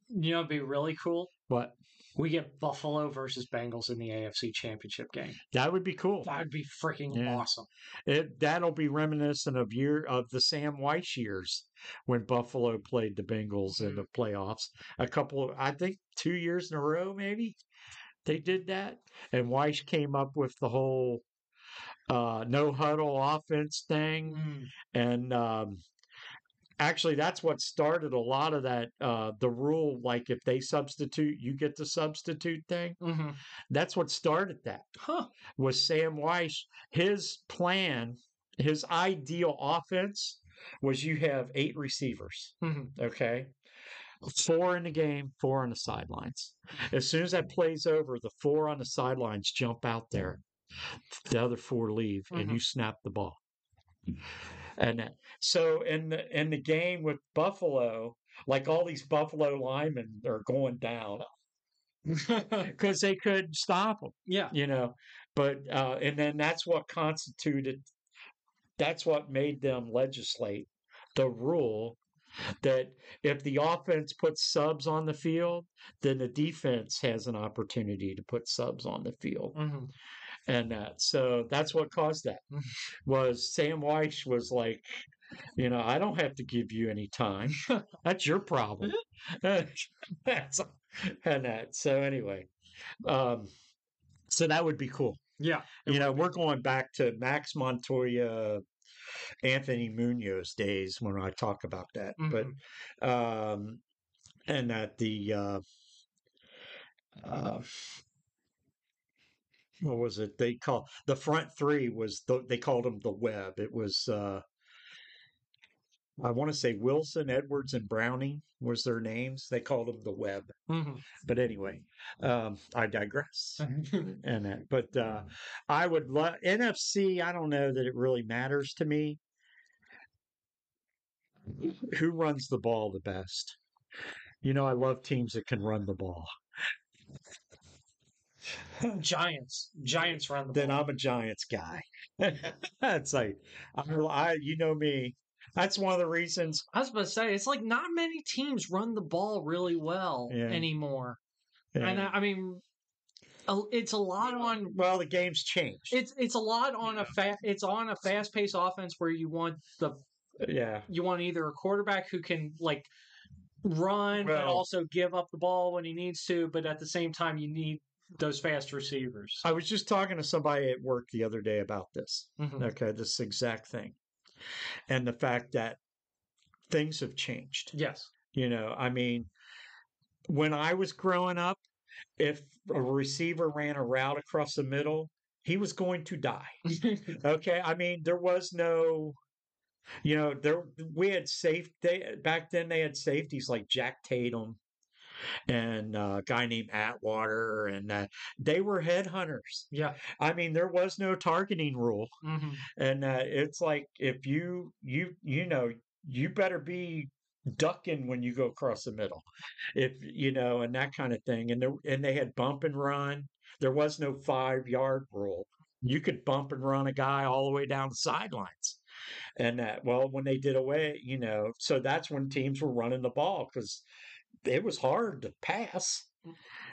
Speaker 1: You know, it'd be really cool.
Speaker 2: What?
Speaker 1: We get Buffalo versus Bengals in the AFC Championship game.
Speaker 2: That would be cool.
Speaker 1: That would be freaking
Speaker 2: Yeah.
Speaker 1: awesome.
Speaker 2: It, that'll be reminiscent of year of the Sam Weiss years when Buffalo played the Bengals in the playoffs. A couple, I think, two years in a row, maybe they did that, and Weiss came up with the whole uh, no huddle offense thing.
Speaker 1: Mm.
Speaker 2: and um, actually that's what started a lot of that uh, the rule like if they substitute you get the substitute thing
Speaker 1: hmm
Speaker 2: that's what started that
Speaker 1: Huh.
Speaker 2: was sam weiss his plan his ideal offense was you have eight receivers
Speaker 1: hmm
Speaker 2: Um, okay four in the game four on the sidelines as soon as that plays over the four on the sidelines jump out there the other four leave and
Speaker 1: Mhm.
Speaker 2: you snap the ball and that- so in the in the game with buffalo like all these buffalo linemen are going down because they couldn't stop them
Speaker 1: Yeah.
Speaker 2: you know but uh and then that's what constituted that's what made them legislate the rule that if the offense puts subs on the field then the defense has an opportunity to put subs on the field
Speaker 1: hmm
Speaker 2: and that so that's what caused that
Speaker 1: Mhm.
Speaker 2: was sam weiss was like you know i don't have to give you any time that's your problem That's- and that so anyway um so that would be cool
Speaker 1: Yeah. It
Speaker 2: you know we're going back to max montoya anthony munoz days when i talk about that
Speaker 1: Mhm.
Speaker 2: but um and that the uh uh what was it they call the front three was the, they called them the web it was uh i want to say wilson edwards and browning was their names they called them the web
Speaker 1: Mhm.
Speaker 2: but anyway um i digress
Speaker 1: Mm-hmm.
Speaker 2: and that but uh i would love nfc i don't know that it really matters to me who runs the ball the best you know i love teams that can run the ball
Speaker 1: Giants. Giants run the
Speaker 2: then
Speaker 1: ball.
Speaker 2: I'm a Giants guy. That's like, I'm, I, you know me. That's one of the reasons.
Speaker 1: I was about to say, it's like not many teams run the ball really well
Speaker 2: Yeah.
Speaker 1: anymore. And I,
Speaker 2: uh,
Speaker 1: I mean, a- it's a lot on
Speaker 2: well, the game's changed.
Speaker 1: it's it's a lot on a fast it's on a fast paced offense where you want the
Speaker 2: yeah,
Speaker 1: you want either a quarterback who can like run but
Speaker 2: Well-
Speaker 1: also give up the ball when he needs to, but at the same time you need those fast receivers.
Speaker 2: I was just talking to somebody at work the other day about this.
Speaker 1: Mhm.
Speaker 2: Okay, this exact thing, and the fact that things have changed.
Speaker 1: Yes.
Speaker 2: You know, I mean, when I was growing up, if a receiver ran a route across the middle, he was going to die. Mm-hmm. Okay, I mean there was no, you know, there we had safe they, back then. They had safeties like Jack Tatum and uh, a guy named Atwater, and uh, they were headhunters.
Speaker 1: yeah.
Speaker 2: I mean there was no targeting rule,
Speaker 1: hmm
Speaker 2: and uh, it's like if you you you know you better be ducking when you go across the middle, if you know, and that kind of thing. And there, and they had bump and run. There was no five yard rule. You could bump and run a guy all the way down the sidelines. And that, well, when they did away, you know, so that's when teams were running the ball because it was hard to pass,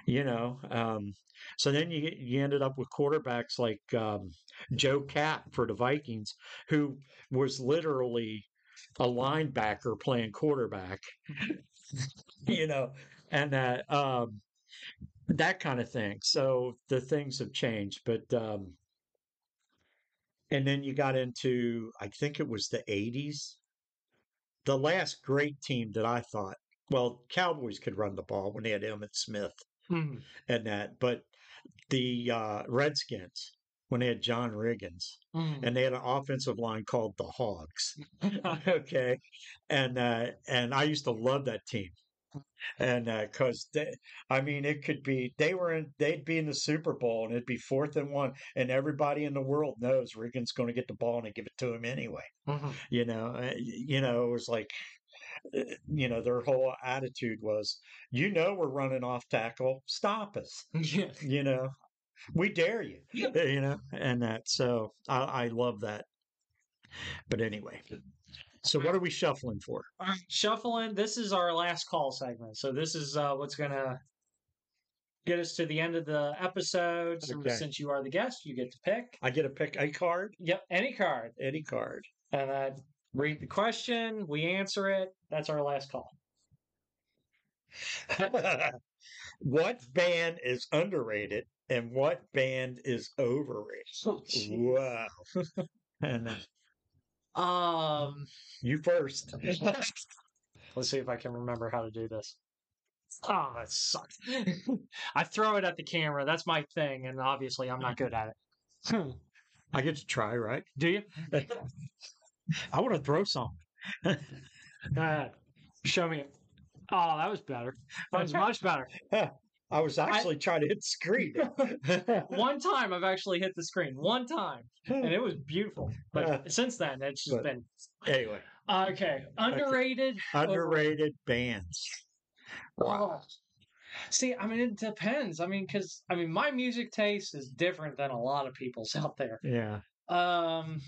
Speaker 2: you know. Um, so then you you ended up with quarterbacks like um, Joe Cap for the Vikings, who was literally a linebacker playing quarterback, you know, and that um, that kind of thing. So the things have changed, but um, and then you got into I think it was the '80s. The last great team that I thought, well, Cowboys could run the ball when they had Emmett Smith
Speaker 1: hmm
Speaker 2: and that, but the uh, Redskins when they had John Riggins and they had an offensive line called the Hogs. okay, and uh, and I used to love that team, and because they, I mean, it could be they were in, they'd be in the Super Bowl, and it'd be fourth and one, and everybody in the world knows Regan's going to get the ball and they give it to him anyway. You know, uh, y- you know, it was like. uh, You know, their whole attitude was, you know, we're running off tackle. Stop us
Speaker 1: Yeah.
Speaker 2: you know we dare you
Speaker 1: Yeah.
Speaker 2: you know and that so i i love that but anyway So what are we shuffling for?
Speaker 1: All right, shuffling. This is our last call segment. So this is uh, what's gonna get us to the end of the episode. So
Speaker 2: Okay.
Speaker 1: Since you are the guest, you get to pick.
Speaker 2: I get a pick a card,
Speaker 1: Yep, any card,
Speaker 2: any card.
Speaker 1: and I read the question. We answer it. That's our last call.
Speaker 2: what band is underrated and what band is overrated? Wow. and uh,
Speaker 1: Um,
Speaker 2: you first.
Speaker 1: let's see if I can remember how to do this. Oh, that sucks. I throw it at the camera. That's my thing, and obviously, I'm not good at it.
Speaker 2: I get to try, right?
Speaker 1: do you?
Speaker 2: I want to throw some.
Speaker 1: Uh, show me. Oh, that was better. That was much better.
Speaker 2: I was actually trying to hit the screen.
Speaker 1: One time I've actually hit the screen. One time. And it was beautiful. But
Speaker 2: Uh,
Speaker 1: since then, it's just
Speaker 2: but-
Speaker 1: been.
Speaker 2: anyway,
Speaker 1: Okay. Underrated.
Speaker 2: Oh. underrated bands.
Speaker 1: Oh. See, I mean, it depends. I mean, because, I mean, my music taste is different than a lot of people's out there.
Speaker 2: Yeah,
Speaker 1: Um,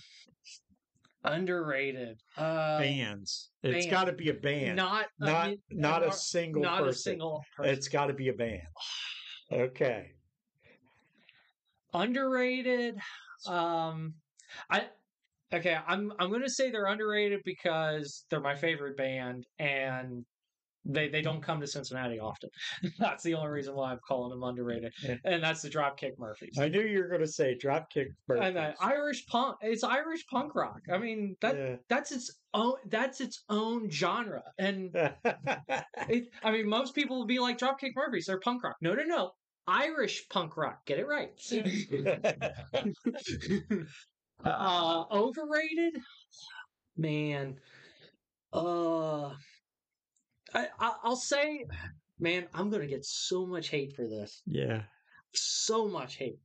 Speaker 1: underrated. Uh,
Speaker 2: bands. It's
Speaker 1: band.
Speaker 2: got to be a band, not
Speaker 1: Not,
Speaker 2: not,
Speaker 1: mu-
Speaker 2: a
Speaker 1: or-
Speaker 2: single
Speaker 1: not
Speaker 2: person.
Speaker 1: a single person.
Speaker 2: It's got to be a band. Okay.
Speaker 1: underrated um i okay i'm i'm gonna say they're underrated because they're my favorite band and they they don't come to cincinnati often that's the only reason why i'm calling them underrated
Speaker 2: Yeah.
Speaker 1: and that's the dropkick murphys
Speaker 2: I knew you were going to say Dropkick Murphys.
Speaker 1: and uh, irish punk it's irish punk rock i mean that that's its own that's its own genre and
Speaker 2: Yeah.
Speaker 1: it, i mean most people would be like dropkick murphys they're punk rock no no no irish punk rock get it right Uh, overrated, man. Uh, I, I I'll say, man, I'm gonna get so much hate for this,
Speaker 2: yeah.
Speaker 1: so much hate.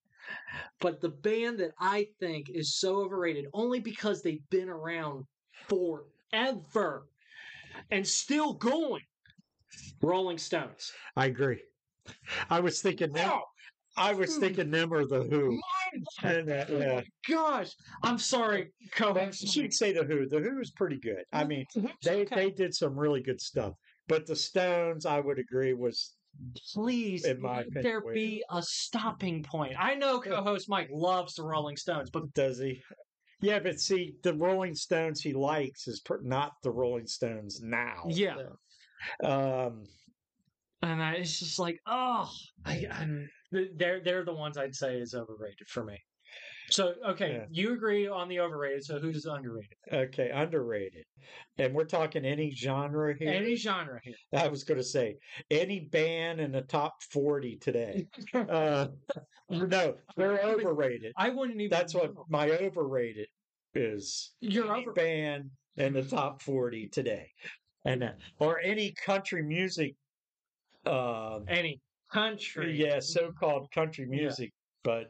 Speaker 1: But the band that I think is so overrated, only because they've been around forever and still going, Rolling Stones.
Speaker 2: I agree. I was thinking them.
Speaker 1: Oh
Speaker 2: I was thinking them or the Who. Hmm. And, uh, yeah.
Speaker 1: gosh, I'm sorry, co-host.
Speaker 2: She'd say the Who. The Who is pretty good. I mean, they
Speaker 1: Okay.
Speaker 2: they did some really good stuff. But the Stones, I would agree, was
Speaker 1: please
Speaker 2: In my
Speaker 1: let
Speaker 2: opinion,
Speaker 1: there
Speaker 2: wait.
Speaker 1: be a stopping point. I know co-host Mike loves the Rolling Stones, but
Speaker 2: does he? Yeah, but see, the Rolling Stones he likes is pr- not the Rolling Stones now.
Speaker 1: yeah,
Speaker 2: Um,
Speaker 1: and I, it's just like, oh, I, I'm, th- they're they're the ones I'd say is overrated for me. So okay,
Speaker 2: Yeah.
Speaker 1: you agree on the overrated. So who's underrated?
Speaker 2: okay, underrated. And we're talking any genre here.
Speaker 1: Any genre here?
Speaker 2: I was going to say any band in the top 40 today. uh, no, they're overrated.
Speaker 1: I wouldn't even.
Speaker 2: That's what
Speaker 1: know.
Speaker 2: my overrated is.
Speaker 1: you're
Speaker 2: Any
Speaker 1: over.
Speaker 2: band in the top 40 today. And that, or any country music, uh,
Speaker 1: Any country?
Speaker 2: yeah, so called country
Speaker 1: Yeah.
Speaker 2: music. But,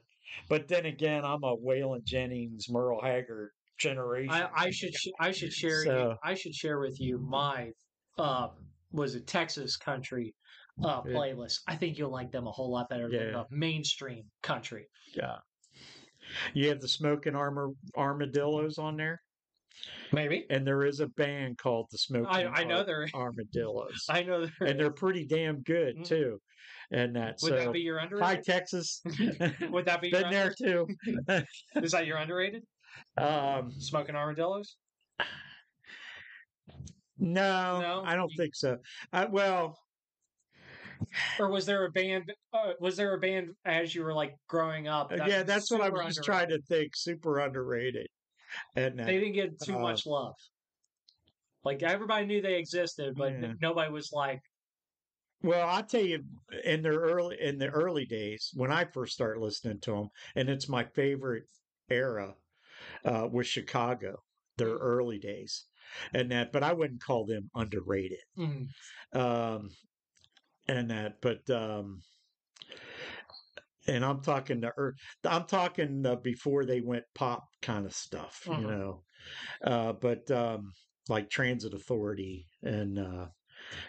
Speaker 2: but then again, I'm a Waylon Jennings, Merle Haggard generation.
Speaker 1: I, I should sh- I should share you,
Speaker 2: So-
Speaker 1: I should share with you my uh was it Texas country uh
Speaker 2: Yeah.
Speaker 1: playlist. I think you'll like them a whole lot better than
Speaker 2: Yeah.
Speaker 1: the mainstream country.
Speaker 2: yeah. You have the smoking armor armadillos on there.
Speaker 1: Maybe
Speaker 2: and there is a band called the Smoking
Speaker 1: I I know
Speaker 2: Ar-
Speaker 1: they're
Speaker 2: Armadillos,
Speaker 1: I know they're,
Speaker 2: and they're pretty damn good
Speaker 1: Mhm.
Speaker 2: too. And that
Speaker 1: would
Speaker 2: so
Speaker 1: that be your
Speaker 2: hi
Speaker 1: underrated?
Speaker 2: Texas, been
Speaker 1: Would that be your
Speaker 2: there
Speaker 1: under-
Speaker 2: too.
Speaker 1: is that your underrated?
Speaker 2: Um,
Speaker 1: Smoking armadillos?
Speaker 2: no,
Speaker 1: No?
Speaker 2: I don't think so. I, well,
Speaker 1: Or was there a band uh, was there a band as you were like growing up? that
Speaker 2: Uh, yeah,
Speaker 1: was
Speaker 2: that's what I
Speaker 1: super
Speaker 2: was just
Speaker 1: underrated?
Speaker 2: trying to think. Super underrated, and that,
Speaker 1: they didn't get too
Speaker 2: Uh,
Speaker 1: much love. Like everybody knew they existed, but
Speaker 2: Yeah.
Speaker 1: nobody was like,
Speaker 2: Well, I tell you, in their early in the early days when I first started listening to them, and it's my favorite era uh, was Chicago, their early days, and that. But I wouldn't call them underrated,
Speaker 1: mm,
Speaker 2: um, and that. But um, and I'm talking the ear- I'm talking the before they went pop kind of stuff,
Speaker 1: Mhm.
Speaker 2: you know. Uh, but um, like Transit Authority and uh,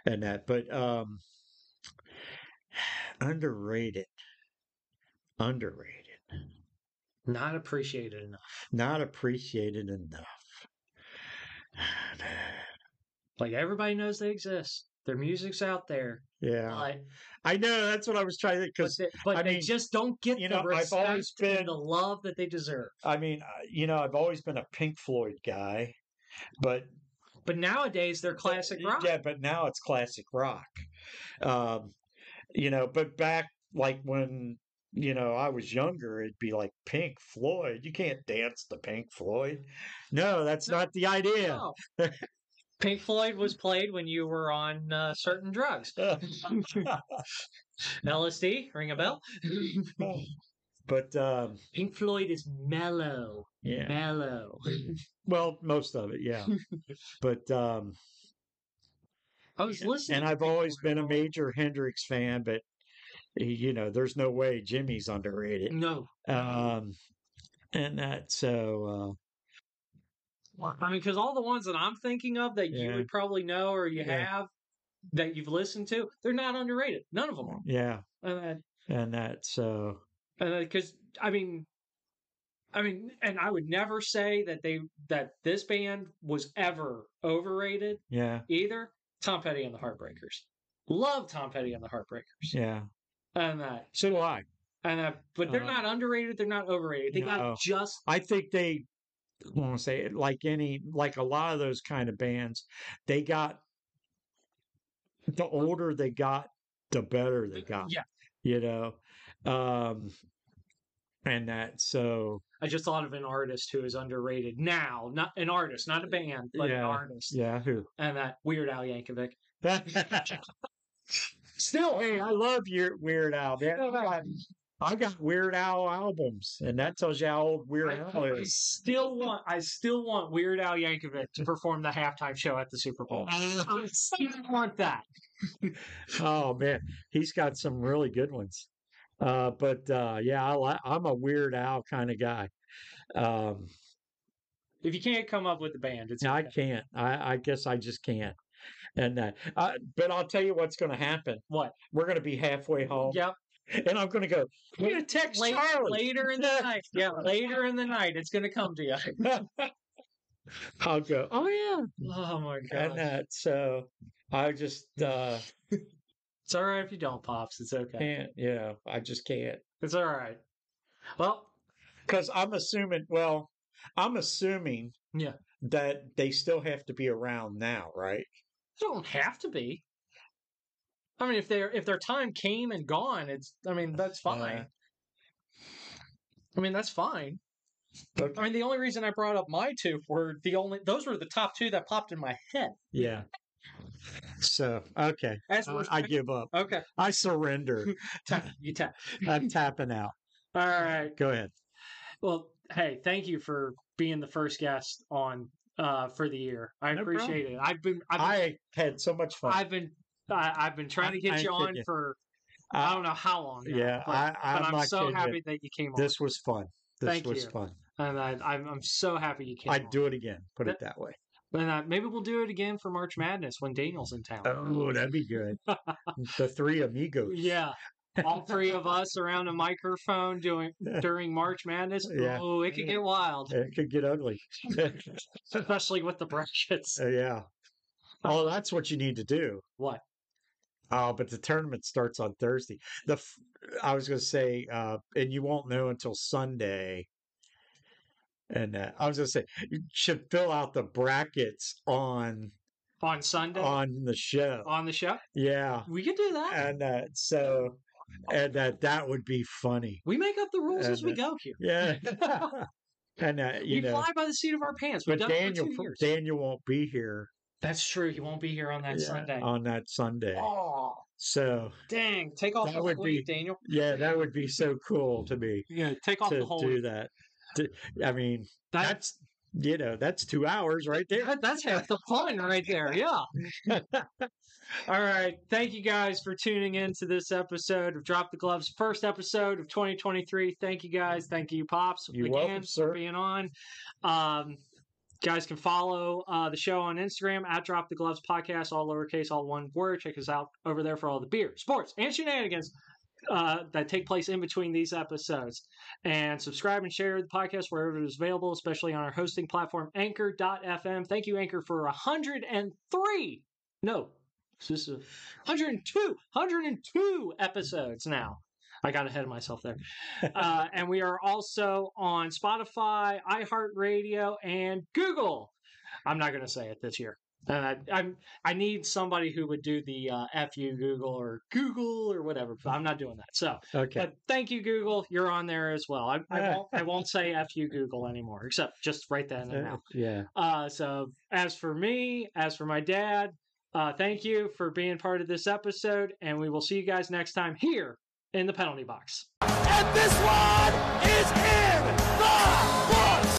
Speaker 2: and that. But um, underrated, underrated,
Speaker 1: not appreciated enough.
Speaker 2: not appreciated enough.
Speaker 1: Like everybody knows they exist. Their music's out there.
Speaker 2: Yeah,
Speaker 1: But,
Speaker 2: I know. That's what I was trying to.
Speaker 1: but
Speaker 2: Because
Speaker 1: they, but
Speaker 2: I
Speaker 1: they
Speaker 2: mean,
Speaker 1: just don't get
Speaker 2: you
Speaker 1: the
Speaker 2: know, I've
Speaker 1: respect
Speaker 2: always been- Uh,
Speaker 1: and the love that they deserve.
Speaker 2: I mean, I- you know, I've always been a Pink Floyd guy, but
Speaker 1: But nowadays they're classic rock.
Speaker 2: Yeah, but now it's classic rock. Um, you know, but back like when you know I was younger, it'd be like Pink Floyd. You can't dance to Pink Floyd. No, that's
Speaker 1: No.
Speaker 2: not the idea.
Speaker 1: No. Oh. Pink Floyd was played when you were on uh, certain drugs. LSD, ring a bell.
Speaker 2: but um,
Speaker 1: Pink Floyd is mellow,
Speaker 2: yeah.
Speaker 1: mellow.
Speaker 2: Well, most of it, yeah. but um
Speaker 1: I was listening.
Speaker 2: and
Speaker 1: to
Speaker 2: I've
Speaker 1: Pink
Speaker 2: always
Speaker 1: Floyd.
Speaker 2: been a major Hendrix fan, but you know, there's no way Jimmy's underrated.
Speaker 1: no.
Speaker 2: Um and that so uh
Speaker 1: I mean, because all the ones that I'm thinking of that you
Speaker 2: Yeah.
Speaker 1: would probably know or you
Speaker 2: Yeah.
Speaker 1: have that you've listened to, they're not underrated. None of them are.
Speaker 2: yeah.
Speaker 1: And I-
Speaker 2: and that so
Speaker 1: because I mean, I mean, and I would never say that they that this band was ever overrated
Speaker 2: yeah
Speaker 1: either. Tom Petty and the Heartbreakers, love Tom Petty and the Heartbreakers,
Speaker 2: yeah
Speaker 1: and that
Speaker 2: so do i
Speaker 1: and that, but they're
Speaker 2: Uh,
Speaker 1: not underrated. They're not overrated. They
Speaker 2: no.
Speaker 1: got just
Speaker 2: i think they I want to say it, like any like a lot of those kind of bands they got the older they got the better they got
Speaker 1: yeah.
Speaker 2: you know um and that so
Speaker 1: I just thought of an artist who is underrated now, not an artist, not a band, but an
Speaker 2: Yeah.
Speaker 1: artist,
Speaker 2: yeah who
Speaker 1: and that Weird Al Yankovic.
Speaker 2: still hey i love your weird al man. I got- i got weird al albums and that tells you how old weird
Speaker 1: I,
Speaker 2: al
Speaker 1: I
Speaker 2: is
Speaker 1: still want I still want Weird Al Yankovic to perform the halftime show at the Super Bowl. I still want that.
Speaker 2: Oh man, he's got some really good ones. Uh, but uh, yeah, I li- I'm a Weird Al kind of guy. Um,
Speaker 1: If you can't come up with the band, it's
Speaker 2: I
Speaker 1: okay.
Speaker 2: can't. I, I guess I just can't. And uh, uh, but I'll tell you what's going to happen.
Speaker 1: What?
Speaker 2: We're going to be halfway home,
Speaker 1: Yep.
Speaker 2: and I'm going to go. I'm going to text
Speaker 1: Later,
Speaker 2: Charlie.
Speaker 1: later in the night. Yeah, later in the night, it's gonna come to you.
Speaker 2: I'll go. Oh yeah,
Speaker 1: Oh my
Speaker 2: and
Speaker 1: god.
Speaker 2: that. So I just uh,
Speaker 1: It's all right if you don't, pops. It's okay.
Speaker 2: can't. You know, I just can't.
Speaker 1: It's all right. Well,
Speaker 2: because I'm assuming. Well, I'm assuming.
Speaker 1: Yeah.
Speaker 2: That they still have to be around now, right?
Speaker 1: they don't have to be. I mean, if their if their time came and gone, it's. I mean, that's fine.
Speaker 2: Yeah.
Speaker 1: I mean, that's fine.
Speaker 2: Okay.
Speaker 1: I mean, the only reason I brought up my two were the only those were the top two that popped in my head.
Speaker 2: Yeah. So okay,
Speaker 1: As
Speaker 2: Uh,
Speaker 1: we're-
Speaker 2: I give up.
Speaker 1: okay,
Speaker 2: I surrender.
Speaker 1: tap, you tap.
Speaker 2: I'm tapping out.
Speaker 1: All right.
Speaker 2: Go ahead.
Speaker 1: Well, hey, thank you for being the first guest on uh for the year. I
Speaker 2: No problem.
Speaker 1: appreciate it. I've been I've been
Speaker 2: I had so much fun.
Speaker 1: I've been, I, I've been trying to
Speaker 2: I-
Speaker 1: get
Speaker 2: I
Speaker 1: you
Speaker 2: ain't
Speaker 1: on
Speaker 2: kidding.
Speaker 1: for I
Speaker 2: I-
Speaker 1: don't know how long. now,
Speaker 2: yeah,
Speaker 1: but,
Speaker 2: I, I'm,
Speaker 1: but I'm
Speaker 2: not
Speaker 1: so
Speaker 2: kidding you.
Speaker 1: happy that you came on,
Speaker 2: This was fun. This
Speaker 1: Thank
Speaker 2: was
Speaker 1: you.
Speaker 2: fun.
Speaker 1: and I, I'm I'm so happy you came.
Speaker 2: I'd do it again. Put it
Speaker 1: That-
Speaker 2: that way.
Speaker 1: on. And uh, maybe we'll do it again for March Madness when Daniel's in town.
Speaker 2: Oh, that'd be good. the three amigos.
Speaker 1: Yeah. All three of us around a microphone doing during March Madness.
Speaker 2: Yeah.
Speaker 1: Oh, it could get wild,
Speaker 2: It could get ugly.
Speaker 1: especially with the brackets.
Speaker 2: Uh, yeah. Oh, that's what you need to do.
Speaker 1: What?
Speaker 2: Oh, but the tournament starts on Thursday. The f- I was going to say, uh, and you won't know until Sunday. And uh, I was going to say, you should fill out the brackets on
Speaker 1: On Sunday
Speaker 2: on the show.
Speaker 1: on the show,
Speaker 2: Yeah,
Speaker 1: we could do that.
Speaker 2: and Uh, uh, so and that that would be funny.
Speaker 1: we make up the rules as
Speaker 2: and,
Speaker 1: we
Speaker 2: uh,
Speaker 1: go here.
Speaker 2: Yeah, and uh, you
Speaker 1: we
Speaker 2: know,
Speaker 1: fly by the seat of our pants. We've
Speaker 2: but
Speaker 1: done
Speaker 2: Daniel
Speaker 1: it for two years.
Speaker 2: Daniel won't be here
Speaker 1: That's true. He won't be here on that
Speaker 2: yeah,
Speaker 1: Sunday.
Speaker 2: on that Sunday.
Speaker 1: Oh,
Speaker 2: So
Speaker 1: dang! Take off
Speaker 2: That
Speaker 1: the
Speaker 2: would
Speaker 1: whole week,
Speaker 2: be-
Speaker 1: Daniel.
Speaker 2: yeah, that would be so cool to me.
Speaker 1: Yeah, take off
Speaker 2: to
Speaker 1: the whole
Speaker 2: do
Speaker 1: week.
Speaker 2: that. To- I mean,
Speaker 1: That,
Speaker 2: that's you know, that's two hours right there.
Speaker 1: that- that's half the fun right there. Yeah. All right. Thank you guys for tuning in to this episode of Drop the Gloves, first episode of 2023. Thank you guys. Thank you, Pops,
Speaker 2: You're
Speaker 1: again
Speaker 2: welcome, sir.
Speaker 1: for being on. Um, guys can follow uh, the show on Instagram at Drop the Gloves Podcast, all lowercase, all one word. Check us out over there for all the beer, sports, and shenanigans uh, that take place in between these episodes. And subscribe and share the podcast wherever it is available, especially on our hosting platform, anchor.fm. Thank you, Anchor, for 103. No, this is 102, 102 episodes now. I got ahead of myself there. Uh, and we are also on Spotify, iHeartRadio, and Google. I'm not going to say it this year. Uh, I'm I need somebody who would do the uh, fu Google or Google or whatever. But I'm not doing that. So,
Speaker 2: Okay.
Speaker 1: but thank you Google. You're on there as well. I, I won't I won't say fu Google anymore, except just right then and now.
Speaker 2: yeah.
Speaker 1: Uh, so as for me, as for my dad, uh, thank you for being part of this episode, and we will see you guys next time here in the penalty box.
Speaker 5: And this one is in the books.